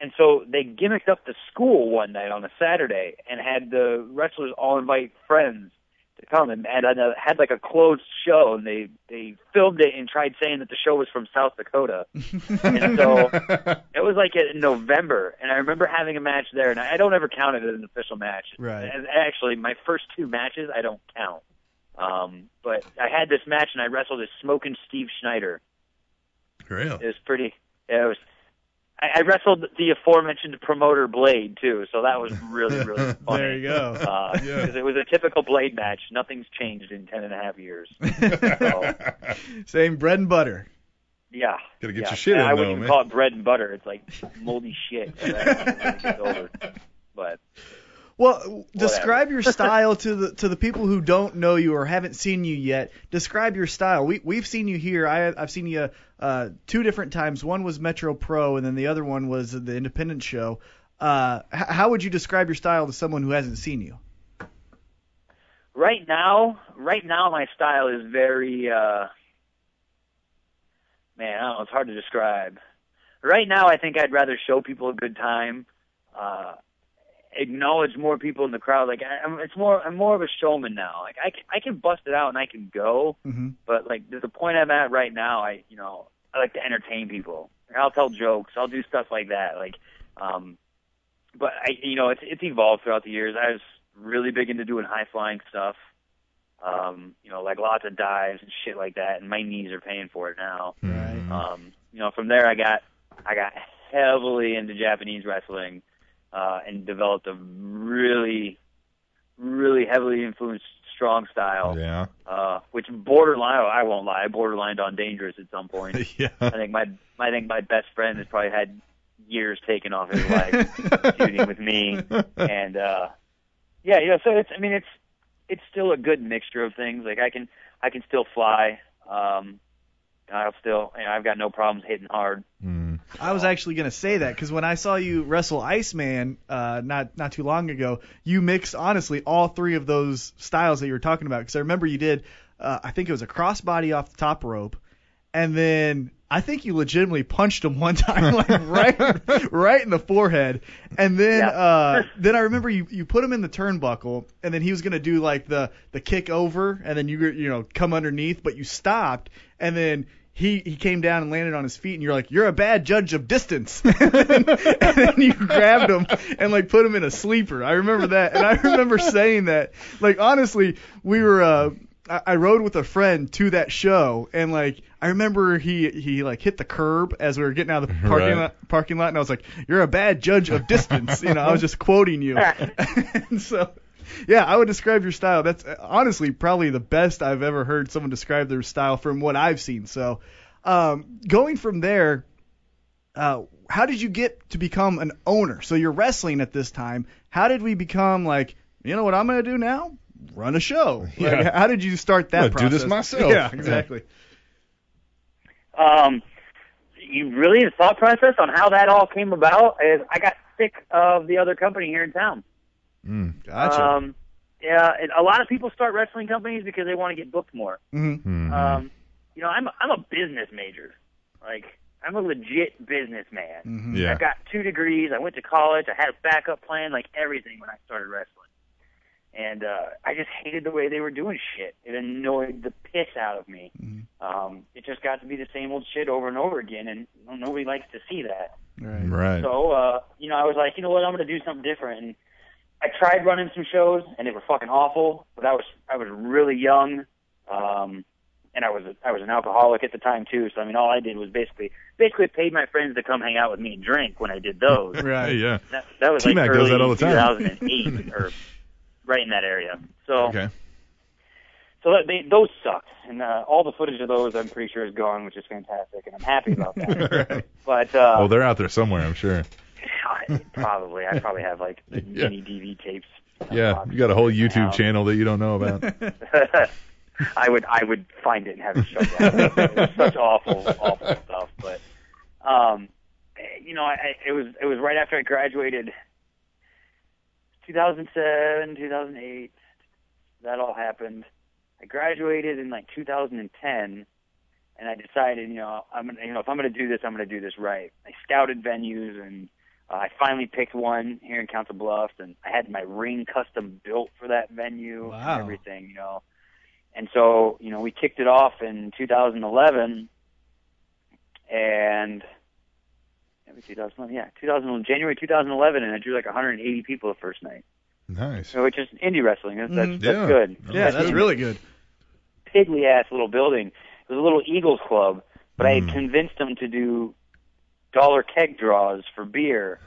J: And so they gimmicked up the school one night on a Saturday and had the wrestlers all invite friends to come and had, a, had like a closed show and they they filmed it and tried saying that the show was from South Dakota. and so it was like in November and I remember having a match there and I don't ever count it as an official match.
B: Right.
J: And actually my first two matches I don't count. Um but I had this match and I wrestled as Smoking Steve Schneider.
A: Really?
J: It was pretty yeah, it was I, I wrestled the aforementioned promoter Blade too, so that was really, really funny.
B: There you go.
J: Uh,
A: Yeah.
J: 'cause it was a typical blade match. Nothing's changed in ten and a half years. So,
B: Same bread and butter.
J: yeah.
A: Gotta get
J: yeah.
A: your shit
J: And
A: in,
J: I wouldn't
A: though,
J: even
A: man.
J: call it bread and butter. It's like moldy shit. when it gets over. But
B: Well, w- describe your style to the to the people who don't know you or haven't seen you yet. Describe your style. We we've seen you here. I I've seen you uh, two different times. One was Metro Pro, and then the other one was the Independent Show. Uh, h- how would you describe your style to someone who hasn't seen you?
J: right now, right now, my style is very. uh Man, I don't know. It's hard to describe. Right now, I think I'd rather show people a good time. Uh, acknowledge more people in the crowd. Like I, I'm, it's more, I'm more of a showman now. Like I, can, I can bust it out and I can go.
B: Mm-hmm.
J: But like the the point I'm at right now, I you know I like to entertain people. Like, I'll tell jokes. I'll do stuff like that. Like, um, but I you know it's it's evolved throughout the years. I was really big into doing high flying stuff. Um, you know, like lots of dives and shit like that. And my knees are paying for it now.
A: Hmm.
B: Right.
A: Mm-hmm.
J: Um, you know, from there I got I got heavily into Japanese wrestling uh, and developed a really, really heavily influenced strong style
A: Yeah.
J: uh, which borderline oh, I won't lie, I borderlined on dangerous at some point.
A: yeah.
J: I think my I think my best friend has probably had years taken off his life shooting with me, and uh, yeah, you know, so it's I mean it's it's still a good mixture of things. Like I can I can still fly. Um, I'll still you know, I've got no problems hitting hard.
A: Mm.
B: I was actually gonna say that because when I saw you wrestle Iceman uh, not not too long ago, you mixed honestly all three of those styles that you were talking about. Because I remember you did, uh, I think it was a crossbody off the top rope, and then I think you legitimately punched him one time, like right right in the forehead. And then
J: Yeah.
B: uh, then I remember you you put him in the turnbuckle, and then he was gonna do like the the kick over, and then you were- you know come underneath, but you stopped, and then he he came down and landed on his feet, and you're like, you're a bad judge of distance. and, then, and then you grabbed him and like put him in a sleeper. I remember that, and I remember saying that. Like honestly, we were. Uh, I I rode with a friend to that show, and like I remember he he like hit the curb as we were getting out of the parking
A: Right.
B: lot, parking lot, and I was like, "You're a bad judge of distance." you know, I was just quoting you. and so, yeah, I would describe your style. That's uh, honestly probably the best I've ever heard someone describe their style from what I've seen. So, um, going from there, uh, how did you get to become an owner? So you're wrestling at this time. How did we become like, you know what I'm gonna do now? Run a show. Like,
A: Yeah.
B: How did you start that
A: I'm gonna do
B: process?
A: this myself.
B: Yeah, exactly.
J: Um, you really the thought process on how that all came about is I got sick of the other company here in town.
A: Mm.
B: Gotcha.
J: Um, yeah, and a lot of people start wrestling companies because they want to get booked more.
B: Mhm.
A: Mhm.
J: Um, you know, I'm I'm a business major. Like I'm a legit businessman.
B: Mhm.
A: yeah.
J: I got two degrees. I went to college. I had a backup plan, like everything when I started wrestling. And uh, I just hated the way they were doing shit. It annoyed the piss out of me.
B: Mhm.
J: Um, it just got to be the same old shit over and over again, and nobody likes to see that.
B: Right.
A: Right.
J: So, uh, you know, I was like, you know what, I'm gonna do something different. And I tried running some shows, and they were fucking awful. But I was I was really young, um, and I was I was an alcoholic at the time too. So I mean, all I did was basically basically paid my friends to come hang out with me and drink when I did those.
A: Hey,
B: Right.
A: yeah.
J: that, that was like
A: T-Mac
J: early
A: does that all the time.
J: 2008 or right in that area. So
A: Okay.
J: so that, they, those sucked, and uh, all the footage of those I'm pretty sure is gone, which is fantastic, and I'm happy about that. but uh,
A: Well, they're out there somewhere, I'm sure.
J: probably I probably have like
A: Yeah.
J: mini DV tapes. uh,
A: Yeah, you got a whole
J: Yeah.
A: YouTube channel that you don't know about.
J: I would I would find it and have it shut down. it was such awful awful stuff. But um, eh, you know, I, I it was it was right after I graduated, 2007, 2008. That all happened. I graduated in like 2010, and I decided, you know, I'm gonna, you know, if I'm gonna do this, I'm gonna do this right. I scouted venues and. Uh, I finally picked one here in Council Bluffs, and I had my ring custom built for that venue
B: Wow.
J: and everything, you know. And so, you know, we kicked it off in 2011, and maybe 2011, yeah, 2011, January 2011, and I drew like 180 people the first night.
A: Nice.
J: So it's just indie wrestling. That's, that's,
B: Mhm.
J: that's
A: Yeah.
J: good.
B: Yeah, that's
J: in
B: really good.
J: a piddly ass little building. It was a little Eagles club, but I
A: Mm.
J: had convinced them to do dollar keg draws for beer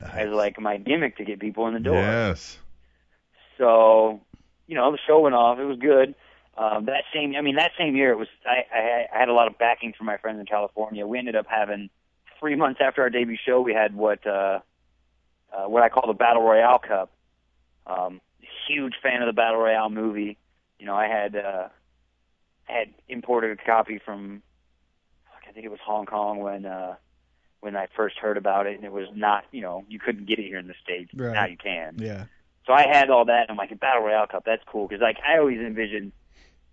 A: Nice.
J: as like my gimmick to get people in the door.
A: Yes.
J: So, you know, the show went off. It was good. Um, that same, I mean, that same year, it was. I, I, I had a lot of backing from my friends in California. We ended up having three months after our debut show, we had what uh, uh, what I call the Battle Royale Cup. Um, huge fan of the Battle Royale movie. You know, I had uh, I had imported a copy from, fuck, I think it was Hong Kong when uh, when I first heard about it, and it was not, you know, you couldn't get it here in the states.
B: Right.
J: Now you can.
B: Yeah.
J: So I had all that, and I'm like, Battle Royale Cup, that's cool, because like I always envisioned,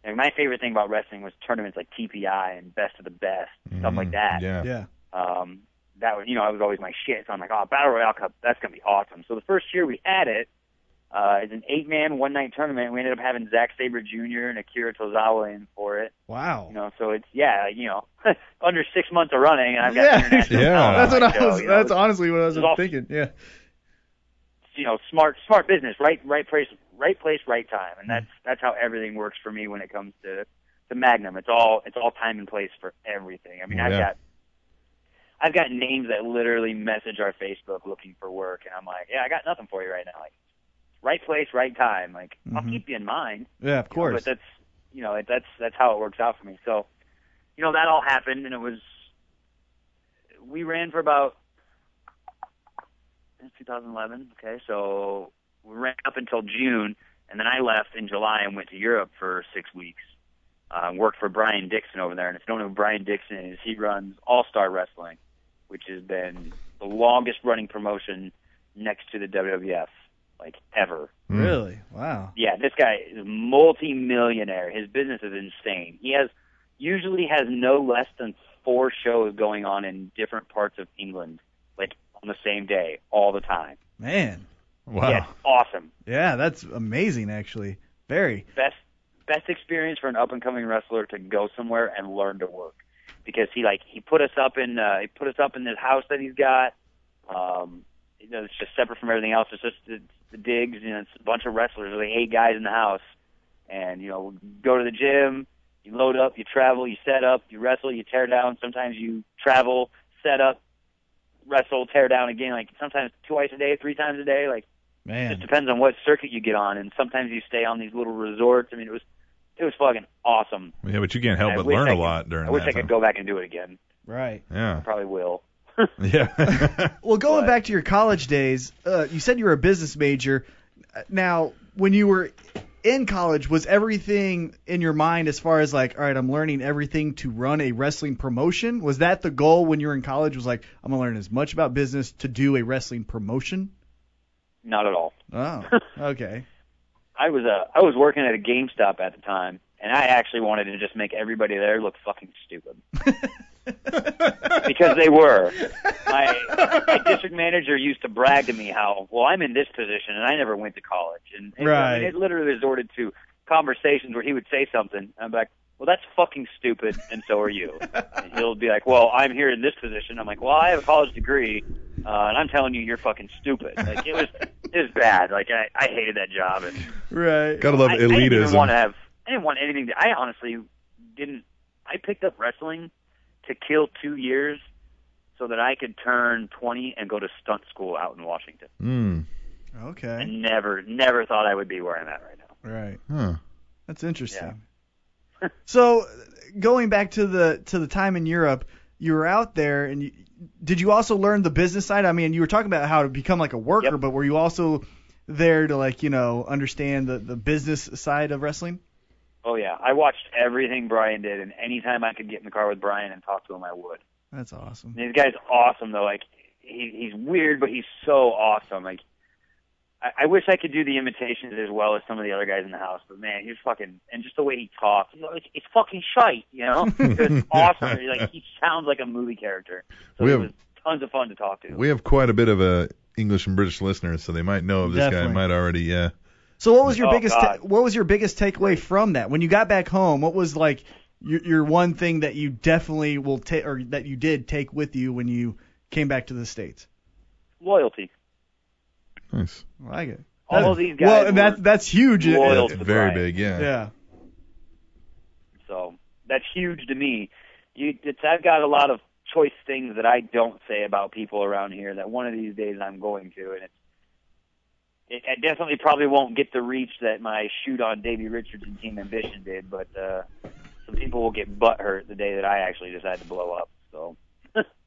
J: like my favorite thing about wrestling was tournaments like TPI and Best of the Best, stuff
A: Mhm.
J: like that.
A: Yeah.
B: Yeah.
J: Um, that was, you know, I was always my shit. So I'm like, oh, Battle Royale Cup, that's gonna be awesome. So the first year we had it, uh, it's an eight-man one-night tournament. We ended up having Zack Saber Jr. and Akira Tozawa in for it.
B: Wow.
J: You know, so it's yeah, you know, under six months of running, and I've got
B: Yeah.
J: international.
A: Yeah.
J: talent on
B: That's what
J: my
B: I
J: show,
B: was.
J: you know,
B: That's honestly what I was
J: it was all-
B: thinking. Yeah.
J: you know smart smart business right right place right place right time and that's that's how everything works for me when it comes to to magnum it's all it's all time and place for everything i mean i've
A: Yeah.
J: got i've got names that literally message our facebook looking for work and i'm like yeah i got nothing for you right now like right place right time like
B: Mhm.
J: i'll keep you in mind
B: Yeah. Of
J: you know,
B: course.
J: But that's you know it- that's that's how it works out for me. So, you know that all happened, and it was we ran for about it's 2011. Okay, so we ran up until June, and then I left in July and went to Europe for six weeks. Uh, worked for Brian Dixon over there, and if you don't know who Brian Dixon is, he runs All Star Wrestling, which has been the longest running promotion next to the WWF, like ever.
A: Mm.
B: Really? Wow.
J: Yeah, this guy is a multi-millionaire. His business is insane. He has usually has no less than four shows going on in different parts of England, like on the same day, all the time.
B: Man.
A: Wow.
J: Yeah, it's awesome.
B: Yeah. That's amazing, actually. Very.
J: Best best experience for an up-and-coming wrestler to go somewhere and learn to work, because he like he put us up in uh, he put us up in this house that he's got. Um, you know, it's just separate from everything else. It's just the, the digs. You know, it's a bunch of wrestlers, like eight guys in the house, and you know, go to the gym. You load up, you travel, you set up, you wrestle, you tear down. Sometimes you travel, set up, wrestle, tear down again. Like sometimes twice a day, three times a day. Like it just
B: Man.
J: depends on what circuit you get on, and sometimes you stay on these little resorts. I mean, it was it was fucking awesome.
A: Yeah, but you can't help
J: I
A: but
J: wish
A: learn
J: I
A: a
J: could-
A: lot during
J: I wish
A: that
J: I could
A: time.
J: go back and do it again.
B: Right.
A: Yeah.
J: Probably will.
A: Yeah.
B: Well, going
J: But-
B: back to your college days, uh, you said you were a business major. Now, when you were in college was everything in your mind as far as like, all right, I'm learning everything to run a wrestling promotion? Was that the goal when you were in college? Was like, I'm gonna learn as much about business to do a wrestling promotion?
J: Not at all.
B: Oh, okay.
J: I was uh, I was working at a GameStop at the time, and I actually wanted to just make everybody there look fucking stupid because they were. My, my district manager used to brag to me how well I'm in this position, and I never went to college, and, and
B: Right.
J: and it literally resorted to conversations where he would say something, and I'm like. Well, that's fucking stupid, and so are you. And he'll be like, "Well, I'm here in this position." I'm like, "Well, I have a college degree, uh, and I'm telling you, you're fucking stupid." Like it was, it was bad. Like I, I hated that job, and
B: Right.
A: Gotta love
J: I, I didn't even
A: elitism.
J: want to have. I didn't want anything. To, I honestly didn't. I picked up wrestling to kill two years so that I could turn 20 and go to stunt school out in Washington.
A: Hmm.
J: I
B: Okay.
J: never, never thought I would be where I'm at right now.
B: Right.
A: Huh.
B: That's interesting. so, going back to the to the time in Europe, you were out there, and you, did you also learn the business side? I mean, you were talking about how to become like a worker,
J: Yep.
B: but were you also there to like you know understand the the business side of wrestling?
J: Oh yeah, I watched everything Brian did, and anytime I could get in the car with Brian and talk to him, I would.
B: That's awesome.
J: This guy's awesome though. Like he, he's weird, but he's so awesome. Like I, I wish I could do the imitations as well as some of the other guys in the house, but man, he's fucking and just the way he talks, you know, it's, it's fucking shite. You know, it's awesome. Like he sounds like a movie character. So
A: We
J: it
A: have-
J: was tons of fun to talk to.
A: We have quite a bit of uh, English and British listeners, so they might know of this
B: Definitely.
A: guy. Might already, yeah.
B: So, what was your
J: Oh,
B: biggest ta-
J: God.
B: what was your biggest takeaway from that when you got back home? What was like your, your one thing that you definitely will take or that you did take with you when you came back to the states?
J: Loyalty.
A: Nice.
B: I like it.
J: All of these guys.
B: well, and
J: were-
B: that that's huge.
J: Loyal. Well,
A: Yeah,
J: it's
A: very
J: Brian.
A: big, yeah.
B: Yeah.
J: So that's huge to me. You, it's, I've got a lot of choice things that I don't say about people around here that one of these days I'm going to, and it's, it, I definitely probably won't get the reach that my shoot on Davey Richardson Team Ambition did, but uh, some people will get butt hurt the day that I actually decide to blow up. So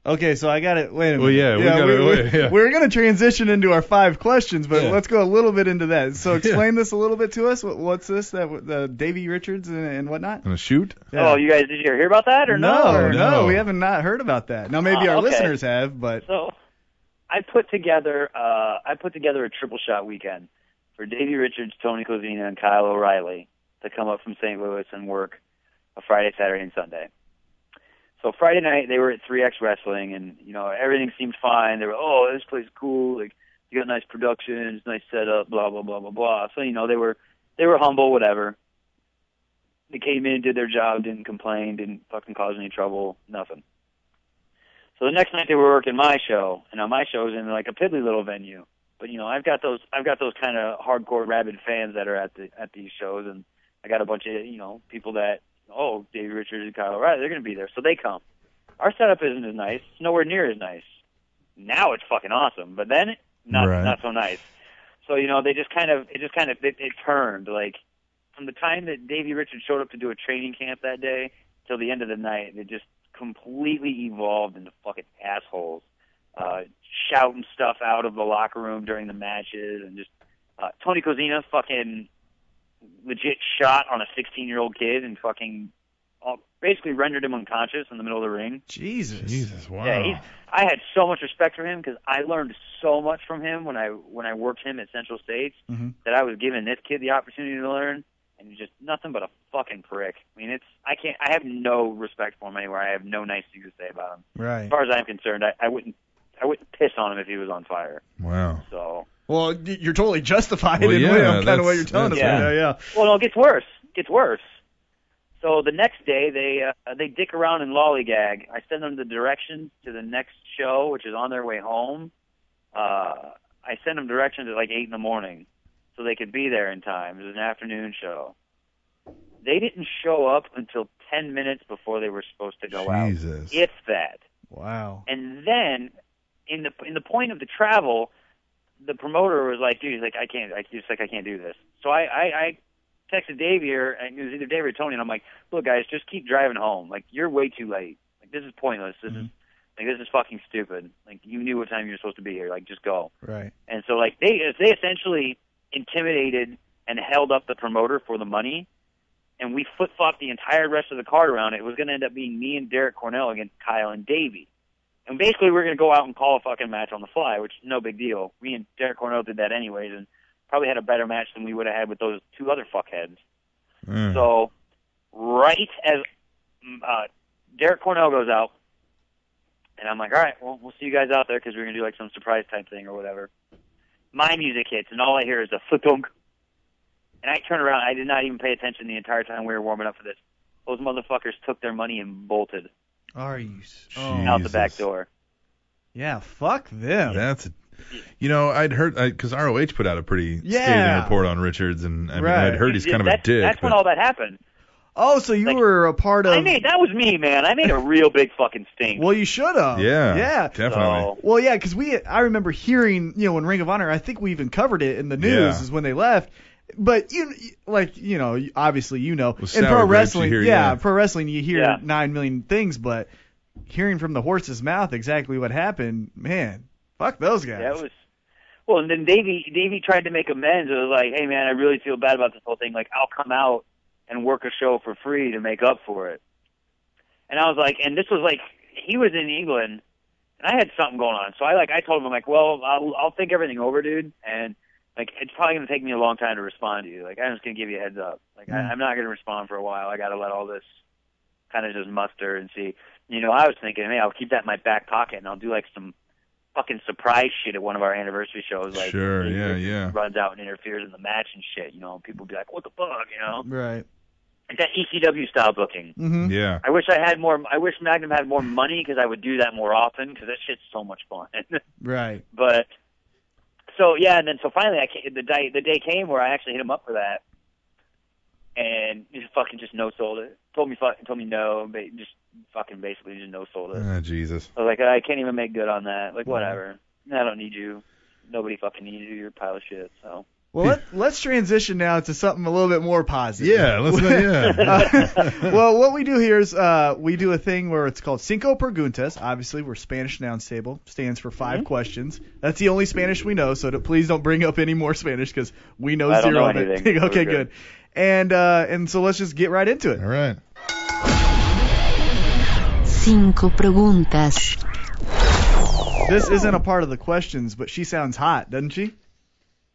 B: Okay, so I got it. Wait a minute.
A: Well, yeah, we gotta- wait, yeah.
B: We're gonna transition into our five questions, but
A: Yeah.
B: let's go a little bit into that. So explain this a little bit to us. What, what's this? That w- the Davy Richards and, and whatnot?
A: And a shoot?
J: oh, you guys did you hear about that or
B: no,
A: no?
B: no,
A: No.
B: we haven't not heard about that. Now maybe
J: Ah,
B: our
J: okay.
B: listeners have, but
J: So I put together uh I put together a triple shot weekend for Davey Richards, Tony Covina, and Kyle O'Reilly to come up from St. Louis and work a Friday, Saturday, and Sunday. So Friday night they were at 3X Wrestling, and you know everything seemed fine. They were, oh, this place is cool. Like you got nice production, it's nice setup, blah blah blah blah blah. So you know they were they were humble, whatever. They came in, did their job, didn't complain, didn't fucking cause any trouble, nothing. So the next night they were working my show, and now my show's in like a piddly little venue. But you know, I've got those I've got those kind of hardcore rabid fans that are at the at these shows, and I got a bunch of you know people that oh Davey Richards and Kyle O'Reilly they're gonna be there, so they come. Our setup isn't as nice, it's nowhere near as nice. Now it's fucking awesome, but then not
A: Right.
J: not so nice. So you know, they just kind of it just kind of it, it turned like from the time that Davey Richards showed up to do a training camp that day till the end of the night, it just completely evolved into fucking assholes, uh, shouting stuff out of the locker room during the matches, and just uh, Tony Cozina fucking legit shot on a 16 year old kid and fucking uh, basically rendered him unconscious in the middle of the ring.
B: Jesus.
A: Jesus, wow.
J: Yeah, he's, I had so much respect for him because I learned so much from him when I when I worked him at Central States
B: Mhm.
J: that I was giving this kid the opportunity to learn, and he's just nothing but a fucking prick. I mean, it's I can't I have no respect for him anywhere. I have no nice things to say about him. As
B: Right.
J: far as I'm concerned, I, I wouldn't I wouldn't piss on him if he was on fire.
A: Wow.
J: So
B: Well, y- you're totally justified
A: Well,
B: in
A: yeah,
B: kind of
A: that's-
B: what you're telling us.
J: that's-
B: right now, yeah.
J: well, no, it gets worse. It gets worse. So the next day they uh, they dick around and lollygag. I send them the directions to the next show, which is on their way home. Uh, I send them directions at like eight in the morning, so they could be there in time. It was an afternoon show. They didn't show up until ten minutes before they were supposed to go
A: Jesus.
J: out, if that.
B: Wow.
J: And then in the in the point of the travel, the promoter was like, dude, he's like, I can't, I just like I can't do this. So I I, I texted Davey or and it was either Davey or Tony, and I'm like, look guys, just keep driving home. Like you're way too late. Like this is pointless. This is like this is fucking stupid. Like you knew what time you were supposed to be here. Like just go.
B: Right.
J: And so like they they essentially intimidated and held up the promoter for the money. And we flip flopped the entire rest of the card around. It was going to end up being me and Derek Cornell against Kyle and Davey. And basically, we we're going to go out and call a fucking match on the fly, which is no big deal. Me and Derek Cornell did that anyways, and probably had a better match than we would have had with those two other fuckheads.
A: Mm.
J: So, right as uh, Derek Cornell goes out, and I'm like, all right, well, we'll see you guys out there because we're gonna do like some surprise type thing or whatever. My music hits, and all I hear is a flitunk. And I turn around. I did not even pay attention the entire time we were warming up for this. Those motherfuckers took their money and bolted
B: Are you? s- oh,
J: out the back door.
B: Yeah, fuck them.
A: That's, you know, I'd heard because ROH put out a pretty
B: Yeah.
A: scathing report on Richards, and I mean,
B: Right.
A: I'd heard he's kind of
J: that's,
A: a dick.
J: That's when
A: but-
J: all that happened.
B: Oh, so you were a part of?
J: I made that was me, man. I made a real big fucking stink.
B: well, you should have.
A: yeah,
B: Yeah.
A: definitely.
J: So,
B: Well, yeah, 'cause we I remember hearing, you know, when Ring of Honor, I think we even covered it in the news
A: Yeah.
B: is when they left. But you like, you know, you- obviously you know,
A: With sour
B: in
A: grapes,
B: pro
A: you
B: wrestling,
A: hear,
B: yeah,
A: yeah.
B: pro wrestling you hear
J: Yeah.
B: 9 million things, but hearing from the horse's mouth exactly what happened, man, fuck those guys.
J: That was well, and then Davey Davey tried to make amends. It was like, hey man, I really feel bad about this whole thing. Like I'll come out and work a show for free to make up for it. And I was like, and this was like he was in England, and I had something going on. So I like I told him I'm like, well, I'll I'll think everything over, dude, and like it's probably gonna take me a long time to respond to you. Like I'm just gonna give you a heads up. Like
A: Hmm.
J: I, I'm not gonna respond for a while. I gotta let all this kind of just muster and see. You know, I was thinking, hey, I'll keep that in my back pocket and I'll do like some fucking surprise shit at one of our anniversary shows. Like,
A: Sure,
J: he
A: yeah, yeah.
J: runs out and interferes in the match and shit. You know, and people be like, what the fuck, you know?
B: right.
J: Like that ECW style booking.
B: Mhm.
A: Yeah,
J: I wish I had more. I wish Magnum had more money because I would do that more often because that shit's so much fun.
B: Right.
J: but so yeah, and then so finally, I ca the day the day came where I actually hit him up for that, and he fucking just no sold it. Told me fuck, told me no, ba- just fucking basically just no sold it.
A: Ah, Jesus.
J: I was like, I can't even make good on that. Like whatever, I don't need you. Nobody fucking needs you. You're a pile of shit. So
B: Well, let, let's transition now to something a little bit more positive.
A: Yeah, let's not, yeah.
B: Uh, well, what we do here is uh, we do a thing where it's called cinco preguntas. Obviously, we're Spanish nouns table. Stands for 5
J: Mm-hmm.
B: questions. That's the only Spanish we know, so to, please don't bring up any more Spanish because we know
J: I don't
B: zero
J: know
B: of it.
J: anything. We're
B: okay,
J: good.
B: good. And uh, and so let's just get right into
A: All
B: it.
A: right.
K: Cinco preguntas.
B: This isn't a part of the questions, but she sounds hot, doesn't she?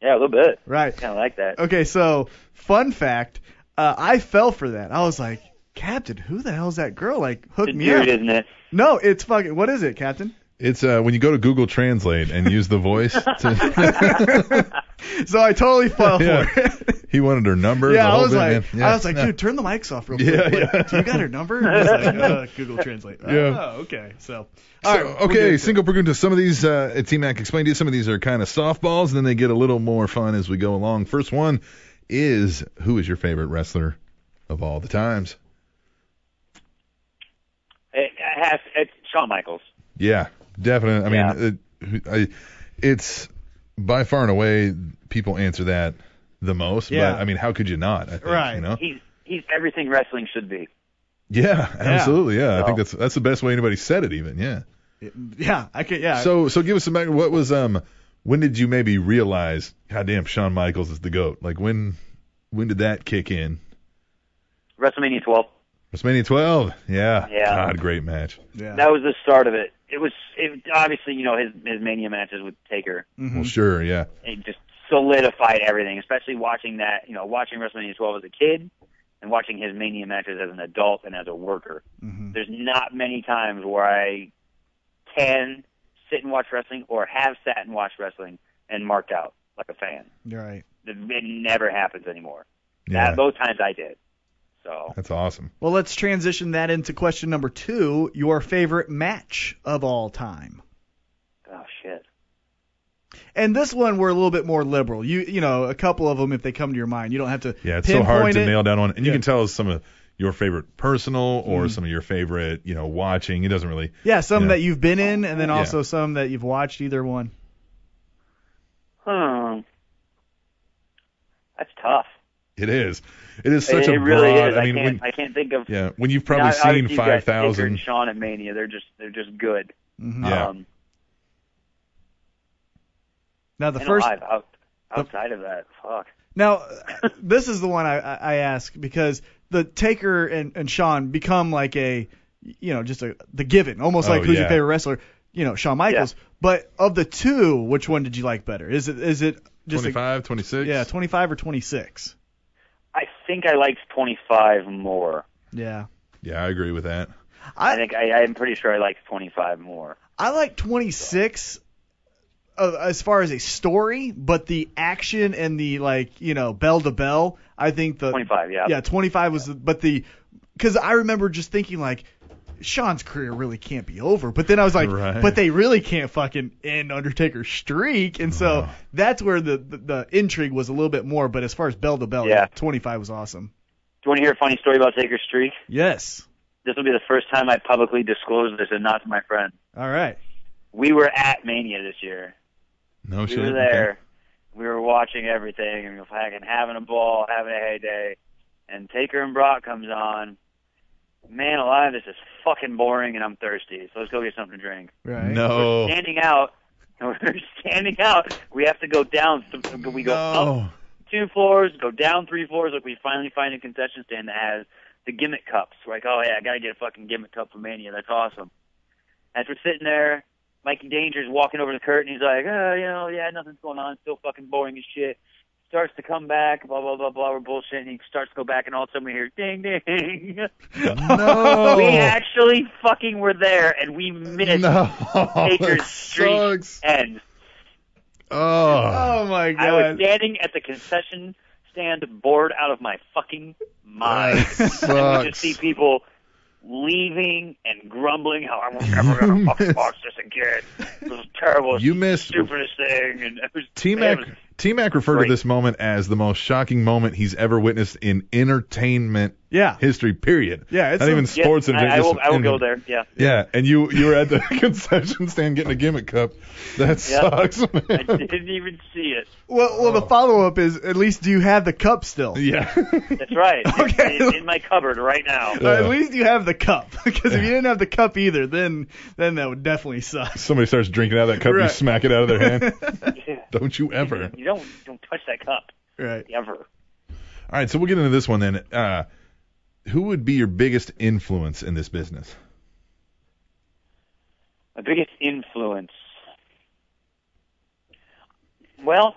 J: yeah, a little bit.
B: Right.
J: Kind of like that.
B: Okay, so fun fact, uh, I fell for that. I was like, Captain, who the hell's that girl? Like, hook
J: It's a
B: me
J: dude,
B: up.
J: isn't it?
B: No, it's fucking. What is it, Captain?
A: It's uh, when you go to Google Translate and use the voice. To,
B: So I totally fell
A: Yeah.
B: for it.
A: he wanted her number. the
B: Yeah, I
A: whole
B: was
A: bit,
B: like,
A: man. Yeah,
B: I was like,
A: yeah.
B: dude, turn the mics off real quick.
A: Yeah,
B: Like,
A: yeah.
B: Do you got her number? And he's like, uh, Google Translate.
A: Yeah.
B: Oh, okay. So,
A: So,
B: all right. we'll get
A: okay,
B: into
A: single pregunta. Some of these, uh, at T-Mac explained to you, some of these are kind of softballs, and then they get a little more fun as we go along. First one is, who is your favorite wrestler of all the times?
J: It, it has, it's Shawn Michaels.
A: Yeah, definitely. I
J: Yeah.
A: mean, it, I, it's by far and away people answer that the most.
B: Yeah.
A: But I mean, how could you not? I think,
B: Right.
A: You know?
J: He's he's everything wrestling should be.
A: Yeah, absolutely. Yeah, I
J: So-
A: think that's that's the best way anybody said it. Even yeah.
B: it. Yeah, I can. Yeah.
A: So so give us some back. What was um when did you maybe realize? God damn, Shawn Michaels is the goat. Like when when did that kick in?
J: WrestleMania 12.
A: WrestleMania 12. Yeah.
J: Yeah.
A: God, great match.
B: yeah.
J: That was the start of it. It was it, obviously you know his his mania matches with Taker.
B: Mm-hmm.
A: Well, sure. Yeah.
J: It just solidified everything, especially watching that you know watching WrestleMania 12 as a kid and watching his mania matches as an adult and as a worker.
B: Mhm.
J: There's not many times where I can sit and watch wrestling or have sat and watched wrestling and marked out like a fan.
B: You're right.
J: It never happens anymore.
A: Yeah.
J: That, those times I did. So
A: that's awesome.
B: Well, let's transition that into question number two. Your favorite match of all time.
J: oh shit.
B: And this one we're a little bit more liberal. You you know a couple of them if they come to your mind. You don't have to.
A: Yeah, it's so hard
B: pinpoint
A: to
B: it.
A: nail down on. And you
B: Yeah.
A: can
B: Mm-hmm.
A: tell us some of your favorite personal or some of your favorite, you know, watching. It doesn't really.
B: Yeah, some
A: Yeah.
B: that you've been in, and then
A: Yeah.
B: also some that you've watched. Either one.
J: Hmm. That's tough.
A: It is. It is such
J: it,
A: a
J: it really
A: broad.
J: is.
A: I
J: I,
A: mean,
J: can't.
A: when,
J: I can't think of.
A: yeah, when you've probably
J: I,
A: seen
J: obviously you've got
A: five
J: Taker and
A: thousand. Mm-hmm.
J: Shawn at Mania. They're just they're just good.
B: Mhm.
A: Yeah.
J: Um,
B: Now the
J: and
B: first
J: alive. I, Outside of that, fuck.
B: Now, uh, this is the one I, I I ask because the Taker and, and Sean become like a, you know, just a the given, almost
A: Oh,
B: like who's
A: yeah.
B: your favorite wrestler, you know, Shawn Michaels. But of the two, which one did you like better? Is it is it just a-
A: 25, 26.
B: yeah, 25 or 26?
J: I think I liked 25 more.
B: Yeah.
A: Yeah, I agree with that.
J: I, think I, I'm pretty sure I liked 25 more.
B: I like 26 uh, as far as a story, but the action and the like, you know, bell to bell, I think the
J: 25, yeah.
B: Yeah, 25 was the, but the cuz I remember just thinking like Sean's career really can't be over, but then I was like,
A: Right.
B: but they really can't fucking end Undertaker's streak, and so that's where the, the the intrigue was a little bit more. But as far as bell to bell,
J: Yeah.
B: 25 was awesome.
J: Do you want to hear a funny story about Taker Streak?
B: Yes.
J: This will be the first time I publicly disclose this and not to my friend.
B: All right.
J: We were at Mania this year.
A: No
J: we
A: Oh, shit.
J: were
A: okay.
J: there. We were watching everything and we were fucking having a ball, having a heyday. And Taker and Brock comes on. Man alive, this is fucking boring and I'm thirsty. So let's go get something to drink.
B: Right.
A: No.
J: Standing out. We're standing out. We have to go down. th- We go up
A: No.
J: two floors, go down three floors. Like we finally find a concession stand that has the gimmick cups. We're like, oh yeah, I gotta get a fucking gimmick cup for Mania. That's awesome. As we're sitting there, Mikey Danger's walking over the curtain. He's like, oh, you know, yeah, nothing's going on. Still fucking boring as shit. Starts to come back, blah blah blah blah. We're bullshitting. He starts to go back, and all of a sudden we hear ding ding.
A: No.
J: Oh. we actually fucking were there, and we missed
A: No. It
J: Taker's street
A: sucks.
J: end.
A: Oh.
B: Oh my
J: I
B: god.
J: was standing at the concession stand, bored out of my fucking mind.
A: That
J: and we just see
A: sucks.
J: people leaving and grumbling how I'm never gonna fucking watch this again. This is terrible.
A: You missed
J: stupidest thing. And it was,
A: T
J: it
A: Mac.
J: was-
A: T Mac referred
J: great.
A: to this moment as the most shocking moment he's ever witnessed in entertainment
B: Yeah.
A: history. Period.
B: Yeah, it's
A: not
B: a-
A: even
J: yeah,
A: sports. and
J: I, I
A: just
J: will. I will go
A: entertainment.
J: there. Yeah.
A: Yeah, and you you were at the concession stand getting a gimmick cup. That sucks,
J: I
A: man.
J: didn't even see it.
B: Well, well, the
A: Oh.
B: follow up is at least do you have the cup still?
A: Yeah.
J: That's right. It's-
B: Okay.
J: it's in my cupboard right now.
B: Uh, at
A: Yeah.
B: least you have the cup, because if you didn't have the cup either, then then that would definitely suck.
A: Somebody starts drinking out of that cup, you
B: Right.
A: smack it out of their hand. Don't you ever.
J: You don't don't touch that cup
B: Right.
J: ever.
A: All right, so we'll get into this one then. Uh, who would be your biggest influence in this business?
J: My biggest influence. Well,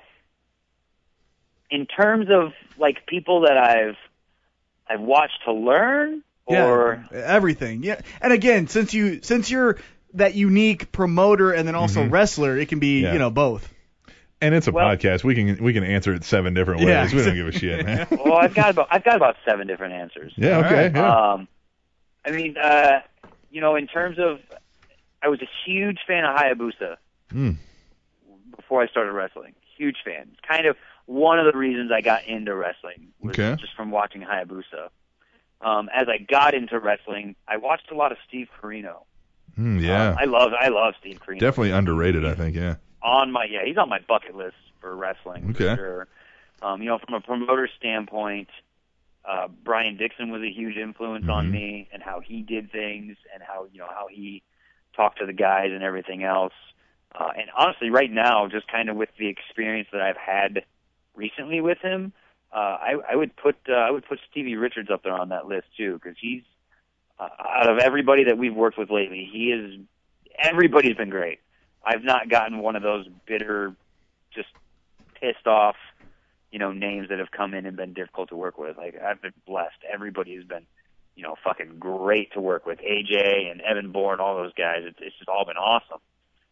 J: in terms of like people that I've I've watched to learn or
B: yeah, everything. Yeah. And again, since you since you're that unique promoter and then also wrestler, it can be
A: Mm-hmm. Yeah.
B: you know both.
A: And it's a
J: Well-
A: podcast. We can we can answer it seven different ways.
B: Yeah.
A: We don't give a shit, man.
J: well, I've got about I've got about seven different answers.
A: yeah, okay. yeah.
B: Uh,
J: Um I mean, uh you know, in terms of I was a huge fan of Hayabusa
A: Mm.
J: before I started wrestling. Huge fan. Kind of one of the reasons I got into wrestling was
A: Okay.
J: just from watching Hayabusa. Um, as I got into wrestling, I watched a lot of Steve Carino.
B: uh,
A: Mm, yeah.
J: Um, I love I love Steve Carino.
A: Definitely underrated, I think, yeah.
J: on my yeah, he's on my bucket list for wrestling
A: Okay.
J: for sure. Um, you know, from a promoter standpoint, uh, Brian Dixon was a huge influence
A: Mhm.
J: on me and how he did things and how you know how he talked to the guys and everything else. Uh, and honestly, right now, just kind of with the experience that I've had recently with him, uh, I, I would put uh, I would put Stevie Richards up there on that list too because he's uh, out of everybody that we've worked with lately, he is everybody's been great. I've not gotten one of those bitter, just pissed off, you know, names that have come in and been difficult to work with. Like I've been blessed. Everybody has been, you know, fucking great to work with. AJ and Evan Bourne, all those guys. It's, it's just all been awesome.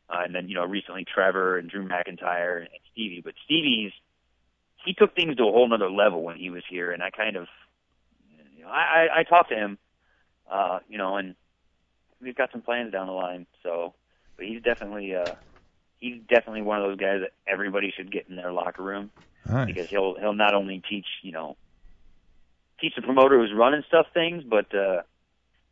J: Uh, and then you know, recently Trevor and Drew McIntyre and Stevie. But Stevie's he took things to a whole nother level when he was here, and I kind of, you know, I I, I talked to him, uh, you know, and we've got some plans down the line. So, but he's definitely uh, he's definitely one of those guys that everybody should get in their locker room
A: Nice.
J: because he'll he'll not only teach you know teach the promoter who's running stuff things, but uh,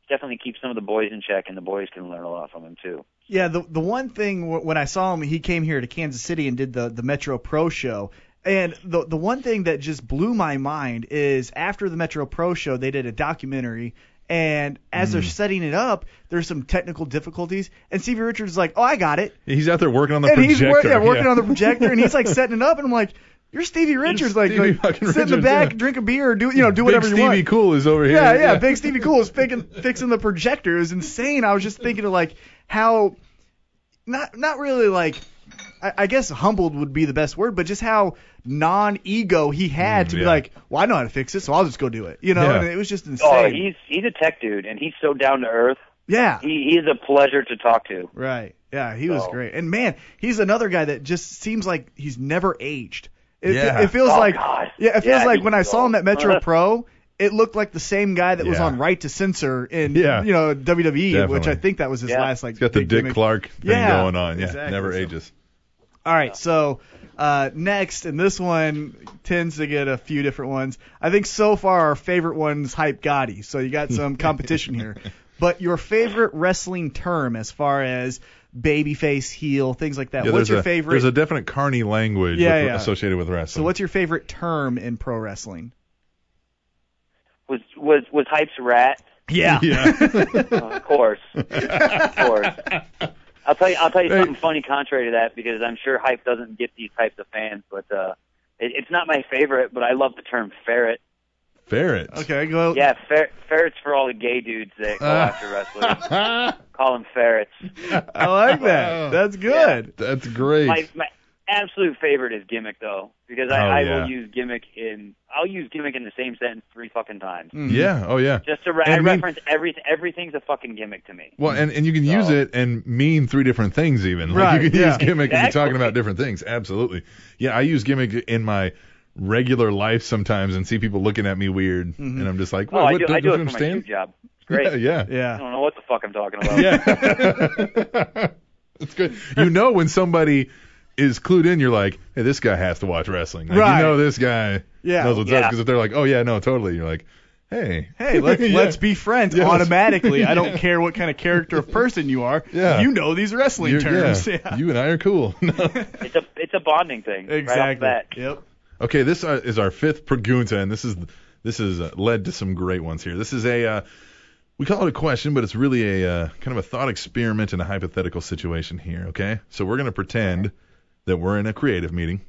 J: definitely keep some of the boys in check, and the boys can learn a lot from him too.
B: Yeah, the the one thing w- when I saw him, he came here to Kansas City and did the the Metro Pro show. And the the one thing that just blew my mind is after the Metro Pro show, they did a documentary. And as
A: Mm.
B: they're setting it up, there's some technical difficulties. And Stevie Richards is like, "Oh, I got it."
A: He's out there working on the
B: and
A: projector.
B: he's wor- yeah, working
A: yeah.
B: on the projector, and he's like setting it up, and I'm like, You're Stevie Richards, like,
A: Stevie
B: like,
A: fucking
B: sit in the
A: Richards,
B: back,
A: yeah.
B: drink a beer, or do you know, do whatever
A: Big
B: you want.
A: Stevie Cool is over here.
B: Yeah, yeah, Big Stevie Cool is fixing, fixing the projector. It was insane. I was just thinking of like how, not not really like, I, I guess humbled would be the best word, but just how non-ego he had to be
J: Mm, yeah.
B: like, well, I know how to fix it, so I'll just go do it. You know,
J: Yeah.
B: and it was just insane.
J: Oh, he's he's a tech dude, and he's so down to earth.
B: Yeah.
J: He he is a pleasure to talk to.
B: Right. Yeah, he was
J: So-
B: great. And man, he's another guy that just seems like he's never aged. It,
J: Yeah.
B: it feels
J: Oh,
B: like
J: God.
B: yeah, it feels
J: Yeah,
B: like
J: he's
B: when I saw him at Metro
J: old.
B: Pro, it looked like the same guy that was
A: Yeah.
B: on Right to Censor in
A: Yeah.
B: you know WWE, which
A: Definitely.
B: I think that was his last like.
A: He's got the
B: big
A: Dick
B: gimmick.
A: Clark thing
B: Yeah,
A: going on. Yeah,
B: exactly. uh,
A: never ages.
B: All right, so uh, next, and this one tends to get a few different ones. I think so far our favorite one's Hype Gotti, so you got some competition here. But your favorite wrestling term as far as babyface, heel, things like that.
A: Yeah,
B: what's
A: there's
B: your
A: a,
B: favorite?
A: There's a definite carny language
B: Yeah,
A: with-
B: yeah.
A: associated with
B: so
A: wrestling.
B: what's your favorite term in pro wrestling?
J: Was was was Hype's rat?
B: Yeah.
J: of course, of course. I'll tell you. I'll tell you
A: Hey.
J: something funny contrary to that because I'm sure Hype doesn't get these types of fans, but uh, it, it's not my favorite. But I love the term ferret.
A: Ferret.
B: Okay, go.
J: Yeah, fer- ferrets for all the gay dudes that go
A: Uh.
J: after wrestlers. Call them ferrets.
B: I like that. That's good.
A: That's great.
J: My, my absolute favorite is gimmick though, because I,
A: Oh,
J: I
A: yeah.
J: will use gimmick in I'll use gimmick in the same sentence three fucking times.
A: Yeah. Oh yeah.
J: Just to re-
A: And
J: I
A: I mean-
J: reference everything. Everything's a fucking gimmick to me.
A: Well, and, and you can use it and mean three different things even. Like
J: Right,
A: you can
J: yeah.
A: use gimmick and be talking
J: Exactly.
A: about different things. Absolutely. Yeah, I use gimmick in my regular life sometimes and see people looking at me weird, and I'm just like,
J: Oh,
A: what?
J: I
A: what
J: do,
A: don't,
J: I do
A: don't
J: it
A: you
J: for my shoe
A: understand?
J: job. It's great.
A: Yeah, yeah.
J: I don't know what the fuck I'm talking about.
A: Yeah. That's good. You know when somebody is clued in, you're like, hey, this guy has to watch wrestling. Like,
B: Right.
A: You know this guy
B: Yeah.
A: knows what's
B: Yeah.
A: up because if they're like, oh yeah, no, totally, you're like, hey,
B: Hey, let's
A: Yeah.
B: let's be friends
A: Yes.
B: automatically. I don't
A: Yeah.
B: care what kind of character of person you are.
A: Yeah.
B: You know these wrestling
A: You're-
B: terms.
A: yeah.
B: Yeah.
A: You and I are cool.
J: It's a it's a bonding thing. Right off
B: Exactly.
J: the bat.
B: Yep.
A: Okay, this uh, is our fifth pregunta, and this is this is uh, led to some great ones here. This is a uh, we call it a question, but it's really a uh, kind of a thought experiment and a hypothetical situation here. Okay, so we're gonna pretend that we're in a creative meeting,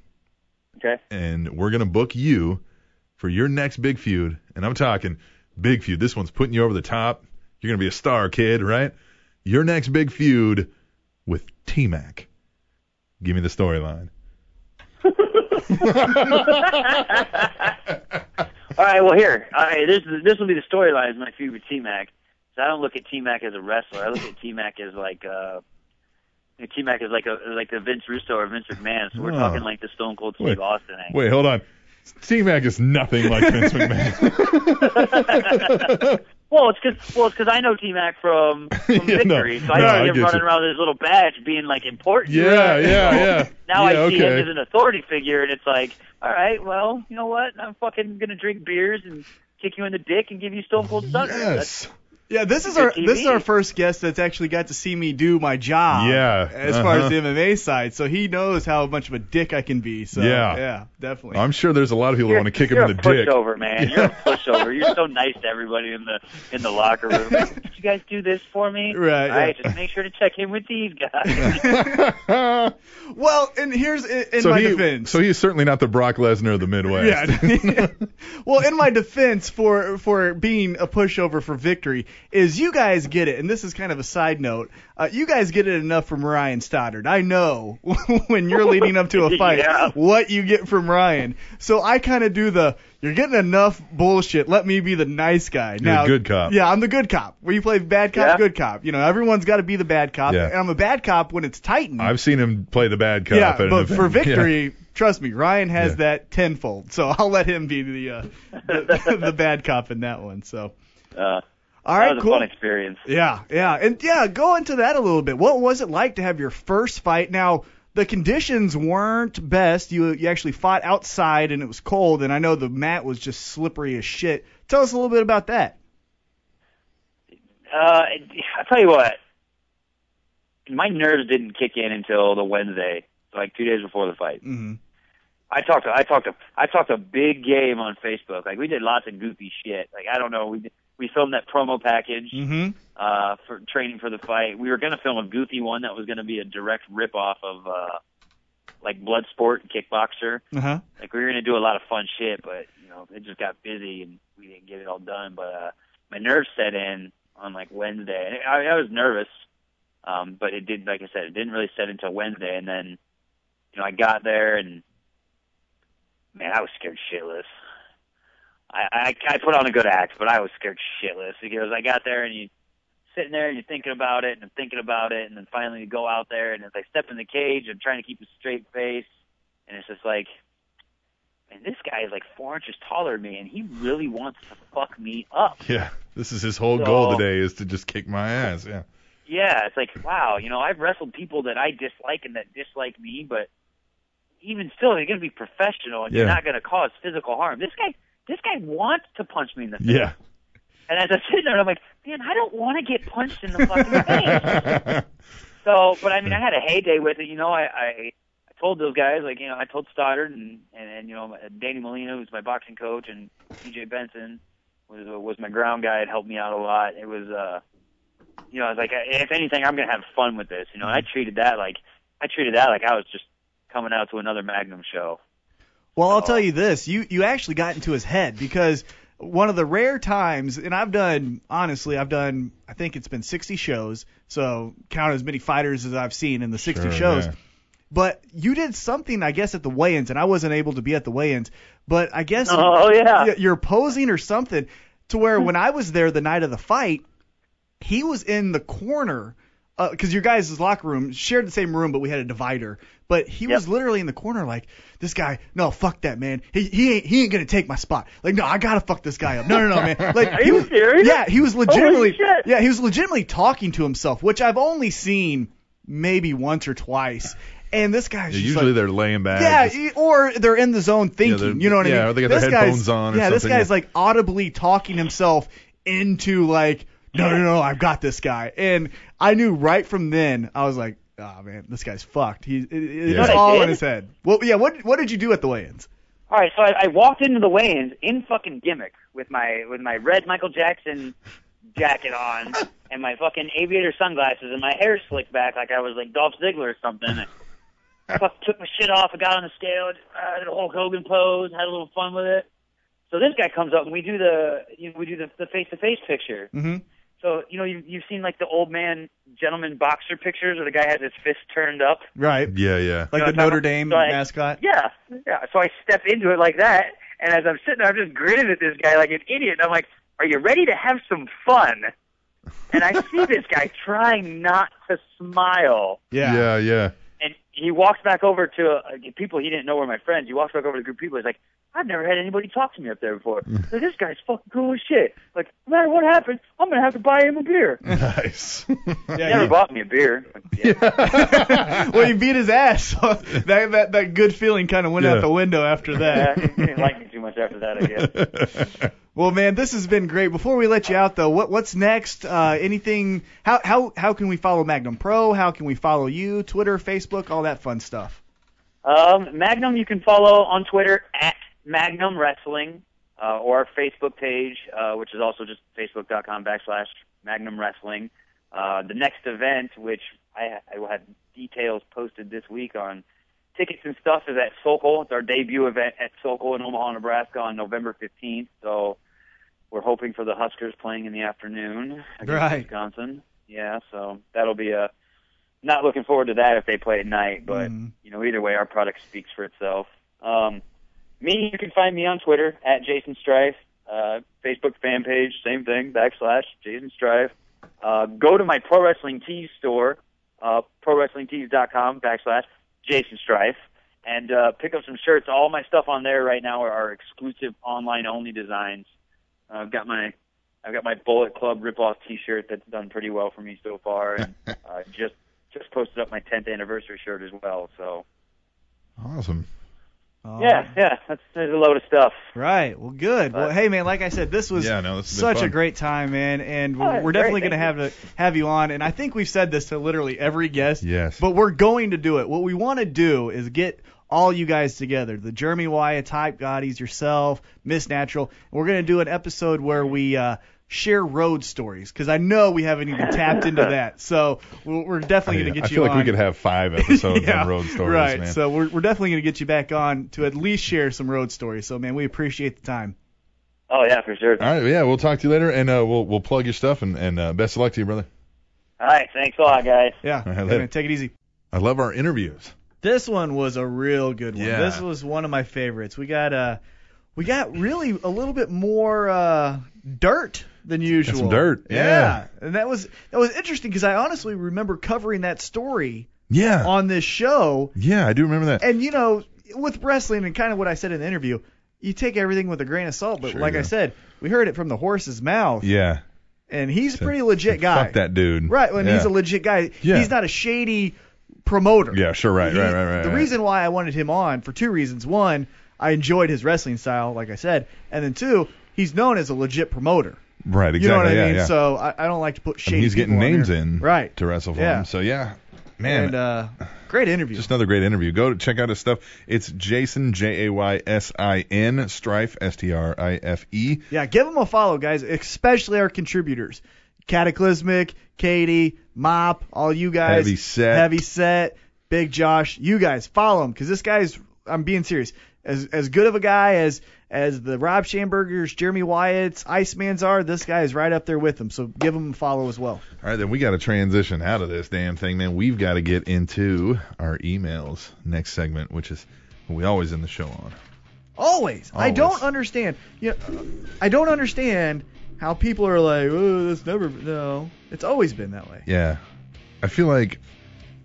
J: Okay.
A: and we're gonna book you for your next big feud, and I'm talking big feud. This one's putting you over the top. You're gonna be a star, kid, right? Your next big feud with T Mac. Give me the storyline.
J: All right. Well, here. All right. This is- this will be the storyline. Is my feud with T Mac. So I don't look at T Mac as a wrestler. I look at T Mac as like uh. T Mac is like a like the Vince Russo or Vince McMahon, so we're
A: Oh.
J: talking like the Stone Cold Steve
A: Wait.
J: Austin angle.
A: Wait, hold on. T Mac is nothing like Vince McMahon.
J: well, it's because well, it's 'cause I know T Mac from, from
A: Yeah, no.
J: Victory, so I
A: No, I
J: see him
A: get
J: running
A: you.
J: around with his little badge, being like important.
A: Yeah, yeah, yeah.
J: So Now
A: Yeah,
J: I
A: okay.
J: see him as an authority figure, and it's like, all right, well, you know what? I'm fucking gonna drink beers and kick you in the dick and give you Stone Cold Stunner. That's-
B: Yeah, this is
J: Good
B: our this is
J: TV.
B: our first guest that's actually got to see me do my job.
A: Yeah,
B: As far
A: uh-huh.
B: as the MMA side, so he knows how much of a dick I can be. So
A: Yeah.
B: definitely.
A: I'm sure there's a lot of people who
J: You're-
A: want to kick him
J: you're
A: in the
J: a
A: dick.
J: pushover, man. You're a pushover. You're so nice to everybody in the in the locker room. Did you guys do this for me?
B: Right,
J: All right,
B: yeah.
J: just make sure to check in with these guys.
B: well, and here's in, in
A: so
B: my
A: he,
B: defense.
A: so he's certainly not the Brock Lesnar of the Midwest.
B: Yeah. well, in my defense for for being a pushover for victory is you guys get it, and this is kind of a side note. Uh, you guys get it enough from Ryan Stoddard. I know when you're leading up to a fight
J: Yeah.
B: what you get from Ryan. So I kind of do the you're getting enough bullshit. Let me be the nice guy.
A: You're the good cop.
B: Yeah, I'm the good cop. Where you play bad cop,
J: Yeah.
B: good cop. You know, everyone's got to be the bad cop,
A: Yeah.
B: and I'm a bad cop when it's Titan.
A: I've seen him play the bad cop. at
B: Yeah,
A: an
B: but
A: event.
B: for victory,
A: Yeah.
B: trust me, Ryan has
A: Yeah.
B: that tenfold. So I'll let him be the, uh, the the bad cop in that one. So
J: Uh,
B: all
J: that
B: right,
J: was a
B: cool.
J: fun experience.
B: Yeah, yeah, and yeah, go into that a little bit. What was it like to have your first fight? Now the conditions weren't best. You you actually fought outside and it was cold, and I know the mat was just slippery as shit. Tell us a little bit about that.
J: Uh, I tell you what, my nerves didn't kick in until the Wednesday, so like two days before the fight.
B: Mm-hmm.
J: I talked, to, I talked, to, I talked a big game on Facebook. Like we did lots of goofy shit. Like I don't know, we did, we filmed that promo package
B: Mm-hmm.
J: uh for training for the fight. We were gonna film a goofy one that was gonna be a direct rip off of uh like blood sport and kickboxer.
B: Uh huh.
J: Like we were gonna do a lot of fun shit, but you know it just got busy and we didn't get it all done. But uh, my nerves set in on like Wednesday. And I, I was nervous, um, but it did. Like I said, it didn't really set until Wednesday, and then you know I got there and man, I was scared shitless. I, I I put on a good act, but I was scared shitless because I got there and you sitting there and you're thinking about it and I'm thinking about it and then finally you go out there and as I step in the cage I'm trying to keep a straight face and it's just like man this guy is like four inches taller than me and he really wants to fuck me up
A: Yeah. This is his whole goal
J: So-
A: today is to just kick my ass. Yeah.
J: yeah it's like wow you know I've wrestled people that I dislike and that dislike me but even still you're gonna be professional and you're
A: Yeah.
J: not gonna cause physical harm this guy this guy wants to punch me in the face
A: Yeah.
J: and as I'm sitting there I'm like man I don't want to get punched in the fucking face So, but I mean, I had a heyday with it. You know, I, I I told those guys, like, you know, I told Stoddard and and, and you know, my- Danny Molina, who's my boxing coach, and TJ Benson was uh, was my ground guy. It helped me out a lot. It was, uh, you know, I was like, I- if anything, I'm gonna have fun with this. You know, and I treated that like I treated that like I was just coming out to another Magnum show.
B: Well, I'll tell you this: you you actually got into his head because one of the rare times, and I've done honestly, I've done I think it's been 60 shows, so count as many fighters as I've seen in the 60
A: Sure,
B: shows.
A: yeah.
B: But you did something, I guess, at the weigh-ins, and I wasn't able to be at the weigh-ins. But I guess
J: Oh, yeah.
B: y- you're posing or something to where when I was there the night of the fight, he was in the corner because your guys' locker room shared the same room, but we had a divider. But he was literally in the corner, like this guy. No, fuck that man. He he ain't he ain't gonna take my spot. Like no, I gotta fuck this guy up. No, no, no, man. Like
J: Are
B: he
J: you
B: was,
J: serious?
B: Yeah, he was
J: Holy
B: legitimately.
J: shit.
B: Yeah, he was legitimately talking to himself, which I've only seen maybe once or twice. And this guy's
A: Yeah,
B: just
A: usually
B: like,
A: they're laying back.
B: yeah,
A: just-
B: e- or they're in the zone
A: they're-
B: thinking. you know what I
A: yeah,
B: mean?
A: or they got their
B: This guy's-
A: headphones on or
B: Yeah, this
A: something,
B: guy's
A: yeah.
B: like audibly talking himself into like, no, no, no, I've got this guy. And I knew right from then, I was like, oh man, this guy's fucked. He, it, it-
A: Yeah.
B: it's
A: What I
B: all in
J: did?
B: his head. Well, yeah. What what did you do at the weigh-ins?
J: All right, so I, I walked into the weigh-ins in fucking gimmick with my with my red Michael Jackson jacket on and my fucking aviator sunglasses and my hair slicked back like I was like Dolph Ziggler or something. I fuck, took my shit off, I got on the scale, uh, did a Hulk Hogan pose, had a little fun with it. So this guy comes up and we do the you know, we do the the face to face picture.
B: Mm-hmm.
J: So you know you you've seen like the old man gentleman boxer pictures where the guy has his fist turned up.
B: Right.
A: Yeah, yeah.
B: Like the
J: You know what I'm
B: Notre
J: talking
B: Dame
J: about? So I-
B: mascot.
J: yeah, yeah. So I step into it like that, and as I'm sitting there, I'm just grinning at this guy like an idiot. I'm like, "Are you ready to have some fun?" And I see this guy trying not to smile,
B: Yeah.
A: Yeah, yeah.
J: and he walks back over to uh, people he didn't know were my friends. He walks back over to the group of people. He's like, "I've never had anybody talk to me up there before. So this guy's fucking cool as shit. Like, no matter what happens, I'm gonna have to buy him a beer.
A: Nice.
J: He never
B: yeah.
J: bought me a beer. Like, yeah.
B: well, he beat his ass. So that that that good feeling kind of went
A: Yeah.
B: out the window after
J: Yeah,
B: that.
J: he didn't like me too much after that, I guess.
B: Well, man, this has been great. Before we let you out, though, what what's next? Uh, anything? How how how can we follow Magnum Pro? How can we follow you? Twitter, Facebook, all that fun stuff.
J: Um, Magnum, you can follow on Twitter at Magnum Wrestling uh, or our Facebook page, uh, which is also just facebook.com backslash Magnum Wrestling. Uh, the next event, which I, I will have details posted this week on tickets and stuff, is at Sokol. It's our debut event at Sokol in Omaha, Nebraska on November 15th. So we're hoping for the Huskers playing in the afternoon against
B: Right.
J: Wisconsin. Yeah, so that'll be a. Not looking forward to that if they play at night, but
B: Mm.
J: you know, either way, our product speaks for itself. Um, me, you can find me on Twitter at Jason Strife, uh, Facebook fan page, same thing, backslash Jason Strife. Uh, go to my Pro Wrestling Tees store, uh, prowrestlingtees.com backslash Jason Strife, and uh, pick up some shirts. All my stuff on there right now are, are exclusive online only designs. Uh, I've got my I've got my Bullet Club ripoff T-shirt that's done pretty well for me so far, and uh, just just posted up my 10th anniversary shirt as well. So
A: awesome.
B: Um,
J: yeah, yeah, that's there's a load of stuff.
B: Right. Well, good. Well, hey, man, like I said, this was
A: Yeah, no, this has been
B: such a
A: fun.
B: great time, man, and we're,
J: Oh,
B: we're
J: great.
B: definitely going
J: Thank
B: to have to have you on. And I think we've said this to literally every guest.
A: Yes.
B: But we're going to do it. What we want to do is get all you guys together the Jeremy Wyatt, Type Gotties, yourself, Miss Natural. And we're going to do an episode where we uh, share road stories because I know we haven't even tapped into that. So we're, we're
A: I
B: definitely going to get
A: feel
B: you
A: like
B: on.
A: we could have five episodes
B: Yeah,
A: on road stories,
B: right.
A: man.
B: So we're, we're definitely going to get you back on to at least share some road stories. So man, we appreciate the time.
J: Oh yeah, for sure.
A: All right, yeah, we'll talk to you later, and uh, we'll we'll plug your stuff, and and uh, best of luck to you, brother.
J: All right, thanks a lot, guys.
B: Yeah.
A: All right,
B: Hey,
A: later.
B: man, take it easy.
A: I love our interviews.
B: This one was a real good one.
A: Yeah.
B: This was one of my favorites. We got uh we got really a little bit more uh dirt than usual.
A: some dirt, yeah.
B: And that was that was interesting because I honestly remember covering that story
A: Yeah,
B: on this show
A: yeah, I do remember that.
B: and you know, with wrestling and kind of what I said in the interview, you take everything with a grain of salt, but
A: Sure
B: like
A: do.
B: I said, we heard it from the horse's mouth
A: Yeah,
B: and he's a pretty legit guy.
A: fuck that dude.
B: Right, when
A: yeah.
B: he's a legit guy.
A: Yeah.
B: He's not a shady promoter.
A: yeah, sure, right,
B: He-
A: right, right, right.
B: The
A: right.
B: reason why I wanted him on for two reasons. One, I enjoyed his wrestling style, like I said, and then two, he's known as a legit promoter.
A: right, exactly,
B: You know what
A: yeah,
B: I mean?
A: yeah.
B: So I, I don't like to put
A: I
B: shade.
A: mean, he's getting names in
B: Right.
A: to wrestle for
B: Yeah.
A: him. So yeah, man,
B: And uh, great interview.
A: Just another great interview. Go to check out his stuff. It's Jason J A Y S I N Strife S T R I F E.
B: yeah, give him a follow, guys, especially our contributors. Cataclysmic, Katie, Mop, all you guys.
A: Heavy set.
B: Heavy set, Big Josh, you guys follow him because this guy's. I'm being serious. As as good of a guy as as the Rob Schambergers, Jeremy Wyatt's, Iceman's are, this guy is right up there with them. So give him a follow as well.
A: All right, then we got to transition out of this damn thing, man. We've got to get into our emails next segment, which is we always end the show on.
B: Always. I
A: Always.
B: don't understand. You know, I don't understand how people are like, oh, that's never. No, it's always been that way.
A: Yeah, I feel like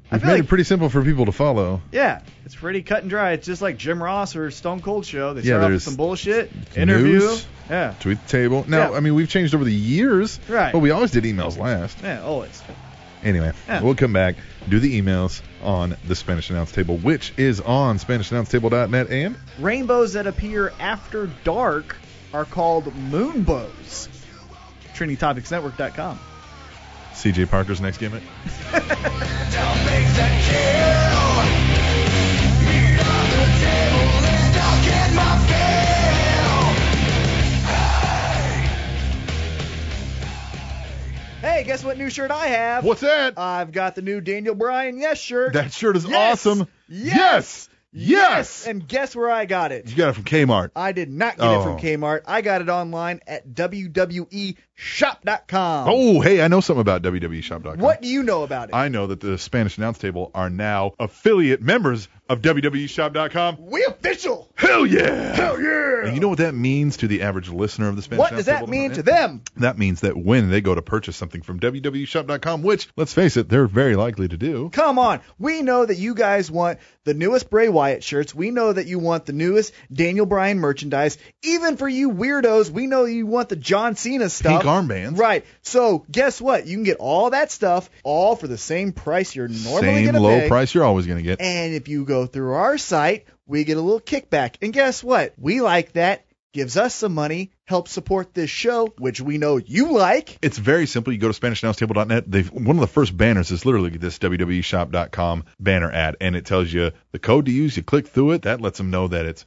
B: I
A: we've
B: feel
A: made
B: like-
A: it pretty simple for people to follow.
B: Yeah, it's pretty cut and dry. It's just like Jim Ross or Stone Cold show. They
A: Yeah,
B: start off with
A: there's
B: some bullshit interview.
A: news.
B: Yeah,
A: Tweet the table. Now,
B: Yeah.
A: I mean, we've changed over the years,
B: Right.
A: but we always did emails last.
B: yeah, always.
A: Anyway,
B: Yeah.
A: we'll come back, do the emails on the Spanish Announce Table, which is on SpanishAnnounceTable.net and
B: Rainbows that appear after dark are called moonbows. TrinityTopicsNetwork.com.
A: CJ Parker's next gimmick.
B: Hey, guess what new shirt I have?
A: What's that?
B: I've got the new Daniel Bryan Yes shirt.
A: that shirt is
B: Uh, Yes!
A: awesome.
B: Yes!
A: Yes! Yes!
B: And Uh, guess where I got it?
A: You got it from Kmart.
B: I did not get it
A: Oh.
B: from Kmart. I got it online at E WWEshop.com.
A: Oh, hey, I know something about E WWEshop.com.
B: What do you know about it?
A: I know that the Spanish Announce Table are now affiliate members of E WWEshop.com.
B: we official.
A: Hell yeah! Hell
B: yeah!
A: And you know what that means to the average listener of the Spanish
B: What
A: Announce
B: does that
A: Table?
B: mean to them?
A: That means that when they go to purchase something from E WWEshop.com, which, let's face it, they're very likely to do.
B: Come on. We know that you guys want the newest Bray Wyatt shirts. We know that you want the newest Daniel Bryan merchandise. Even for you weirdos, we know you want the John Cena stuff.
A: Pink armbands.
B: Right. So guess what? You can get all that stuff all for the same price you're normally
A: Same
B: going to
A: low
B: pay.
A: price you're always going to get.
B: And if you go through our site, we get a little kickback. And guess what? We like that. Gives us some money, helps support this show, which we know you like.
A: It's very simple. You go to SpanishAnnounceTable.net. They've one of the first banners is literally this E WWEshop.com banner ad, and it tells you the code to use. You click through it. That lets them know that it's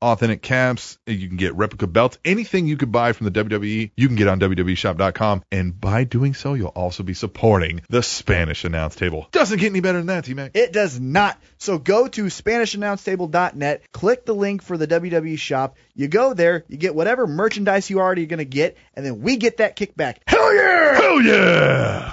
A: authentic caps. You can get replica belts. Anything you could buy from the WWE, you can get on E WWEshop.com. And by doing so, you'll also be supporting the Spanish announce table. Doesn't get any better than that, T Mac.
B: It does not. So go to SpanishAnnounceTable.net, click the link for the WWE shop. You go there, you get whatever merchandise you already going to get, and then we get that kickback.
A: Hell yeah! Hell yeah!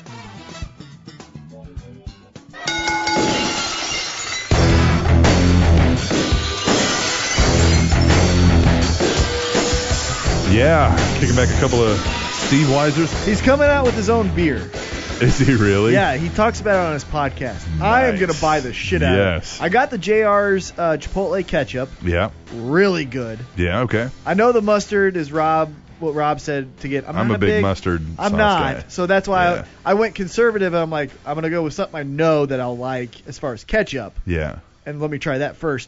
A: Yeah, kicking back a couple of Steve Weisers.
B: He's coming out with his own beer.
A: Is he really?
B: Yeah, he talks about it on his podcast. I am gonna buy the shit out
A: Yes.
B: of it. I got the JR's uh, Chipotle ketchup,
A: Yeah.
B: really good.
A: Yeah. Okay.
B: I know the mustard is Rob. What Rob said to get. I'm,
A: I'm
B: not
A: a big mustard sauce
B: I'm not.
A: guy.
B: So that's why I, I went conservative. And I'm like, I'm gonna go with something I know that I'll like as far as ketchup.
A: Yeah.
B: And let me try that first.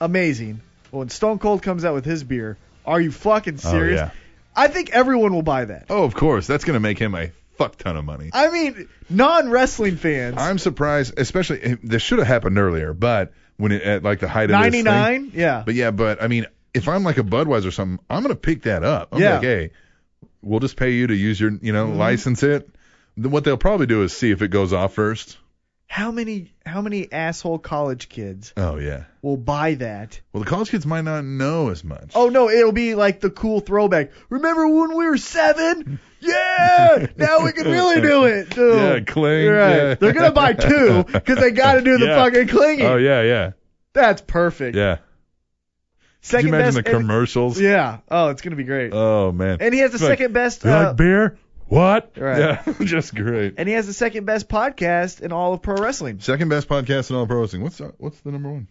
B: Amazing. When Stone Cold comes out with his beer, are you fucking serious?
A: Oh yeah.
B: I think everyone will buy that.
A: Oh, of course. That's gonna make him a fuck ton of money.
B: I mean, non wrestling fans.
A: I'm surprised, especially eh, this should have happened earlier, but when it at like the height of this thing-
B: 99? Yeah.
A: But yeah, but I mean, if I'm like a Budweiser or something, I'm gonna pick that up. I'm
B: Yeah. Mm-hmm.
A: like, hey, we'll just pay you to use your, you know, license it. Then What they'll probably do is see if it goes off first.
B: How many how many asshole college kids
A: Oh yeah.
B: will buy that?
A: Well, the college kids might not know as much.
B: Oh no, it'll be like the cool throwback. Remember when we were seven? Yeah, now we can really do it, dude.
A: Yeah, cling.
B: You're right.
A: yeah.
B: They're gonna buy two because they got to do the
A: Yeah.
B: fucking clinging.
A: Oh yeah, yeah,
B: That's perfect.
A: yeah. Could you
B: Second
A: imagine
B: best.
A: the
B: and-
A: commercials?
B: yeah. Oh, it's gonna be great.
A: Oh man.
B: and he has the
A: It's like,
B: second best.
A: You
B: Uh,
A: like beer? What?
B: Right.
A: Yeah, just great.
B: and he has the second best podcast in all of pro wrestling.
A: Second best podcast in all of pro wrestling. What's uh, what's the number one?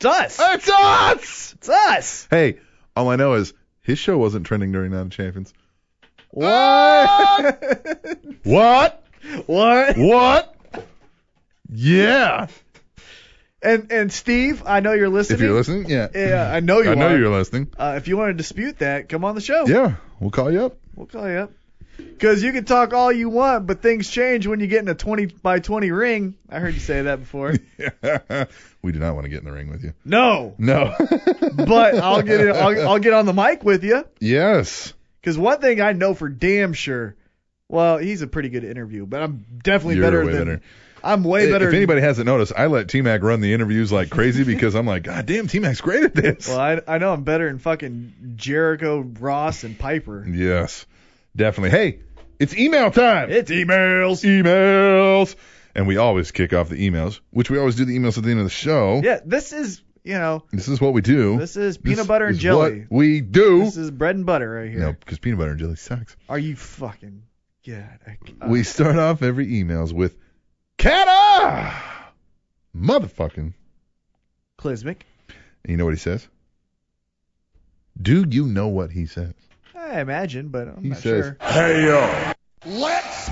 B: It's us. It's us. It's us.
A: Hey, all I know is his show wasn't trending during Night of Champions. Ah!
B: What?
A: What?
B: what?
A: What? Yeah.
B: And and Steve, I know you're listening.
A: If you're listening, yeah.
B: Yeah, I know you
A: I know
B: are.
A: you're listening.
B: Uh, if you want to dispute that, come on the show.
A: Yeah, we'll call you up.
B: We'll call you up. Because you can talk all you want, but things change when you get in a 20 by 20 ring. I heard you say that before.
A: we do not want to get in the ring with you.
B: no,
A: No.
B: but I'll get it, I'll, I'll get on the mic with you.
A: yes.
B: Because one thing I know for damn sure, well, he's a pretty good interview, but I'm definitely
A: You're
B: better
A: way
B: than
A: better.
B: I'm way
A: If-
B: better.
A: If anybody hasn't noticed, I let T Mac run the interviews like crazy because I'm like, God damn, T Mac's great at this.
B: well, I, I know I'm better than fucking Jericho, Ross, and Piper.
A: Yes, definitely. Hey, it's email time.
B: It's emails.
A: Emails. And we always kick off the emails, which we always do the emails at the end of the show.
B: Yeah, this is you know
A: This is what we do.
B: this is peanut butter and
A: is
B: jelly.
A: What we do.
B: This is bread and butter right here.
A: no, because peanut butter and jelly sucks.
B: Are you fucking? God, I, uh,
A: we start off every emails with Kata motherfucking.
B: Clismic.
A: And you know what he says? Do you know what he says?
B: I imagine, but I'm
A: He
B: not
A: says,
B: sure.
A: "Hey yo,
G: Let's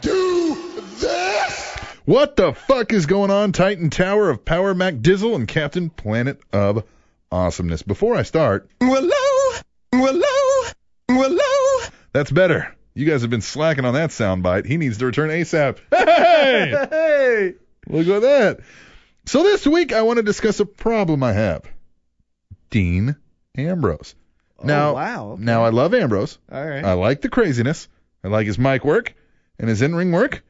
G: do this.
A: What the fuck is going on, Titan Tower of Power, Mac Dizzle, and Captain Planet of Awesomeness? Before I start,
G: Hello, hello, hello.
A: that's better. You guys have been slacking on that soundbite. He needs to return ASAP. Hey!
B: Hey,
A: Look at that. So this week I want to discuss a problem I have. Dean Ambrose. now,
B: oh, wow. okay.
A: now I love Ambrose.
B: All right.
A: I like the craziness. I like his mic work and his in-ring work.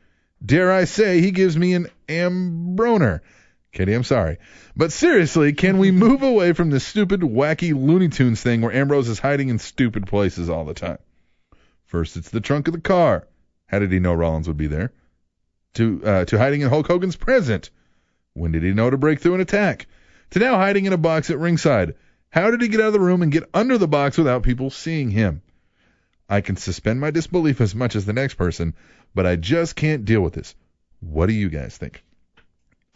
A: Dare I say he gives me an Ambroner. Katie, I'm sorry. But seriously, can we move away from this stupid, wacky Looney Tunes thing where Ambrose is hiding in stupid places all the time? First, it's the trunk of the car. How did he know Rollins would be there? To uh, to hiding in Hulk Hogan's present. When did he know to break through an attack? To now hiding in a box at ringside. How did he get out of the room and get under the box without people seeing him? I can suspend my disbelief as much as the next person, but I just can't deal with this. What do you guys think?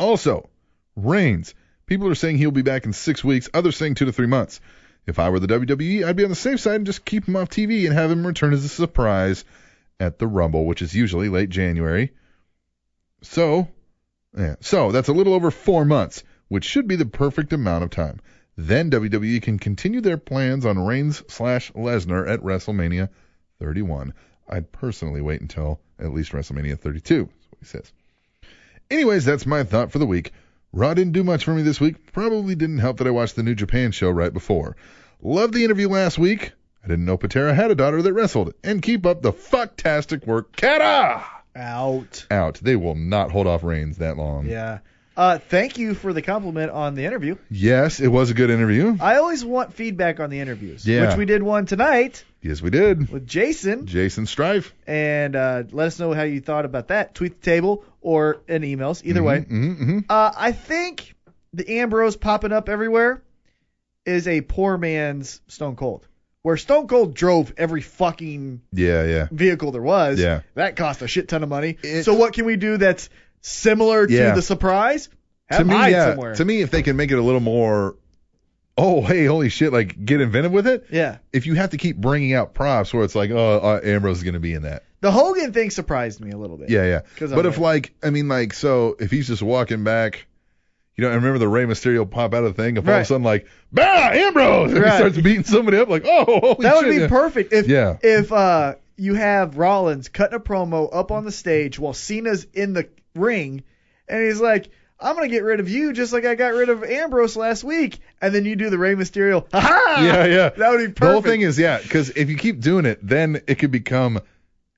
A: Also, Reigns. People are saying he'll be back in six weeks, others saying two to three months. If I were the WWE, I'd be on the safe side and just keep him off TV and have him return as a surprise at the Rumble, which is usually late January. So, yeah, so that's a little over four months, which should be the perfect amount of time. Then WWE can continue their plans on Reigns slash Lesnar at WrestleMania 31. I'd personally wait until at least WrestleMania 32. That's what he says. Anyways, that's my thought for the week. Raw didn't do much for me this week. Probably didn't help that I watched the New Japan show right before. Loved the interview last week. I didn't know Patera had a daughter that wrestled. And keep up the fucktastic work, Kata!
B: Out.
A: Out. They will not hold off Reigns that long.
B: Yeah. Uh, thank you for the compliment on the interview.
A: Yes, it was a good interview.
B: I always want feedback on the interviews,
A: Yeah.
B: which we did one tonight
A: Yes, we did.
B: with Jason.
A: Jason Strife.
B: And uh, let us know how you thought about that. Tweet the table or in emails. Either way.
A: hmm hmm
B: Uh, I think the Ambrose popping up everywhere is a poor man's Stone Cold. where Stone Cold drove every fucking
A: Yeah, yeah.
B: vehicle there was.
A: Yeah.
B: That cost a shit ton of money. so what can we do that's similar
A: Yeah.
B: to the surprise? Have
A: to me,
B: mine
A: yeah.
B: somewhere.
A: To me, if they can make it a little more, oh hey, holy shit, like get inventive with it.
B: yeah.
A: If you have to keep bringing out props where it's like, oh, uh, Ambrose is gonna be in that.
B: The Hogan thing surprised me a little bit.
A: Yeah, yeah.
B: 'Cause I'm
A: But if
B: like-
A: like, I mean, like, so if he's just walking back, you know, I remember the Rey Mysterio pop out of the thing. If all of a
B: Right.
A: sudden like, bah, Ambrose, and he
B: Right.
A: starts beating somebody up, like, oh, holy
B: that would
A: shit,
B: be
A: yeah.
B: perfect if
A: Yeah.
B: if uh you have Rollins cutting a promo up on the stage while Cena's in the ring and he's like I'm gonna get rid of you just like I got rid of Ambrose last week, and then you do the Rey Mysterio. Ha ha!
A: Yeah, yeah.
B: That would be perfect.
A: The whole thing is, yeah, because if you keep doing it, then it could become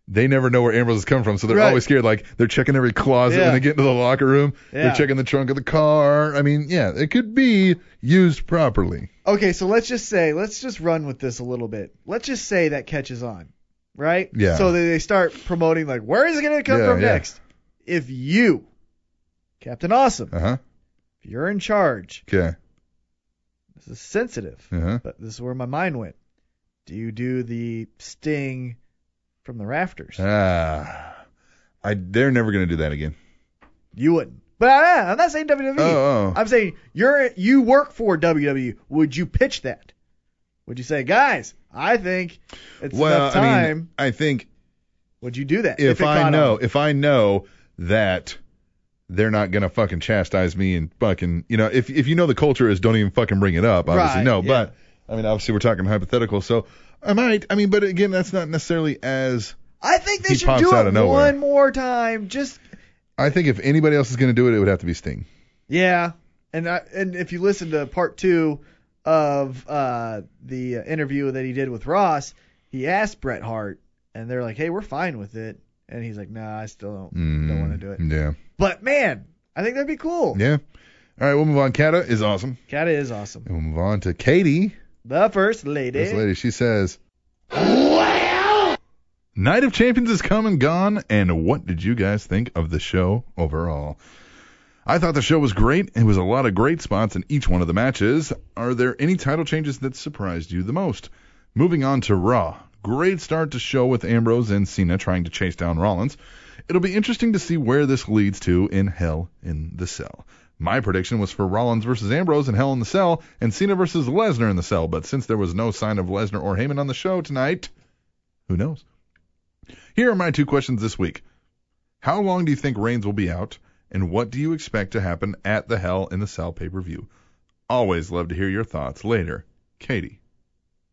A: they never know where Ambrose is coming from, so they're
B: Right.
A: always scared. Like they're checking every closet
B: Yeah.
A: when they get into the locker room.
B: Yeah.
A: They're checking the trunk of the car. I mean, yeah, it could be used properly.
B: Okay, so let's just say, let's just run with this a little bit. Let's just say that catches on, right?
A: Yeah.
B: So they, they start promoting, like, where is it going to come
A: Yeah,
B: from
A: yeah.
B: next? If you, Captain Awesome,
A: Uh huh.
B: if you're in charge,
A: Okay.
B: this is sensitive,
A: Uh huh.
B: but this is where my mind went. Do you do the sting from the rafters?
A: Ah, I they're never gonna do that again.
B: You wouldn't. But I, I'm not saying WWE.
A: Oh, oh.
B: I'm saying you're you work for WWE. Would you pitch that? Would you say, guys, I think it's
A: well,
B: enough
A: I
B: time.
A: mean, I think
B: Would you do that?
A: if,
B: it
A: I
B: caught
A: know,
B: on?
A: if I know that they're not gonna fucking chastise me and fucking, you know, if if you know the culture is don't even fucking bring it up, obviously
B: Right,
A: no,
B: yeah.
A: but I mean, obviously we're talking hypothetical, so I might. I mean, but again, that's not necessarily as.
B: I think they
A: He
B: should
A: pops
B: do
A: out
B: it
A: of nowhere.
B: one more time. Just
A: I think if anybody else is gonna do it, it would have to be Sting.
B: yeah, and I, and if you listen to part two of uh, the interview that he did with Ross, he asked Bret Hart, and they're like, "Hey, we're fine with it," and he's like, "Nah, I still don't don't want to do it."
A: Mm, Yeah.
B: But man, I think that'd be cool.
A: Mm-hmm. Yeah. All right, we'll move on. Kata is awesome.
B: Kata is awesome.
A: And we'll move on to Katie.
B: The first lady.
A: This lady, she says, Night of Champions is come and gone, and what did you guys think of the show overall? I thought the show was great. It was a lot of great spots in each one of the matches. Are there any title changes that surprised you the most? Moving on to Raw. Great start to show with Ambrose and Cena trying to chase down Rollins. It'll be interesting to see where this leads to in Hell in the Cell. My prediction was for Rollins versus Ambrose in Hell in the Cell and Cena versus Lesnar in the Cell, but since there was no sign of Lesnar or Heyman on the show tonight, who knows? Here are my two questions this week. How long do you think Reigns will be out, and what do you expect to happen at the Hell in the Cell pay per view? Always love to hear your thoughts later. Katie,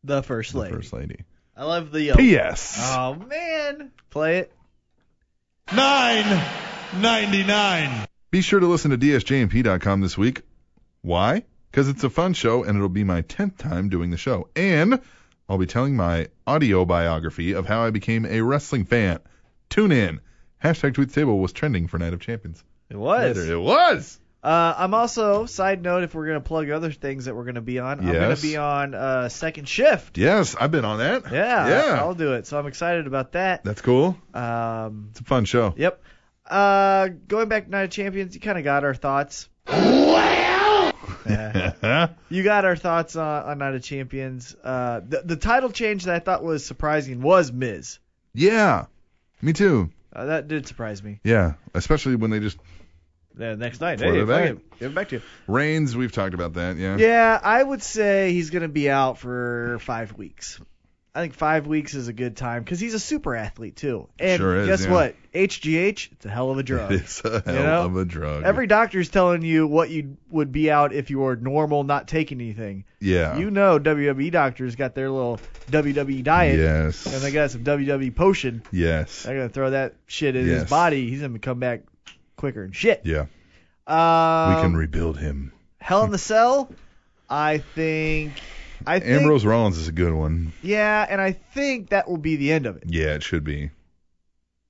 B: The first
A: the
B: lady.
A: first lady.
B: I love the.
A: P.S.
B: Oh man, play it.
G: Nine ninety nine.
A: Be sure to listen to DSJMP.com this week. Why? Because it's a fun show and it'll be my 10th time doing the show. And I'll be telling my audio biography of how I became a wrestling fan. Tune in. Hashtag Tweet Table was trending for Night of Champions.
B: It was.
A: Later. It was.
B: Uh, I'm also side note if we're gonna plug other things that we're gonna be on. I'm gonna
A: Yes.
B: be on uh, second shift.
A: Yes, I've been on that.
B: Yeah,
A: Yeah.
B: I'll do it. So I'm excited about that.
A: That's cool.
B: Um,
A: It's a fun show.
B: yep. Uh, going back to Night of Champions, you kind of got our thoughts. Yeah. you got our thoughts on, on Night of Champions. Uh, the, the title change that I thought was surprising was Miz.
A: yeah. Me too.
B: Uh, that did surprise me.
A: Yeah. Especially when they just.
B: The next night,
A: Throw
B: hey,
A: it
B: fuck
A: back.
B: it, give it back to you.
A: Reigns, we've talked about that. Yeah.
B: Yeah, I would say he's going to be out for five weeks. I think five weeks is a good time because he's a super athlete too. And
A: Sure is,
B: guess
A: yeah.
B: what? HGH, it's a hell of a drug.
A: It's a hell
B: know?
A: of a drug.
B: Every doctor's telling you what you would be out if you were normal, not taking anything.
A: yeah.
B: You know, WWE doctors got their little WWE diet,
A: Yes.
B: and they got some WWE potion.
A: Yes.
B: They're gonna throw that shit in his
A: Yes.
B: body. He's gonna come back quicker and shit.
A: Yeah.
B: Um,
A: we can rebuild him.
B: Hell in the Cell. I think. I think.
A: Ambrose Rollins is a good one.
B: Yeah, and I think that will be the end of it.
A: Yeah, it should be.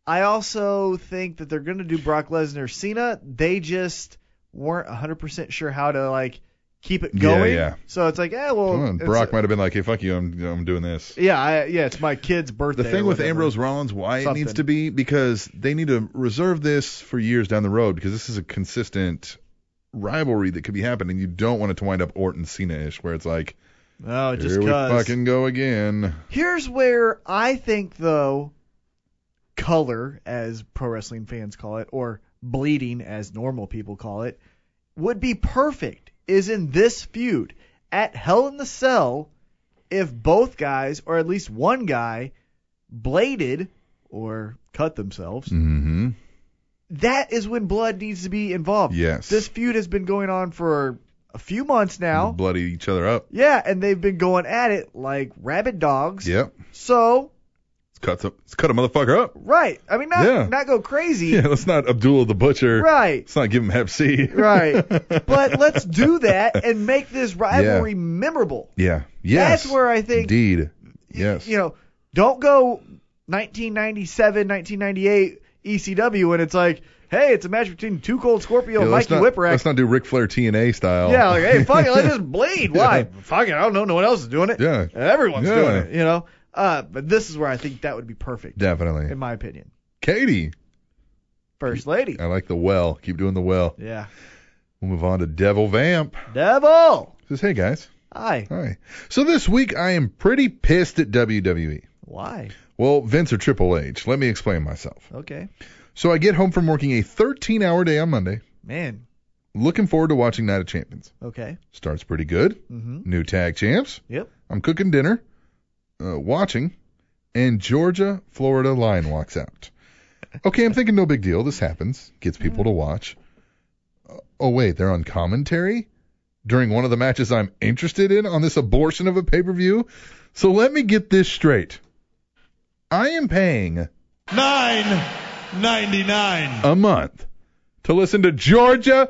B: I also think that they're going to do Brock Lesnar Cena. They just weren't 100% sure how to like keep it
A: Yeah,
B: going.
A: yeah.
B: So it's like, yeah, well,
A: Come on,
B: it's-
A: Brock might have been like, "Hey, fuck you, I'm I'm doing this."
B: yeah, I, yeah, it's my kid's birthday.
A: The thing
B: or
A: with
B: whatever.
A: Ambrose Rollins, why it needs
B: Something.
A: to be because they need to reserve this for years down the road because this is a consistent rivalry that could be happening. You don't want it to wind up Orton Cena ish, where it's like,
B: Oh, just
A: Here we
B: 'cause.
A: fucking go again.
B: Here's where I think though color as pro wrestling fans call it or bleeding as normal people call it would be perfect is in this feud at Hell in the Cell if both guys or at least one guy bladed or cut themselves
A: Mm-hmm.
B: that is when blood needs to be involved
A: Yes.
B: this feud has been going on for a few months now
A: Bloody each other up.
B: yeah and they've been going at it like rabid dogs
A: Yep.
B: so
A: Let's cut, some, let's cut a motherfucker up.
B: Right. I mean, not
A: Yeah.
B: not go crazy.
A: Yeah, let's not Abdullah the Butcher.
B: Right.
A: Let's not give him Hep C.
B: Right. But let's do that and make this rivalry memorable.
A: Yeah. Yes.
B: That's where I think
A: Indeed. Yes.
B: you know, don't go 1997, 1998 ECW E and it's like, hey, it's a match between Two Cold Scorpio
A: Yeah,
B: and
A: let's
B: Mikey
A: not,
B: Whipwreck.
A: Let's not do Ric Flair TNA style.
B: Yeah, like, hey, fuck it, let's just bleed.
A: Yeah.
B: Why? Fuck it, I don't know. No one else is doing it.
A: Yeah.
B: Everyone's
A: Yeah.
B: doing it, you know. Uh, but this is where I think that would be perfect,
A: Definitely.
B: in my opinion.
A: Katie.
B: First lady.
A: I like the well. Keep doing the well.
B: Yeah.
A: We'll move on to Devil Vamp.
B: Devil.
A: Says, hey guys.
B: Hi.
A: Hi. So this week I am pretty pissed at WWE.
B: Why?
A: Well, Vince or Triple H. Let me explain myself.
B: Okay.
A: So I get home from working a 13 hour day on Monday.
B: Man.
A: Looking forward to watching Night of Champions.
B: Okay.
A: Starts pretty good.
B: Mm-hmm.
A: New tag champs.
B: Yep.
A: I'm cooking dinner, uh, watching, and Georgia Florida line walks out. Okay, I'm thinking no big deal. This happens. Gets
B: Mm-hmm.
A: people to watch. Uh, Oh wait, they're on commentary during one of the matches I'm interested in on this abortion of a pay-per-view. So let me get this straight. I am paying
G: Nine ninety nine.
A: a month to listen to Georgia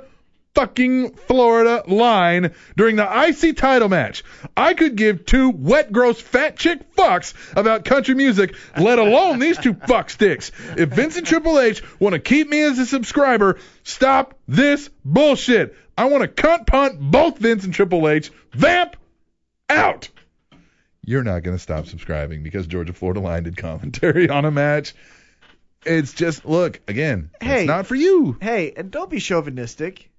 A: fucking Florida line during the IC title match. I could give two wet, gross, fat chick fucks about country music, let alone these two fuck sticks. If Vince and Triple H want to keep me as a subscriber, stop this bullshit. I want to cunt punt both Vince and Triple H. Vamp out. You're not going to stop subscribing because Georgia Florida line did commentary on a match. It's just, look, again,
B: Hey.
A: it's not for you.
B: Hey, and don't be chauvinistic.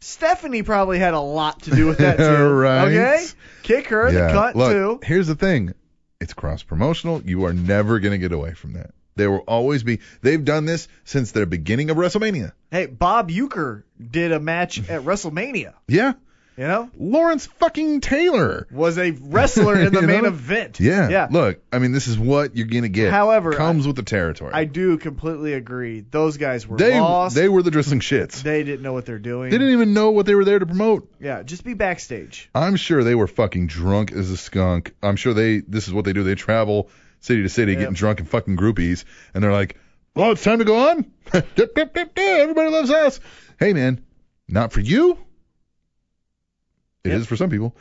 B: Stephanie probably had a lot to do with that too.
A: Right.
B: Okay? Kick her in the cunt
A: Look,
B: too.
A: here's the thing. It's cross promotional. You are never going to get away from that. They will always be. They've done this since the beginning of WrestleMania.
B: Hey, Bob Euchre did a match at WrestleMania.
A: Yeah.
B: You know?
A: Lawrence fucking Taylor.
B: Was a wrestler in the
A: You
B: main
A: know?
B: event.
A: Yeah.
B: Yeah.
A: Look, I mean, this is what you're going to get.
B: However,
A: comes with the territory.
B: I do completely agree. Those guys were
A: they
B: lost.
A: they were the dressing shits.
B: They didn't know what they're doing.
A: They didn't even know what they were there to promote.
B: Yeah, just be backstage.
A: I'm sure they were fucking drunk as a skunk. I'm sure they this is what they do. They travel city to city,
B: Yep.
A: getting drunk and fucking groupies, and they're like, "Oh, it's time to go on. Dip, dip, dip, dip. Everybody loves us." Hey, man, not for you. It is
B: Yep.
A: for some people.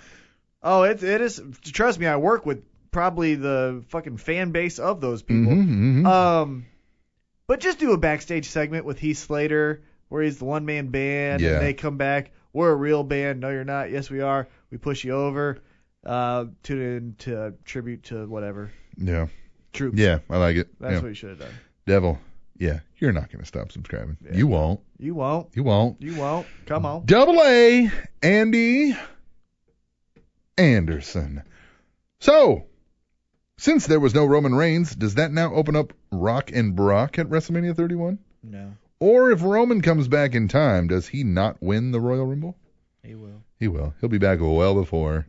B: Oh, it it is trust me, I work with probably the fucking fan base of those people.
A: Mm-hmm,
B: Um, but just do a backstage segment with Heath Slater where he's the one man band
A: Yeah.
B: and they come back. We're a real band. No, you're not. Yes, we are. We push you over. Uh, tune in to tribute to whatever.
A: Yeah.
B: True.
A: Yeah, I like it.
B: That's
A: Yeah.
B: what you should have done.
A: Devil. Yeah, you're not gonna stop subscribing. You won't.
B: You won't.
A: You won't.
B: You won't. Come on.
A: Double A, Andy Anderson. So, since there was no Roman Reigns, does that now open up Rock and Brock at WrestleMania 31?
B: No,
A: Or if Roman comes back in time, does he not win the Royal Rumble?
B: he will.
A: He will. He'll be back well before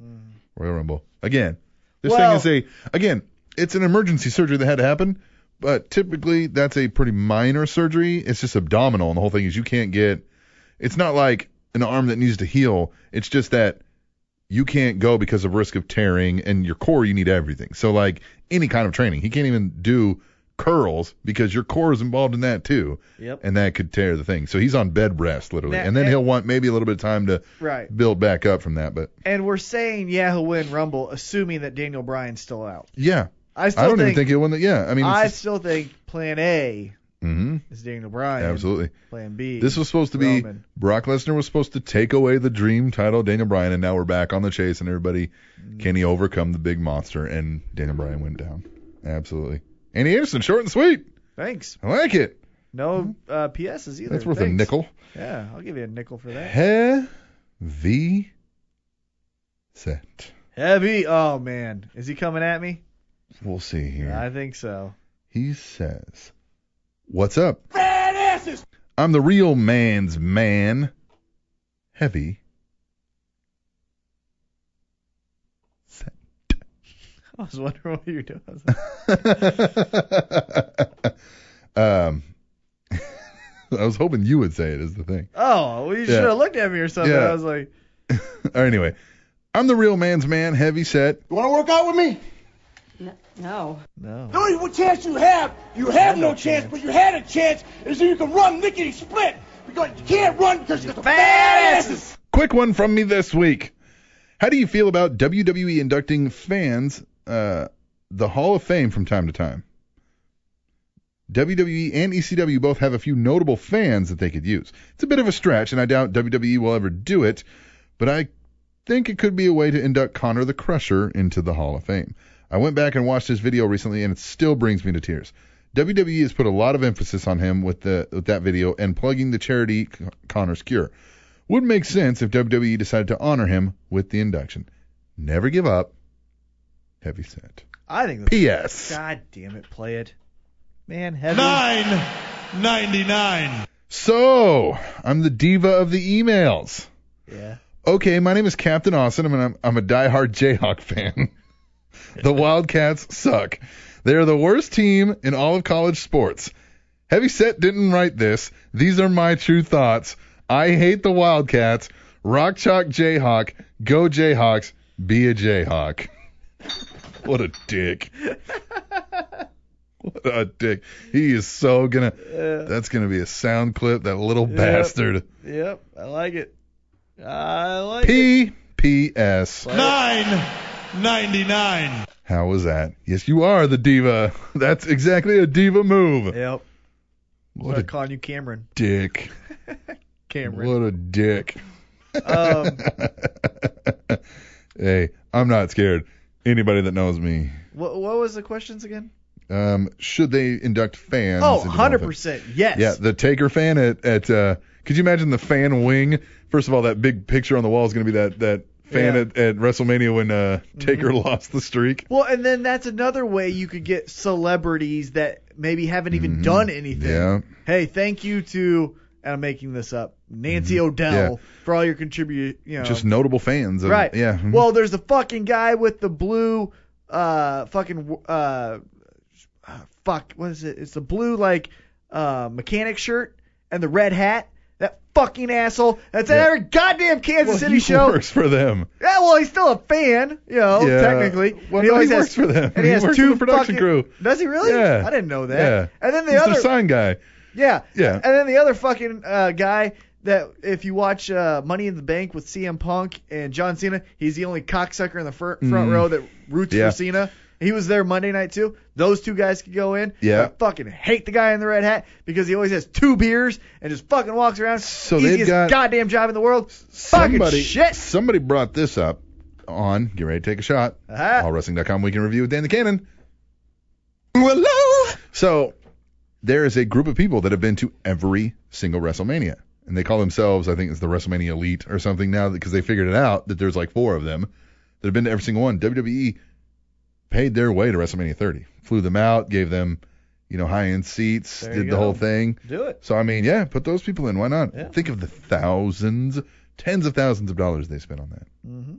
A: Royal Rumble. Again, this
B: Mm. Well-
A: thing is a again, it's an emergency surgery that had to happen, but typically that's a pretty minor surgery. It's just abdominal, and the whole thing is you can't get. It's not like an arm that needs to heal. It's just that you can't go because of risk of tearing, and your core you need everything. So like any kind of training, he can't even do curls because your core is involved in that too,
B: Yep. eh
A: and that could tear the thing. So he's on bed rest literally,
B: That-
A: and then
B: that-
A: he'll want maybe a little bit of time to
B: Right.
A: build back up from that. But
B: And we're saying yeah, he'll win Rumble, assuming that Daniel Bryan's still out.
A: yeah,
B: I still
A: I don't
B: think,
A: even think he'll win that. Yeah, I
B: I,
A: mean, it's just,
B: still think Plan A
A: hmm
B: is Daniel Bryan.
A: absolutely.
B: Plan B.
A: This was supposed to be
B: Roman.
A: Brock Lesnar was supposed to take away the dream title, Daniel Bryan, and now we're back on the chase, and everybody,
B: Mm.
A: can he overcome the big monster? And Daniel Bryan went down. Absolutely. Andy Anderson, short and sweet.
B: Thanks.
A: I like it.
B: No uh, PSs either.
A: Mm-hmm. That's worth a
B: Thanks.
A: nickel.
B: Yeah, I'll give you a nickel for that.
A: Heavy set.
B: Heavy. Oh man, is he coming at me?
A: We'll see here.
B: I think so.
A: He says, What's up?
D: Fat asses.
A: I'm the real man's man. Heavy.
B: I was wondering what you were doing. I was
A: um, I was hoping you would say it is the thing.
B: Oh, well, you should
A: Yeah.
B: have looked at me or something.
A: Yeah.
B: I was like,
A: Or anyway, I'm the real man's man, heavy set.
D: You want to work out with me?
L: No.
B: No.
D: The only one chance you have, you have no chance, but you had a chance, is that you can run lickety split. Because you can't run because you got the fat asses.
A: Quick one from me this week. How do you feel about WWE inducting fans uh, the Hall of Fame from time to time? WWE and ECW both have a few notable fans that they could use. It's a bit of a stretch, and I doubt WWE will ever do it, but I think it could be a way to induct Connor the Crusher into the Hall of Fame. I went back and watched his video recently, and it still brings me to tears. WWE has put a lot of emphasis on him with the with that video and plugging the charity Con- Connor's Cure would make sense if WWE decided to honor him with the induction. Never give up. Heavy set.
B: I think.
A: P.S.
B: God damn it, play it, man. Heavy.
G: Nine ninety nine.
A: So, I'm the diva of the emails.
B: Yeah.
A: Okay, my name is Captain Austin, and I'm, I'm a diehard Jayhawk fan. the Wildcats suck. They are the worst team in all of college sports. Heavyset didn't write this. These are my true thoughts. I hate the Wildcats. Rock Chalk Jayhawk. Go Jayhawks. Be a Jayhawk. what a dick. what a dick. He is so gonna. That's gonna be a sound clip. That little
B: Yep.
A: bastard.
B: Yep, I like it. I like it.
A: P P S.
G: Nine ninety nine.
A: How was that? Yes, you are the diva. That's exactly a diva move.
B: Yep.
A: What
B: I'm
A: a
B: calling you Cameron.
A: dick.
B: Cameron.
A: What a dick.
B: Um,
A: hey, I'm not scared. Anybody that knows me,
B: what, what was the questions again?
A: um, should they induct fans?
B: Oh,
A: into the Hall of
B: 100
A: Fame?
B: percent. Yes.
A: Yeah, the Taker fan at at. Uh, could you imagine the fan wing? First of all, that big picture on the wall is going to be that that fan
B: Yeah. Mm-hmm.
A: at, at WrestleMania when uh, Taker lost the streak.
B: Well, and then that's another way you could get celebrities that maybe haven't even done anything.
A: Mm-hmm. Yeah.
B: Hey, thank you to and I'm making this up, Nancy O'Dell
A: Mm-hmm. Yeah.
B: for all your contribute. You know,
A: Just notable fans. Of,
B: right.
A: Yeah. mhm.
B: Well, there's the fucking guy with the blue, uh, fucking uh, fuck, what is it? It's the blue like uh mechanic shirt and the red hat. That fucking asshole. That's at
A: Yeah.
B: every goddamn Kansas
A: Well,
B: City
A: he
B: show.
A: works for them.
B: Yeah, well, he's still a fan, you know,
A: Yeah.
B: technically.
A: Well,
B: And he
A: no,
B: always
A: he
B: has-
A: works for them.
B: And he, has
A: works
B: two
A: for the production
B: fucking-
A: crew.
B: Does he really?
A: Yeah.
B: I didn't know that.
A: Yeah.
B: And then the
A: He's
B: other,
A: their sign guy.
B: yeah,
A: Yeah.
B: And then the other fucking uh, guy that if you watch uh, Money in the Bank with CM Punk and John Cena, he's the only cocksucker in the fir- front
A: Mm.
B: row that roots
A: Yeah.
B: for Cena. He was there Monday night too. Those two guys could go in.
A: Yeah.
B: I fucking hate the guy in the red hat because he always has two beers and just fucking walks around.
A: So they've
B: easiest
A: got-
B: goddamn job in the world. fucking
A: Somebody,
B: shit.
A: somebody brought this up on Get Ready to Take a Shot.
B: Uh-huh.
A: AllWrestling.com Weekend Review with Dan the Cannon. Hello. So there is a group of people that have been to every single WrestleMania, and they call themselves, I think, it's the WrestleMania Elite or something now because they figured it out that there's like four of them that have been to every single one. WWE paid their way to WrestleMania 30, flew them out, gave them, you know, high-end seats,
B: There
A: did
B: you
A: the whole
B: go.
A: thing.
B: Do it.
A: So I mean, yeah, put those people in. Why not?
B: Yeah.
A: Think of the thousands, tens of thousands of dollars they spent on that,
B: Mm-hmm.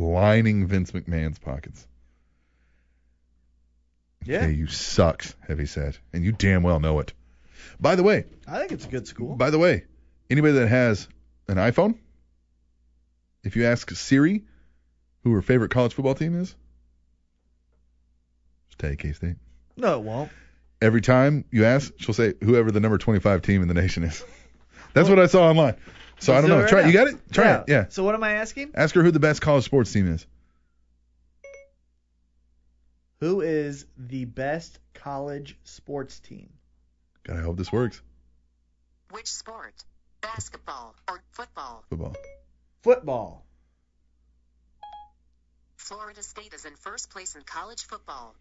A: lining Vince McMahon's pockets.
B: Yeah.
A: Hey, you sucked, Heavy said, and you damn well know it. By the way,
B: I think it's a good school.
A: by the way, anybody that has an iPhone, if you ask Siri who her favorite college football team is, just take K-State.
B: No, it won't.
A: Every time you ask, she'll say whoever the number 25 team in the nation is. That's what I saw online. So I don't
B: Let's do
A: know.
B: it right
A: Try it. You
B: now.
A: got it? Try it. Yeah.
B: So what am I asking?
A: Ask her who the best college sports team is.
B: Who is the best college sports team?
A: God, I hope this works.
K: Which sport? Basketball or football?
A: Football.
B: Football.
K: Florida State is in first place in college football.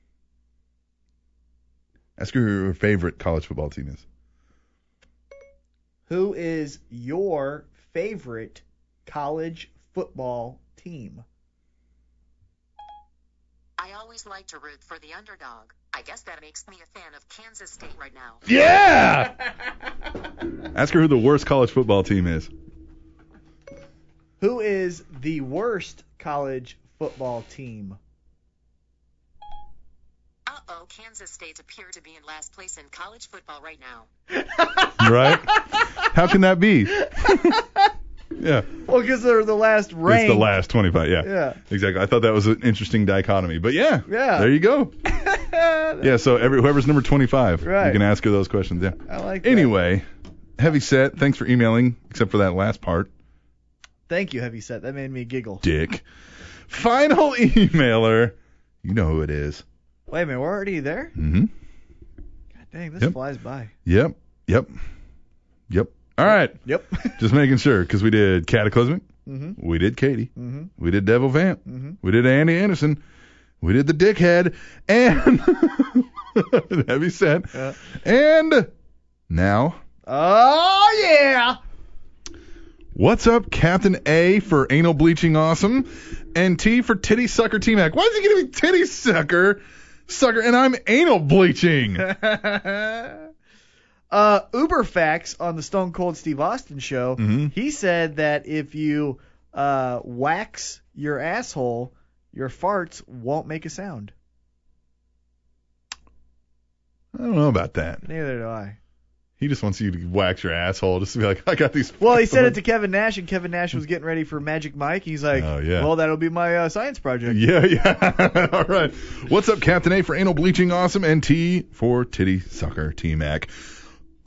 A: Ask her who her favorite college football team is.
B: Who is your favorite college football team?
K: always like to root for the underdog. I guess that makes me a fan of Kansas State right now.
A: Yeah. Ask her who the worst college football team is.
B: Who is the worst college football team?
K: Uh-oh, Kansas State appear to be in last place in college football right now.
A: Right? How can that be? yeah.
B: Well, because they're the last ranked.
A: It's the last 25. Yeah.
B: Yeah.
A: Exactly. I thought that was an interesting dichotomy, but yeah.
B: Yeah.
A: There you go. yeah. So every whoever's number 25,
B: Right.
A: you can ask her those questions. Yeah.
B: I like that.
A: Anyway, heavy set. Thanks for emailing, except for that last part,
B: Thank you, Heavy Set. That made me giggle.
A: Dick. Final emailer. You know who it is.
B: Wait a minute, we're already there?
A: Mm-hmm.
B: Dang, this
A: Yep.
B: flies by.
A: Yep. Yep. Yep. All right.
B: Yep.
A: Just making sure, because we did Cataclysmic.
B: Mhm.
A: We did Katie.
B: Mm-hmm.
A: We did Devil Vamp.
B: Mhm.
A: We did Andy Anderson. We did the Dickhead. And heavy set.
B: Yeah.
A: And now,
B: Oh yeah.
A: what's up, Captain A for anal bleaching awesome, and T for titty sucker T Mac. Why is he giving me titty sucker, sucker, and I'm anal bleaching?
B: uh, Uberfax on the Stone Cold Steve Austin show,
A: Mhm.
B: he said that if you uh, wax your asshole, your farts won't make a sound.
A: I don't know about that.
B: Neither do I.
A: He just wants you to wax your asshole, just to be like, I got these.
B: Well, he said it to Kevin Nash, and Kevin Nash was getting ready for Magic Mike. He's like,
A: Oh, yeah.
B: well, that'll be my uh, science project.
A: Yeah, yeah. All right. What's up, Captain A for anal bleaching awesome and T for titty sucker T Mac.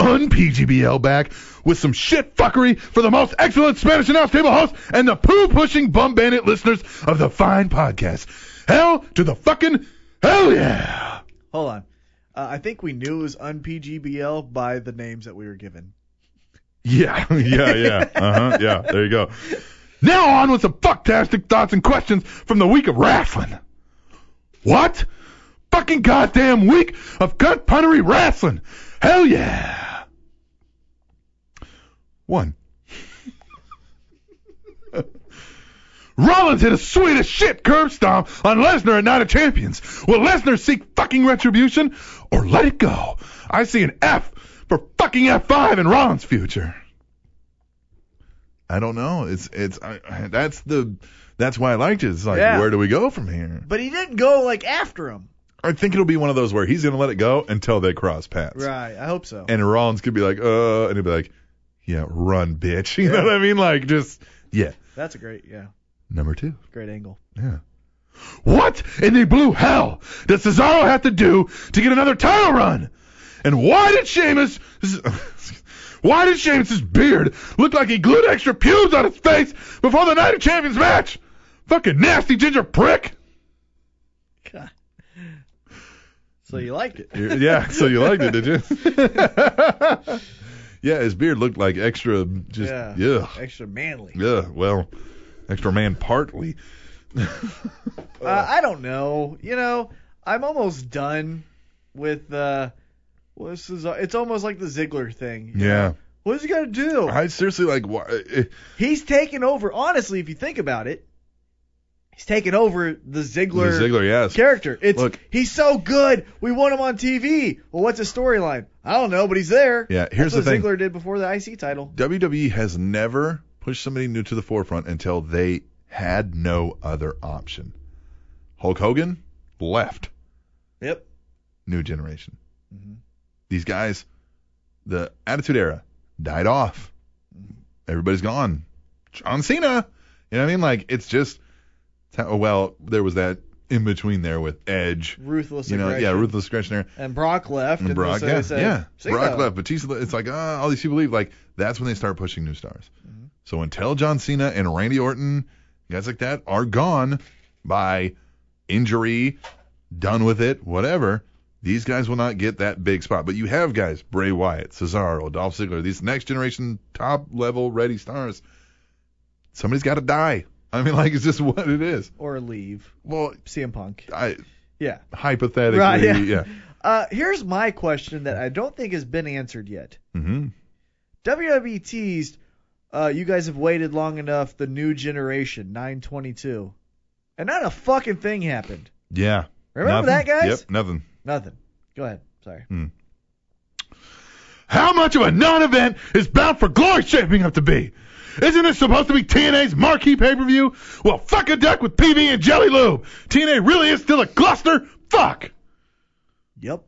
A: UnPGBL back with some shit fuckery for the most excellent Spanish announce table host and the poo pushing bum bandit listeners of the fine podcast. Hell to the fucking hell yeah.
B: Hold on. Uh, I think we knew it was un-PGBL by the names that we were given.
A: Yeah, yeah, yeah. Uh huh. Yeah, there you go. Now on with some fucktastic thoughts and questions from the week of wrestling. What? Fucking goddamn week of gut punnery wrestling. Hell yeah. One. Rollins hit a sweet as shit curb stomp on Lesnar at Night of Champions. Will Lesnar seek fucking retribution or let it go? I see an F for fucking F5 in Rollins' future. I don't know. It's it's I, I- that's the that's why I liked it. It's like
B: Yeah.
A: where do we go from here?
B: But he didn't go like after him.
A: I think it'll be one of those where he's gonna let it go until they cross paths.
B: Right. I hope so.
A: And Rollins could be like, uh, and he'd be like, yeah, run, bitch. You know what I mean? Like just yeah.
B: That's a great, yeah,
A: Number two.
B: great angle.
A: Yeah. What in the blue hell does Cesaro have to do to get another title run? And why did Sheamus, why did Sheamus's beard look like he glued extra pubes on his face before the Night of Champions match? Fucking nasty ginger prick.
B: God. So you liked it.
A: Yeah, so you liked it, did you? yeah, his beard looked like extra, just
B: yeah.
A: yeah,
B: Extra manly.
A: yeah. Well, extra man partly.
B: Uh, I don't know. You know, I'm almost done with uh, well, this is uh, it's almost like the Ziggler thing.
A: Yeah.
B: What is he gonna do?
A: I seriously like why. eh,
B: He's taking over. Honestly, if you think about it, he's taking over the Ziggler,
A: The Ziggler, yes.
B: character. It's
A: Look.
B: he's so good. We want him on TV. Well, what's his storyline? I don't know, but he's there.
A: Yeah, here's
B: That's
A: the thing.
B: what Ziggler did before the IC title.
A: WWE E has never pushed somebody new to the forefront until they had no other option. Hulk Hogan left.
B: Yep.
A: New generation.
B: Mm-hmm.
A: These guys, the Attitude Era died off.
B: Mm-hmm.
A: Everybody's gone. John Cena. You know what I mean? Like it's just. it's how- Well, there was that in between there with Edge.
B: Ruthless
A: You know, yeah,
B: aggression.
A: ruthless aggression there.
B: And Brock left.
A: And
B: And
A: Brock,
B: so they
A: yeah,
B: said,
A: yeah.
B: "Cena."
A: Brock left, Batista. left. It's like ah, all these people leave. Like that's when they start pushing new stars.
B: Mm-hmm.
A: So until John Cena and Randy Orton, guys like that, are gone by injury, done with it, whatever. These guys will not get that big spot. But you have guys, Bray Wyatt, Cesaro, Dolph Ziggler, these next generation top level ready stars. Somebody's got to die. I mean, like it's just what it is.
B: Or leave.
A: Well,
B: CM Punk.
A: I
B: Yeah.
A: hypothetically,
B: Right, yeah.
A: yeah. yeah.
B: Uh, here's my question that I don't think has been answered yet.
A: hmm
B: WWE teased, uh, you guys have waited long enough, the new generation, 922. And not a fucking thing happened.
A: Yeah.
B: Remember
A: Nothing?
B: that, guys?
A: Yep, nothing.
B: Nothing. Go ahead. Sorry.
A: Hmm. How much of a non-event is Bound for Glory shaping up to be? Isn't this supposed to be TNA's marquee pay-per-view? Well, fuck a duck with PB and Jelly Lube. TNA really is still a cluster. Fuck.
B: Yep.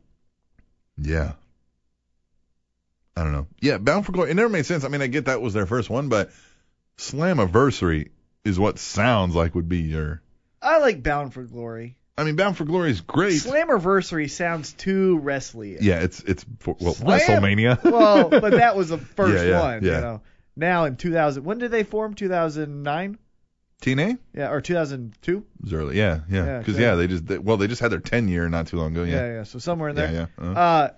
A: Yeah. I don't know. Yeah, Bound for Glory. It never made sense. I mean, I get that was their first one, but Slammiversary is what sounds like would be your.
B: I like Bound for Glory.
A: I mean, Bound for Glory is great.
B: Slammiversary sounds too wrestly.
A: yeah, it's it's for, well,
B: Slam-
A: WrestleMania.
B: well, but that was the first
A: Yeah, yeah,
B: one.
A: yeah.
B: You know. Now in 2000, when did they form? 2009?
A: TNA
B: Yeah, or 2002?
A: It was early. Yeah, yeah.
B: Yeah,
A: Because
B: okay.
A: yeah, they just they, well they just had their 10 year not too long ago.
B: yeah,
A: Yeah.
B: So somewhere in there.
A: Yeah, yeah. Uh-huh.
B: Uh,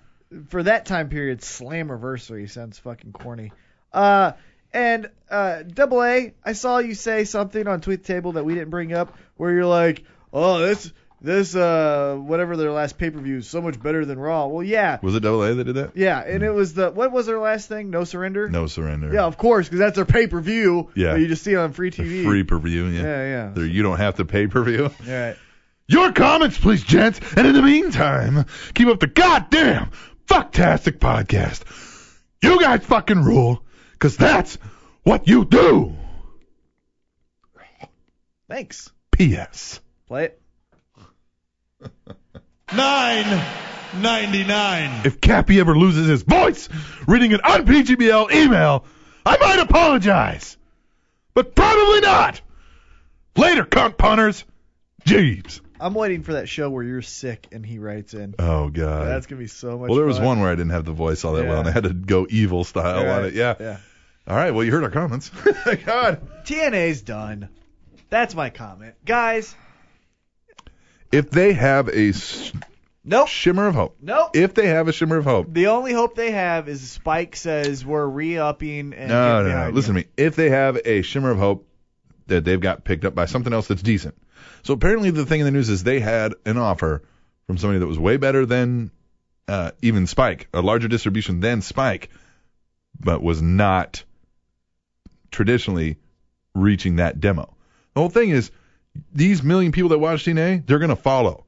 B: for that time period, Slammiversary sounds fucking corny. Uh, and uh, Double A, I saw you say something on Tweet the Table that we didn't bring up, where you're like, "Oh, this this uh whatever their last pay per view is so much better than Raw." Well, yeah,
A: Was it Double A that did that?
B: yeah, and it was the what was their last thing? No surrender.
A: No surrender.
B: Yeah, of course, because that's their pay per view.
A: Yeah.
B: that you just see on free TV.
A: Free per view. Yeah.
B: Yeah, yeah.
A: There- you don't have to pay per view.
B: All right.
A: Your comments, please, gents. And in the meantime, keep up the goddamn fucktastic podcast. You guys fucking rule, 'cause that's what you do.
B: Thanks.
A: P.S.
B: Play it.
A: Nine ninety nine. If Cappy ever loses his voice reading an unPGBL email, I might apologize, but probably not. Later, cunt punters. Jeeves.
B: I'm waiting for that show where you're sick and he writes in.
A: Oh God.
B: That's gonna be so much.
A: well, there was
B: fun.
A: one where I didn't have the voice all that well, and I had to go evil style on
B: Right.
A: it. Yeah.
B: Yeah.
A: All right. Well, you heard our comments. God.
B: TNA's done. That's my comment, guys.
A: If they have a s- shimmer of hope,
B: Nope.
A: if they have a shimmer of hope,
B: The only hope they have is Spike says we're re-upping
A: no,
B: and getting
A: no, no.
B: behind
A: Listen
B: you.
A: to me. If they have a shimmer of hope that they've got picked up by something else that's decent. So apparently the thing in the news is they had an offer from somebody that was way better than uh, even Spike, a larger distribution than Spike, but was not traditionally reaching that demo. The whole thing is these million people that watch TNA, they're gonna follow.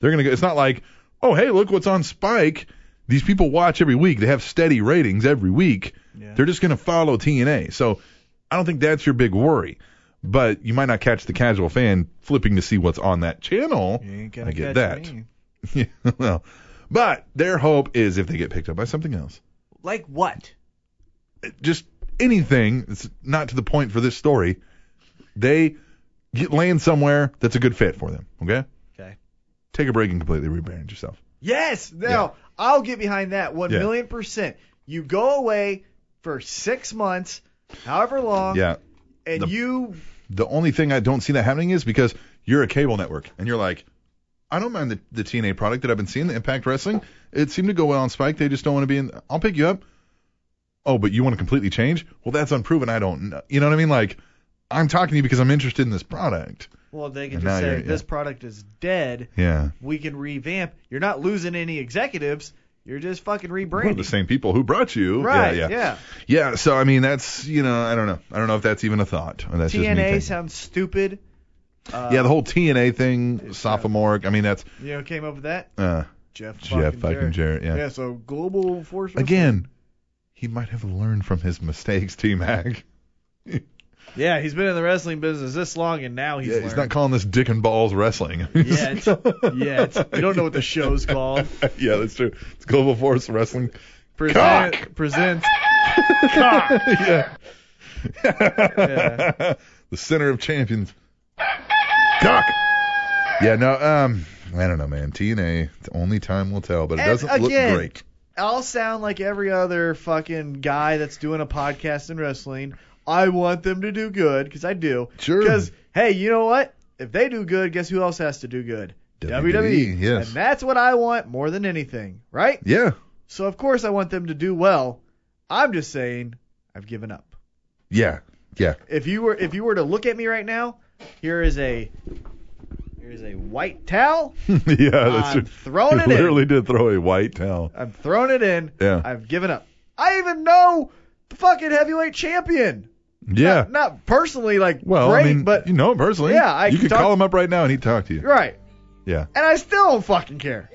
A: They're gonna go. It's not like, oh hey, look what's on Spike. These people watch every week. They have steady ratings every week. They're just gonna follow TNA. So I don't think that's your big worry. But you might not catch the casual fan flipping to see what's on that channel. I get that. Yeah, well, but their hope is if they get picked up by something else,
B: Like what?
A: just anything that's not to the point for this story, they get land somewhere that's a good fit for them. Okay.
B: Okay.
A: Take a break and completely rebrand yourself.
B: Yes. Now I'll get behind that one
A: Yeah.
B: million percent. You go away for six months, however long,
A: Yeah.
B: and
A: The-
B: you
A: The only thing I don't see that happening is because you're a cable network and you're like, I don't mind the, the TNA product that I've been seeing, the Impact Wrestling. It seemed to go well on Spike. They just don't want to be in. I'll pick you up. Oh, but you want to completely change? Well, that's unproven. I don't know. You know what I mean? Like, I'm talking to you because I'm interested in this product.
B: well they can
A: And
B: just
A: now
B: say
A: you're-
B: this
A: yeah.
B: product is dead.
A: Yeah.
B: We can revamp. You're not losing any executives. You're just fucking
A: We're the
B: rebranding.
A: same people who brought you.
B: Right.
A: Yeah, yeah.
B: yeah.
A: Yeah, so I mean that's you know I don't know I don't know if that's even a thought. Or that's just me
B: TNA
A: thinking.
B: sounds stupid. Uh,
A: yeah, the whole TNA thing, sophomoric. I mean that's
B: You know, who came up with that.
A: uh,
B: Jeff.
A: Jeff
B: fucking
A: fucking
B: Jarrett.
A: Jarrett. Yeah.
B: Yeah. So global force. was-
A: Again, he might have learned from his mistakes, T Mac.
B: Yeah, he's been in the wrestling business this long, and now he's.
A: Yeah, he's not
B: learned.
A: calling this dick and balls wrestling.
B: Yeah, it's, yeah. It's, you don't know what the show's called.
A: yeah, that's true. It's Global Force Wrestling.
B: Present, Presents.
A: yeah. the center of champions. Cock. Yeah, no, um, I don't know, man. TNA, it's only time will tell, but it
B: And
A: doesn't
B: again,
A: look great.
B: I'll sound like every other fucking guy that's doing a podcast in wrestling. I want them to do good because I do.
A: Sure.
B: Because hey, you know what? If they do good, guess who else has to do good? WWE.
A: E, yes.
B: And that's what I want more than anything, right?
A: Yeah,
B: So of course I want them to do well. I'm just saying I've given up.
A: yeah, yeah.
B: If you were if you were to look at me right now, here is a here is a white towel.
A: yeah, that's
B: I'm
A: true.
B: throwing
A: You
B: it in.
A: literally did throw a white towel.
B: I'm throwing it in.
A: Yeah.
B: I've given up. I even know the fucking heavyweight champion.
A: Yeah.
B: Not personally like
A: well,
B: great,
A: I mean,
B: but
A: you know him personally.
B: Yeah, I
A: you
B: can
A: could
B: talk-
A: call him up right now and he'd talk to you.
B: right.
A: Yeah.
B: And I still don't fucking care.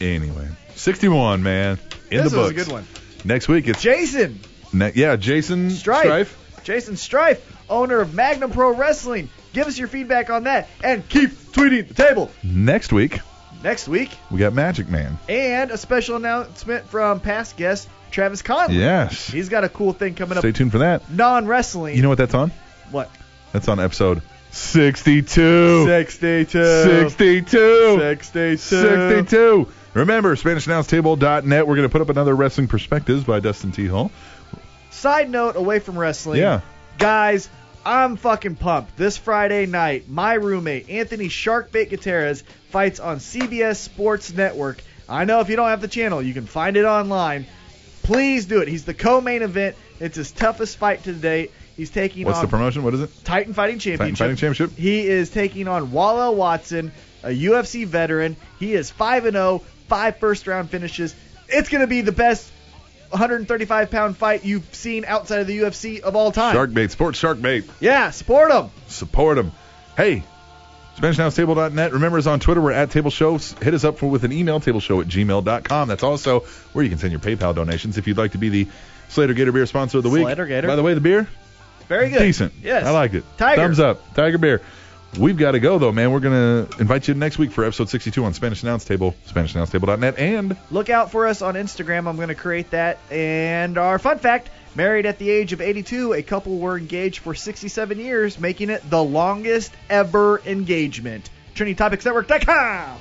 A: Anyway, 61, man. In
B: this
A: the books.
B: was a good one.
A: Next week it's
B: Jason
A: Ne- yeah, Jason
B: Strife. Jason Strife, owner of Magnum Pro Wrestling. Give us your feedback on that and keep tweeting the table.
A: Next week
B: Next week,
A: we got Magic Man.
B: and a special announcement from past guest Travis Conley.
A: Yes.
B: He's got a cool thing coming
A: Stay
B: up.
A: tuned for that.
B: Non wrestling.
A: You know what that's on?
B: What?
A: That's on episode 62.
B: 62.
A: 62.
B: 62.
A: 62. Remember, SpanishAnnounceTable.net. We're going to put up another Wrestling Perspectives by Dustin T. Hall.
B: Side note away from wrestling.
A: Yeah.
B: Guys, I'm fucking pumped. This Friday night, my roommate, Anthony Sharkbait Gutierrez, fights on CBS Sports Network. I know if you don't have the channel, you can find it online. Please do it. He's the co main event. It's his toughest fight to date. He's taking
A: What's
B: on
A: the promotion? What is it?
B: Titan Fighting
A: Titan
B: Championship.
A: Fighting Championship.
B: He is taking on Walla Watson, a UFC veteran. He is 5 and 0, five first round finishes. It's going to be the best 135 pound fight you've seen outside of the UFC of all time.
A: Shark bait. Sports shark bait.
B: Yeah, support him.
A: Support them. Hey, SpanishNowsTable.net. Remember, us on Twitter. We're at Table Show. S- Hit us up for, with an email, tableshow at gmail.com. That's also where you can send your PayPal donations if you'd like to be the Slater Gator Beer sponsor of the week.
B: Slater Gator.
A: By the way, the beer?
B: Very good.
A: Decent.
B: Yes.
A: I liked it.
B: Tiger.
A: Thumbs up. Tiger Beer. We've got to go, though, man. We're going to invite you next week for episode 62 on Spanish Announce Table, SpanishAnnounceTable.net. And
B: Look out for us on Instagram. I'm going to create that. And our fun fact married at the age of 82, a couple were engaged for 67 years, making it the longest ever engagement. TrinityTopicsNetwork.com.